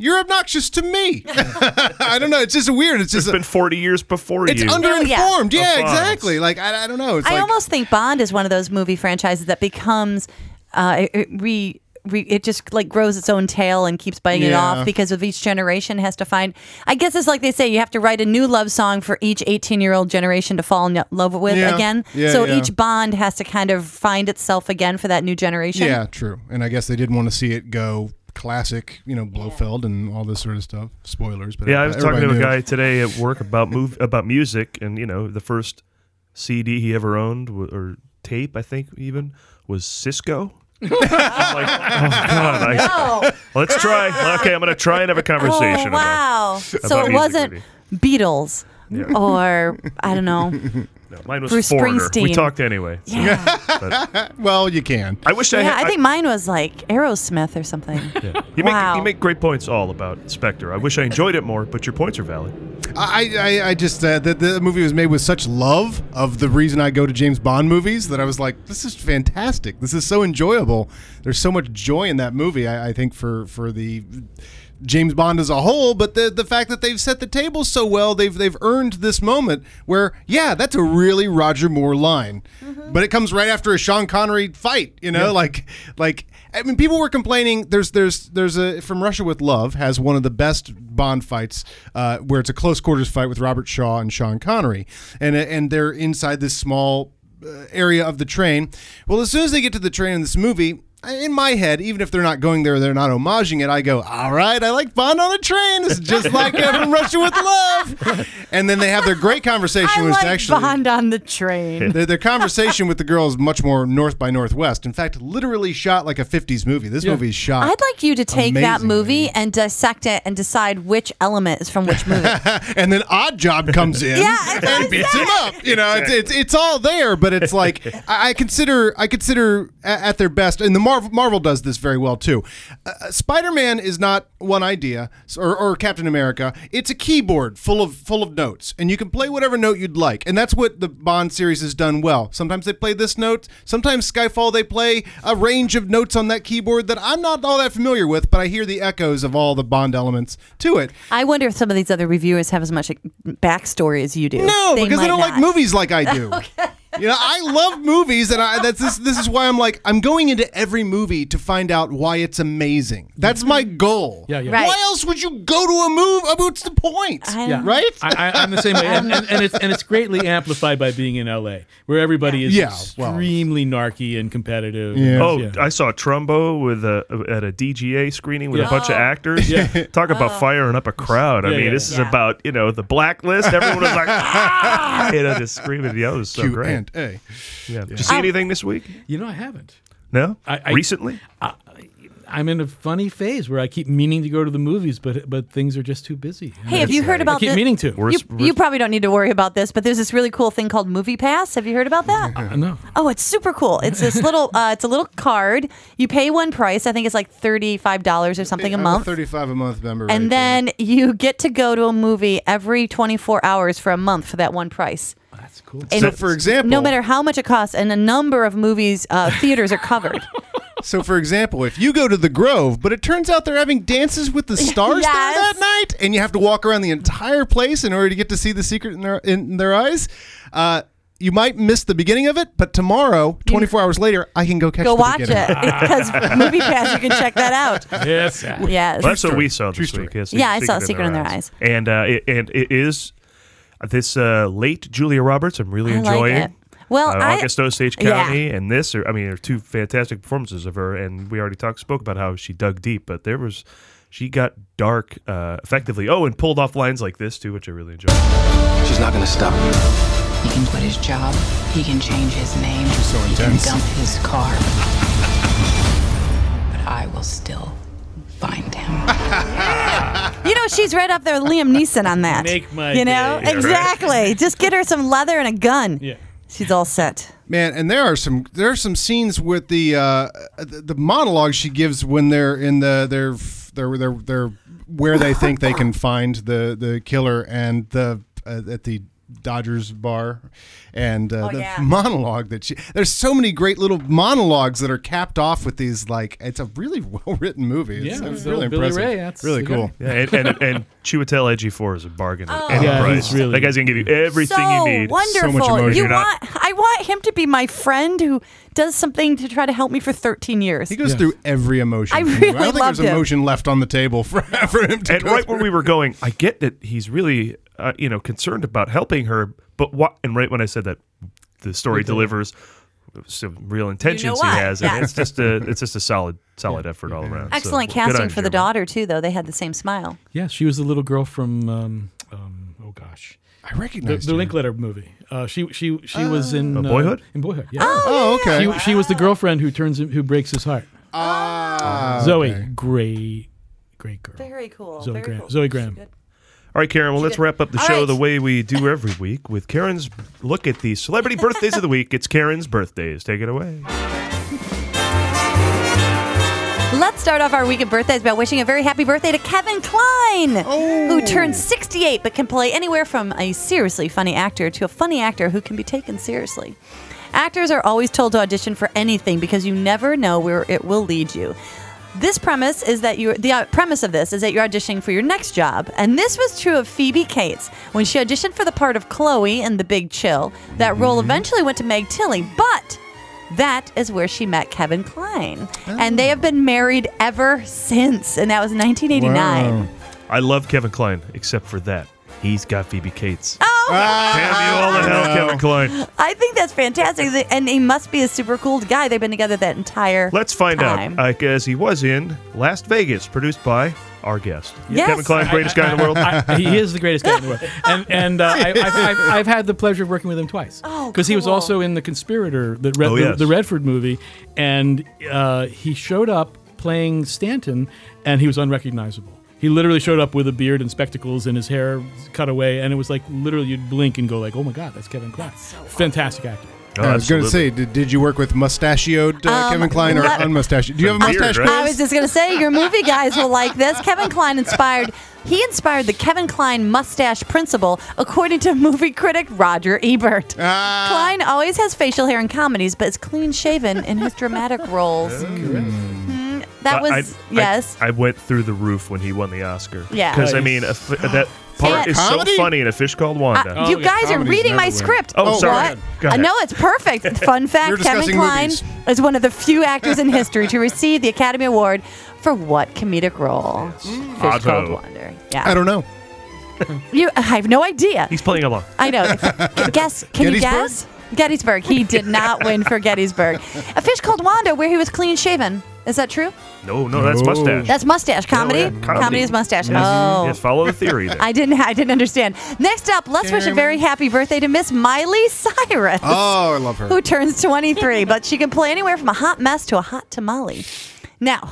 Speaker 3: You're obnoxious to me. *laughs* I don't know. It's just weird. It's just
Speaker 4: it's been 40 years before
Speaker 3: it's
Speaker 4: you.
Speaker 3: underinformed.
Speaker 4: Of
Speaker 3: Yeah,
Speaker 4: Bonds.
Speaker 3: exactly. Like I, I don't know. It's
Speaker 2: Oh, I
Speaker 3: like
Speaker 2: almost think Bond is one of those movie franchises that becomes uh, it- it re. re- It just like grows its own tail and keeps biting it
Speaker 1: Yeah.
Speaker 2: off because of each generation has to find. I guess it's like they say you have to write a new love song for each 18 year old generation to fall in love with
Speaker 3: Yeah.
Speaker 2: again.
Speaker 3: Yeah,
Speaker 2: so
Speaker 3: yeah.
Speaker 2: each bond has to kind of find itself again for that new generation.
Speaker 3: yeah, true. And I guess they didn't want to see it go classic, you know, Blofeld and all this sort of stuff. Spoilers, but
Speaker 4: Yeah, I was talking to a
Speaker 3: everybody knew
Speaker 4: guy
Speaker 3: it.
Speaker 4: today at work about move about music, and you know, the first CD he ever owned w- or tape, I think even was Cisco. *laughs* I'm like, oh god, I, let's try. Okay, I'm gonna try and have a *laughs* conversation.
Speaker 2: Oh, wow.
Speaker 4: About,
Speaker 2: so
Speaker 4: about
Speaker 2: it
Speaker 4: music
Speaker 2: wasn't
Speaker 4: video.
Speaker 2: Beatles or I don't know.
Speaker 4: No, mine was
Speaker 2: Bruce
Speaker 4: foreigner. We
Speaker 2: Springsteen.
Speaker 4: talked anyway. so- but-
Speaker 3: well, you can.
Speaker 4: I wish I
Speaker 2: yeah,
Speaker 4: had.
Speaker 2: I think mine was like Aerosmith or something.
Speaker 4: You make,
Speaker 2: wow.
Speaker 4: you make great points all about Spectre. I wish I enjoyed it more, but your points are valid.
Speaker 3: I, I, I just uh, the, the movie was made with such love of the reason I go to James Bond movies that I was like, this is fantastic. This is so enjoyable. There's so much joy in that movie. I, I think for for the James Bond as a whole, but the the fact that they've set the table so well, they've they've earned this moment where yeah, that's a really Roger Moore line, but it comes right after a Sean Connery fight. You know,
Speaker 13: Yeah.
Speaker 3: like like I mean, people were complaining. There's there's there's a from Russia with Love has one of the best Bond fights, uh, where it's a close quarters fight with Robert Shaw and Sean Connery, and uh, and they're inside this small uh, area of the train. Well, as soon as they get to the train in this movie. In my head, even if they're not going there, they're not homaging it. I go, all right, I like Bond on a train. It's just like uh, from Russia
Speaker 2: *laughs*
Speaker 3: with Love. And then they have their great conversation, which
Speaker 2: like
Speaker 3: actually
Speaker 2: Bond on the train.
Speaker 3: their, their conversation with the girl is much more North by Northwest. In fact, literally shot like a 50s movie. This movie is shot.
Speaker 2: I'd like you to take that
Speaker 3: amazingly.
Speaker 2: movie and dissect it and decide which element is from which movie.
Speaker 3: and then Odd Job comes in
Speaker 2: Yeah,
Speaker 3: and beats him up. You know, it's, it's, it's all there, but it's like I, I consider I consider a- at their best, and the Marvel Marvel does this very well too. Uh, Spider Man is not one idea, s- or, or Captain America. It's a keyboard full of full of notes, and you can play whatever note you'd like, and that's what the Bond series has done well. Sometimes they play this note, sometimes Skyfall they play a range of notes on that keyboard that I'm not all that familiar with, but I hear the echoes of all the Bond elements to it.
Speaker 2: I wonder if some of these other reviewers have as much backstory as you do.
Speaker 3: No, because
Speaker 2: might
Speaker 3: they don't like
Speaker 2: not.
Speaker 3: movies like I
Speaker 2: *laughs*
Speaker 3: do. You know, I love movies, and I that's this. This is why I'm like I'm going into every movie to find out why it's amazing. That's my
Speaker 2: Mm-hmm.
Speaker 3: goal.
Speaker 12: Yeah, yeah.
Speaker 3: Why
Speaker 12: Right.
Speaker 3: else would you go to a movie? What's the point?
Speaker 12: Yeah.
Speaker 3: Right?
Speaker 12: I, I, I'm the same way, and, and, and it's and it's greatly amplified by being in LA, where everybody is
Speaker 3: Yeah, well.
Speaker 12: extremely narky and competitive.
Speaker 4: Oh,
Speaker 12: Yeah.
Speaker 4: I saw Trumbo with a at a DGA screening with
Speaker 12: Yeah.
Speaker 4: a bunch of actors.
Speaker 12: Yeah.
Speaker 4: *laughs* Talk about firing up a crowd. I
Speaker 12: Yeah,
Speaker 4: mean,
Speaker 12: yeah,
Speaker 4: this
Speaker 12: yeah.
Speaker 4: is about you know the blacklist. Everyone was like, ah! you know, just screaming. Yeah, it was so
Speaker 12: Q
Speaker 4: great.
Speaker 12: and A.
Speaker 4: Yeah. Did
Speaker 12: Yeah.
Speaker 4: you see
Speaker 12: Oh.
Speaker 4: anything this week?
Speaker 12: You know, I haven't.
Speaker 4: No.
Speaker 12: I,
Speaker 4: Recently?
Speaker 12: I, I'm in a funny phase where I keep meaning to go to the movies, but but things are just too busy.
Speaker 2: Hey, have you heard about
Speaker 12: I keep
Speaker 2: the-
Speaker 12: meaning to.
Speaker 2: You, you probably don't need to worry about this, but there's this really cool thing called Movie Pass. Have you heard about that?
Speaker 12: *laughs* no.
Speaker 2: Oh, it's super cool. It's this little uh, it's a little card. You pay one price. I think it's like $35 or something a
Speaker 3: I'm
Speaker 2: month.
Speaker 3: thirty-five a month member.
Speaker 2: and then you get to go to a movie every 24 hours for a month for that one price. that's cool.
Speaker 3: So, for example-
Speaker 2: no matter how much it costs, and a number of movies uh, theaters are covered.
Speaker 3: so for example, if you go to the Grove, but it turns out they're having dances
Speaker 2: *laughs*
Speaker 3: with the stars there that night, and you have to walk around the entire place in order to get to see the secret in their in their eyes. Uh, you might miss the beginning of it, but tomorrow, 24 hours later, I can go catch
Speaker 2: Go
Speaker 3: the
Speaker 2: watch
Speaker 3: beginning.
Speaker 2: it because MoviePass, you can check that out.
Speaker 4: *laughs* Yes.
Speaker 2: Yes.
Speaker 4: that's what we saw this week. yes,
Speaker 2: Yeah, I saw Secret in Their Eyes.
Speaker 4: And uh, it, and it is this uh, late Julia Roberts. I'm really
Speaker 2: I like
Speaker 4: enjoying.
Speaker 2: it. Well,
Speaker 4: uh,
Speaker 2: I-
Speaker 4: August Osage
Speaker 2: yeah.
Speaker 4: County and this are I mean, are two fantastic performances of her. And we already talked spoke about how she dug deep, but there was she got dark uh, effectively. Oh, and pulled off lines like this too, which I really enjoyed.
Speaker 5: She's not going to stop.
Speaker 13: He can quit his job. He can change his name. he
Speaker 5: intense.
Speaker 13: can dump his car. But I will still find him.
Speaker 2: You know, she's right up there with Liam Neeson on that.
Speaker 13: Make my
Speaker 2: You know?
Speaker 13: day. Yeah, right.
Speaker 2: exactly. Just get her some leather and a gun. Yeah. She's all set.
Speaker 3: Man, and there are some there are some scenes with the uh, the, the monologue she gives when they're in the their their their, their where they think they
Speaker 2: *laughs*
Speaker 3: can find the the killer and the uh, at the Dodgers bar and uh,
Speaker 14: Oh,
Speaker 3: the
Speaker 14: yeah.
Speaker 3: *laughs* monologue that she there's so many great little monologues that are capped off with these like it's a really *laughs* well written movie. It's,
Speaker 12: Yeah,
Speaker 3: it's
Speaker 12: so
Speaker 3: really
Speaker 12: Billy
Speaker 3: impressive.
Speaker 12: Ray, that's
Speaker 3: really
Speaker 12: the guy.
Speaker 3: cool.
Speaker 4: Yeah, and and, and Chiwetel Ejiofor is a bargain at any
Speaker 12: Yeah, he's
Speaker 4: price.
Speaker 12: really-
Speaker 4: that guy's gonna give you everything
Speaker 2: Oh. so
Speaker 4: you need.
Speaker 2: wonderful. you
Speaker 4: You're not-
Speaker 2: want I want him to be my friend who does something to try to help me for 13 years. He
Speaker 3: goes through every emotion.
Speaker 2: I
Speaker 3: in the movie.
Speaker 2: really
Speaker 3: I don't think
Speaker 2: loved
Speaker 3: there's
Speaker 2: him.
Speaker 3: emotion left on the table for, *laughs* for him to
Speaker 4: and
Speaker 3: go
Speaker 4: right where we were going, I get that he's really, uh, you know, concerned about helping her, but what? And right when I said that, the story
Speaker 12: Okay.
Speaker 4: delivers some real intentions
Speaker 2: what?
Speaker 4: he has, and
Speaker 2: Yeah.
Speaker 4: it's just a, it's just a solid, solid effort all around. So,
Speaker 2: Excellent
Speaker 4: good
Speaker 2: casting
Speaker 4: on
Speaker 2: for the daughter too though. They had the same smile.
Speaker 12: Yeah, she was the little girl from um, um, oh gosh,
Speaker 3: I recognized
Speaker 12: the,
Speaker 3: her.
Speaker 12: the Linkletter movie. Uh, she she she was in uh,
Speaker 4: Oh, Boyhood?
Speaker 12: In Boyhood, yeah.
Speaker 3: Oh, yeah, yeah. okay.
Speaker 12: She, she was the girlfriend who turns him, who breaks his heart.
Speaker 3: Ah,
Speaker 12: Zoe,
Speaker 3: okay.
Speaker 12: great, great girl.
Speaker 2: Very cool.
Speaker 12: Zoe
Speaker 2: very
Speaker 12: Graham.
Speaker 2: cool.
Speaker 12: Zoe Graham.
Speaker 4: All right, Karen. Well, let's wrap up the
Speaker 2: All
Speaker 4: show
Speaker 2: right.
Speaker 4: the way we do every week with Karen's look at
Speaker 2: *laughs*
Speaker 4: the celebrity birthdays of the week. It's Karen's birthdays. Take it away.
Speaker 2: Let's start off our week of birthdays by wishing a very happy birthday to Kevin Klein,
Speaker 12: Oh.
Speaker 2: who turned 68 but can play anywhere from a seriously funny actor to a funny actor who can be taken seriously. Actors are always told to audition for anything because you never know where it will lead you. This premise is that you the uh, premise of this is that you're auditioning for your next job, and this was true of Phoebe Cates when she auditioned for the part of Chloe in The Big Chill. That role eventually went to Meg Tilly, but that is where she met Kevin Klein, and they have been married ever since, and that was 1989.
Speaker 4: I love Kevin Klein, except for that. He's got Phoebe Cates.
Speaker 2: Oh,
Speaker 4: Damn you all the hell,
Speaker 3: Ah,
Speaker 4: Kevin Klein.
Speaker 2: I think that's fantastic, and he must be a super cool guy. They've been together that entire.
Speaker 4: Let's find
Speaker 2: time.
Speaker 4: out. Uh, I guess he was in Las Vegas, produced by our guest.
Speaker 2: Yes.
Speaker 4: Kevin Klein, greatest guy in the world.
Speaker 12: Oh, I- I- he is the greatest guy in the world, and and uh, I, I've, I've, I've had the pleasure of working with him twice.
Speaker 2: Oh,
Speaker 12: he was
Speaker 2: cool.
Speaker 12: also in the conspirator, the, Red,
Speaker 4: Oh,
Speaker 12: the-
Speaker 4: yes.
Speaker 12: the, Redford movie, and uh, he showed up playing Stanton, and he was unrecognizable. He literally showed up with a beard and spectacles and his hair cut away, and it was like literally you'd blink and go like, "Oh my God, that's Kevin Klein, fantastic actor."
Speaker 3: I was going to say, did, did you work with mustachioed uh,
Speaker 2: Um,
Speaker 3: Kevin Klein or
Speaker 2: let-
Speaker 3: unmustachioed? Do you have a mustache?
Speaker 2: I was just gonna say your movie guys will like this. Kevin Klein inspired. He inspired the Kevin Klein mustache principle, according to movie critic Roger Ebert. Klein always has facial hair in comedies, but is clean shaven in his dramatic roles. Mhm. That was
Speaker 4: I- I-
Speaker 2: yes.
Speaker 4: I, went through the roof when he won the Oscar.
Speaker 2: Yeah.
Speaker 4: Because, I
Speaker 2: Nice.
Speaker 4: mean, a fi-
Speaker 2: *gasps*
Speaker 4: that part
Speaker 2: And-
Speaker 4: is
Speaker 2: Comedy?
Speaker 4: so funny in A Fish Called
Speaker 2: Uh,
Speaker 4: Wanda.
Speaker 2: you guys are reading my script.
Speaker 4: Oh, sorry.
Speaker 2: What? I
Speaker 4: Go ahead.
Speaker 2: know it's
Speaker 4: *laughs*
Speaker 2: perfect. Fun
Speaker 4: You're
Speaker 2: fact: Kevin
Speaker 4: discussing
Speaker 2: Klein
Speaker 4: movies.
Speaker 2: is one of the few actors in history to receive the Academy Award for what comedic role? Fish
Speaker 4: Otto.
Speaker 2: Called Wanda. Yeah.
Speaker 3: I don't know.
Speaker 2: You, I have no idea.
Speaker 4: He's playing along.
Speaker 2: I know. G- guess? Can you
Speaker 4: Gettysburg?
Speaker 2: guess? Gettysburg. He did not win for Gettysburg. A fish called Wanda, where he was clean shaven. Is that true?
Speaker 4: No, no, that's
Speaker 3: No.
Speaker 4: mustache.
Speaker 2: That's mustache comedy.
Speaker 4: Oh, Yeah,
Speaker 2: comedy. is mustache.
Speaker 4: Yes.
Speaker 2: Oh.
Speaker 4: Yes, follow the theory there.
Speaker 2: *laughs* I didn't. I didn't understand. Next up, let's wish a very happy birthday to Miss Miley Cyrus.
Speaker 3: Oh, I love her.
Speaker 2: Who turns 23, but she can play anywhere from a hot mess to a hot tamale. Now,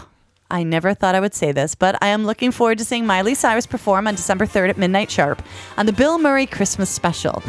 Speaker 2: I never thought I would say this, but I am looking forward to seeing Miley Cyrus perform on December 3rd at midnight sharp on the Bill Murray Christmas special.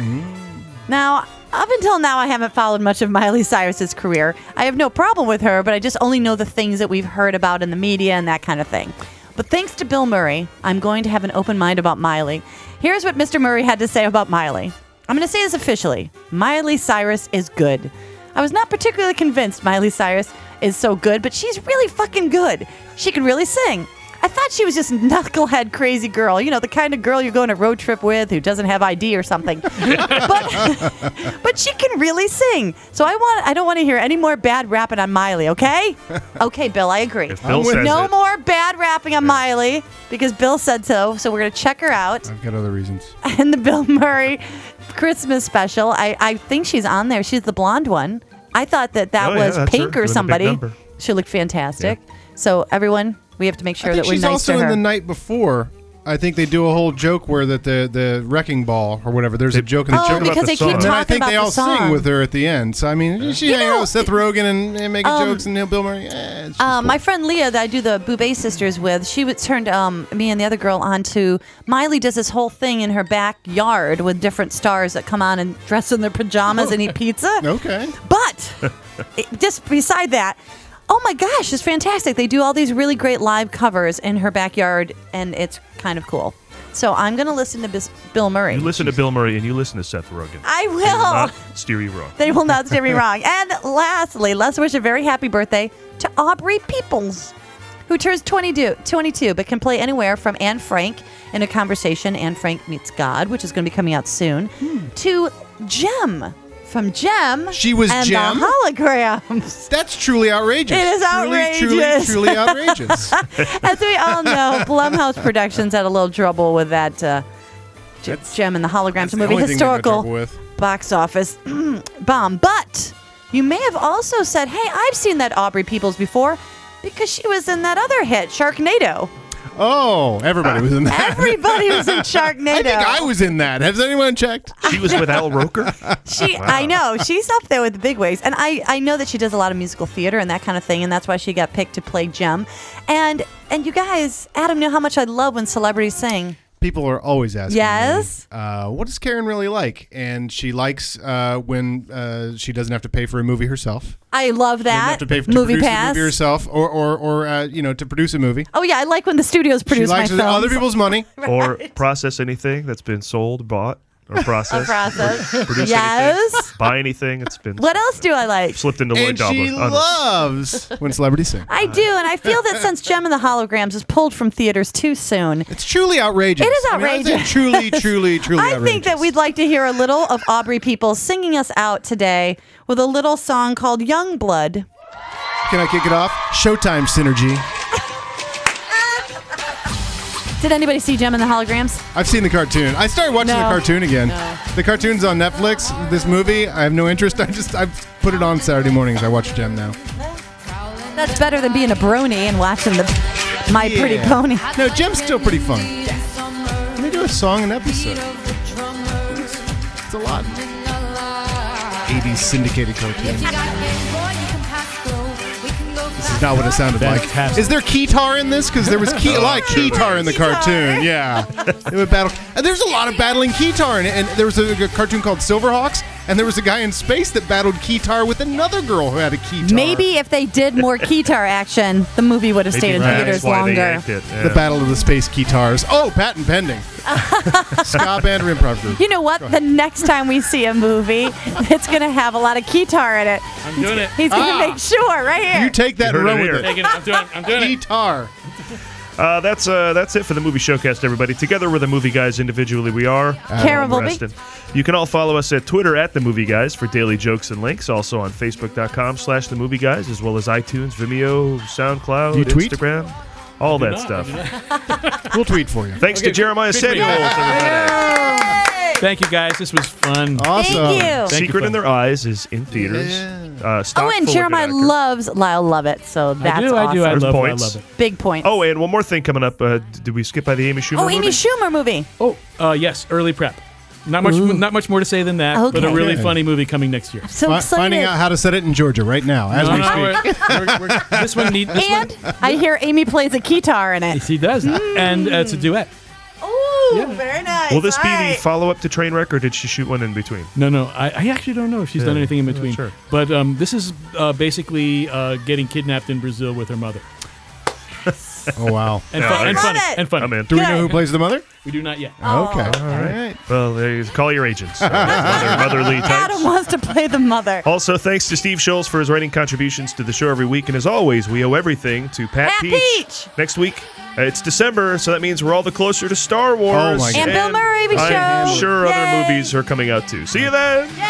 Speaker 2: Now, up until now, I haven't followed much of Miley Cyrus's career. I have no problem with her, but I just only know the things that we've heard about in the media and that kind of thing. But thanks to Bill Murray, I'm going to have an open mind about Miley. Here's what Mr. Murray had to say about Miley. I'm going to say this officially Miley Cyrus is good. I was not particularly convinced Miley Cyrus is so good, but she's really fucking good. She can really sing. I thought she was just *laughs* knucklehead crazy girl, you know, the kind of girl you go on a road trip with who doesn't have ID or something. but *laughs* but she can really sing. So I want I don't want to hear any more bad rapping on Miley, okay? Okay, Bill, I agree.
Speaker 4: If Bill says
Speaker 2: no
Speaker 4: it.
Speaker 2: more bad rapping on Miley because Bill said so. So we're going to check her out *laughs*
Speaker 3: I've got other reasons.
Speaker 2: and the Bill Murray Christmas special. I, I think she's on there. She's the blonde one. I thought that that
Speaker 3: Oh, yeah,
Speaker 2: was
Speaker 3: that's her,
Speaker 2: Pink
Speaker 3: doing a
Speaker 2: or
Speaker 3: big
Speaker 2: somebody.
Speaker 3: number.
Speaker 2: She looked fantastic. So everyone, we have to make sure
Speaker 3: I
Speaker 2: that
Speaker 3: think
Speaker 2: we're
Speaker 3: she's
Speaker 2: nice
Speaker 3: also
Speaker 2: to her.
Speaker 3: in the night before. I think they do a whole joke where that the the wrecking ball or whatever. There's a joke in the
Speaker 2: Oh,
Speaker 3: joke
Speaker 2: because they keep
Speaker 3: And then I
Speaker 2: talking
Speaker 3: think
Speaker 2: about
Speaker 3: they
Speaker 2: the
Speaker 3: all
Speaker 2: song.
Speaker 3: sing with her at the end. So I mean, she hang out with Seth Rogen and, and making
Speaker 2: um,
Speaker 3: jokes and Neil Bill Murray. Eh, it's just
Speaker 2: Uh, my friend Leah that I do the Boubet sisters with, she would turned um, me and the other girl on to Miley does this whole thing in her backyard with different stars that come on and dress in their pajamas and eat pizza.
Speaker 3: Okay.
Speaker 2: But it- just beside that, oh my gosh, it's fantastic. They do all these really great live covers in her backyard and it's kind of cool. So I'm going to listen to Bis- Bill Murray.
Speaker 4: You listen to Bill Murray and you listen to Seth Rogen.
Speaker 2: I
Speaker 4: They
Speaker 2: will.
Speaker 4: not steer you wrong.
Speaker 2: They will not steer me wrong. And lastly, let's wish a very happy birthday to Aubrey Peoples, who turns 22, 22 but can play anywhere from Anne Frank in a conversation, Anne Frank Meets God, which is going to be coming out soon, to Jem from Jem.
Speaker 3: She was
Speaker 2: and
Speaker 3: Jem?
Speaker 2: The
Speaker 3: *laughs*
Speaker 2: holograms.
Speaker 3: That's truly outrageous.
Speaker 2: It is outrageous.
Speaker 3: Truly,
Speaker 2: *laughs*
Speaker 3: truly, truly outrageous.
Speaker 2: As we all know, Blumhouse Productions had a little trouble with that uh, J- Gem and the Holograms
Speaker 3: the
Speaker 2: movie,
Speaker 3: only thing they got
Speaker 2: historical
Speaker 3: trouble with.
Speaker 2: box office *clears throat* bomb. But you may have also said, hey, I've seen that Aubrey Peoples before because she was in that other hit, Sharknado.
Speaker 3: Oh, everybody was in that.
Speaker 2: *laughs* Everybody was *laughs* in Sharknado.
Speaker 3: I think I was in that. Has anyone checked?
Speaker 4: She was with
Speaker 2: *laughs*
Speaker 4: Al Roker.
Speaker 2: She, I know she's up there with the big wigs, and I, I know that she does a lot of musical theater and that kind of thing, and that's why she got picked to play Jem, and and you guys, Adam knew how much I love when celebrities sing.
Speaker 3: People are always asking. me,
Speaker 2: Yes?
Speaker 3: uh, what does Karen really like? And she likes uh, when uh, she doesn't have to pay for a movie herself.
Speaker 2: I love
Speaker 3: She doesn't
Speaker 2: that
Speaker 3: have to pay for to
Speaker 2: movie
Speaker 3: produce a
Speaker 2: pass.
Speaker 3: movie herself, or or, or uh, you know to produce a movie.
Speaker 2: Oh yeah, I like when the studios produce
Speaker 3: she likes
Speaker 2: my
Speaker 3: with
Speaker 2: films.
Speaker 3: other people's *laughs* money.
Speaker 4: Or process anything that's been sold, bought,
Speaker 2: *laughs*
Speaker 4: or
Speaker 3: *laughs*
Speaker 4: processed.
Speaker 2: processed.
Speaker 4: Pro- Produce
Speaker 2: Yes.
Speaker 4: anything, buy anything. It's been
Speaker 2: What else do I like?
Speaker 4: slipped into Lloyd
Speaker 3: And she
Speaker 4: Dobler. I don't-
Speaker 3: loves when celebrities sing.
Speaker 2: I do, and I feel that since Gem and the Holograms was pulled from theaters too soon,
Speaker 3: it's truly outrageous.
Speaker 2: It is
Speaker 3: I mean, I would say
Speaker 2: outrageous. *laughs*
Speaker 3: truly, truly, truly
Speaker 2: I
Speaker 3: outrageous.
Speaker 2: think that we'd like to hear a little of Aubrey Peoples singing us out today with a little song called Young Blood.
Speaker 3: Can I kick it off? Showtime synergy.
Speaker 2: Did anybody see Gem and the Holograms?
Speaker 3: I've seen the cartoon. I started watching
Speaker 2: No.
Speaker 3: the cartoon again.
Speaker 2: No.
Speaker 3: The cartoon's on Netflix. This movie, I have no interest. *laughs* I just I put it on Saturday mornings. I watch Gem now.
Speaker 2: That's better than being a brony and watching the My Pretty
Speaker 3: Yeah.
Speaker 2: Pony.
Speaker 3: No, Gem's still pretty fun. Let me do a song an episode. It's a lot. 80s syndicated cartoon. This is not what it sounded like.
Speaker 14: Fantastic.
Speaker 3: Is there keytar in this? Because there was key, a lot of keytar in the cartoon. Yeah, they would battle. And there's a lot of battling keytar in it. And there was a, a cartoon called Silverhawks, and there was a guy in space that battled keytar with another girl who had a keytar.
Speaker 2: Maybe if they did more guitar action, the movie would have stayed in theaters longer.
Speaker 3: The Battle of the Space Guitars. Oh,
Speaker 2: *laughs*
Speaker 3: patent pending. Ska band or improv group.
Speaker 2: You know what? The next time we see a movie, it's going to have a lot of guitar in it.
Speaker 3: I'm doing it.
Speaker 2: He's going to make sure right here.
Speaker 3: You take that
Speaker 4: You
Speaker 3: and
Speaker 4: heard
Speaker 3: run
Speaker 4: it
Speaker 3: with
Speaker 4: here.
Speaker 3: it.
Speaker 4: Taking
Speaker 3: I'm doing, I'm doing Guitar.
Speaker 4: Uh, that's uh, that's it for the movie showcast, everybody. Together we're the movie guys. Individually we are
Speaker 2: Karen
Speaker 4: Adam
Speaker 2: Volpe.
Speaker 4: Preston. You can all follow us at Twitter at the Movie Guys for daily jokes and links. Also on Facebook.com/slash the Movie Guys, as well as iTunes, Vimeo, SoundCloud,
Speaker 3: Do you tweet?
Speaker 4: Instagram, all that
Speaker 3: not,
Speaker 4: stuff.
Speaker 3: We'll tweet for you.
Speaker 4: Thanks to Jeremiah
Speaker 11: good tweet.
Speaker 4: Samuels.
Speaker 14: Thank you guys. This was fun.
Speaker 2: Awesome. Thank you. Thank you,
Speaker 4: Secret in
Speaker 2: folks.
Speaker 4: Their Eyes is in theaters. Uh, stock
Speaker 2: Oh, and
Speaker 4: full of
Speaker 2: Jeremiah
Speaker 4: good
Speaker 2: loves Lyle Lovett, so that's
Speaker 4: do,
Speaker 2: awesome.
Speaker 4: I do, I There's love points. Lyle Lovett.
Speaker 2: Big point.
Speaker 4: Oh, and one more thing coming up. Uh, d- did we skip by the Amy Schumer?
Speaker 2: Oh, Amy
Speaker 4: movie?
Speaker 2: Schumer movie.
Speaker 14: Oh, uh, yes, early prep. Not much, not much more to say than that, but a
Speaker 2: Okay.
Speaker 14: really
Speaker 3: Yeah.
Speaker 14: funny movie coming next year.
Speaker 2: So
Speaker 3: Fi-
Speaker 2: excited.
Speaker 3: Finding out how to set it in Georgia right now *laughs* as
Speaker 14: No,
Speaker 3: we
Speaker 4: Uh-huh.
Speaker 14: no,
Speaker 3: speak.
Speaker 14: we're- we're- we're- this one
Speaker 3: *laughs*
Speaker 14: need, this
Speaker 2: and I hear Amy plays a guitar in it.
Speaker 14: Yes, he does,
Speaker 3: Hmm.
Speaker 14: and uh, it's a duet.
Speaker 2: *laughs* Ooh, very nice.
Speaker 4: Will this be
Speaker 2: All
Speaker 4: the
Speaker 2: right.
Speaker 4: follow up to Trainwreck, or did she shoot one in between?
Speaker 14: No, no, I, I actually don't know if she's
Speaker 4: Yeah,
Speaker 14: done anything in
Speaker 4: not
Speaker 14: between.
Speaker 4: sure.
Speaker 14: But um, this is uh, basically uh, getting kidnapped in Brazil with her mother.
Speaker 3: Oh wow!
Speaker 12: And fun- and funny. And funny.
Speaker 4: I'm in.
Speaker 3: Do
Speaker 2: *laughs*
Speaker 3: we know who plays the mother?
Speaker 12: We do not yet.
Speaker 3: Okay. All right.
Speaker 4: Well, there you- call
Speaker 2: *laughs*
Speaker 4: your agents. Uh, mother, motherly types.
Speaker 2: Adam wants to play the mother.
Speaker 4: Also, thanks to Steve Schultz for his writing contributions to the show every week. And as always, we owe everything to Pat,
Speaker 2: Pat
Speaker 4: Peach.
Speaker 2: Peach!
Speaker 4: Next week, uh, it's December, so that means we're all the closer to Star Wars.
Speaker 3: my And
Speaker 2: God. Bill Murray, we
Speaker 4: I'm
Speaker 2: show.
Speaker 4: sure
Speaker 2: Yay.
Speaker 4: other movies are coming out too. See you then.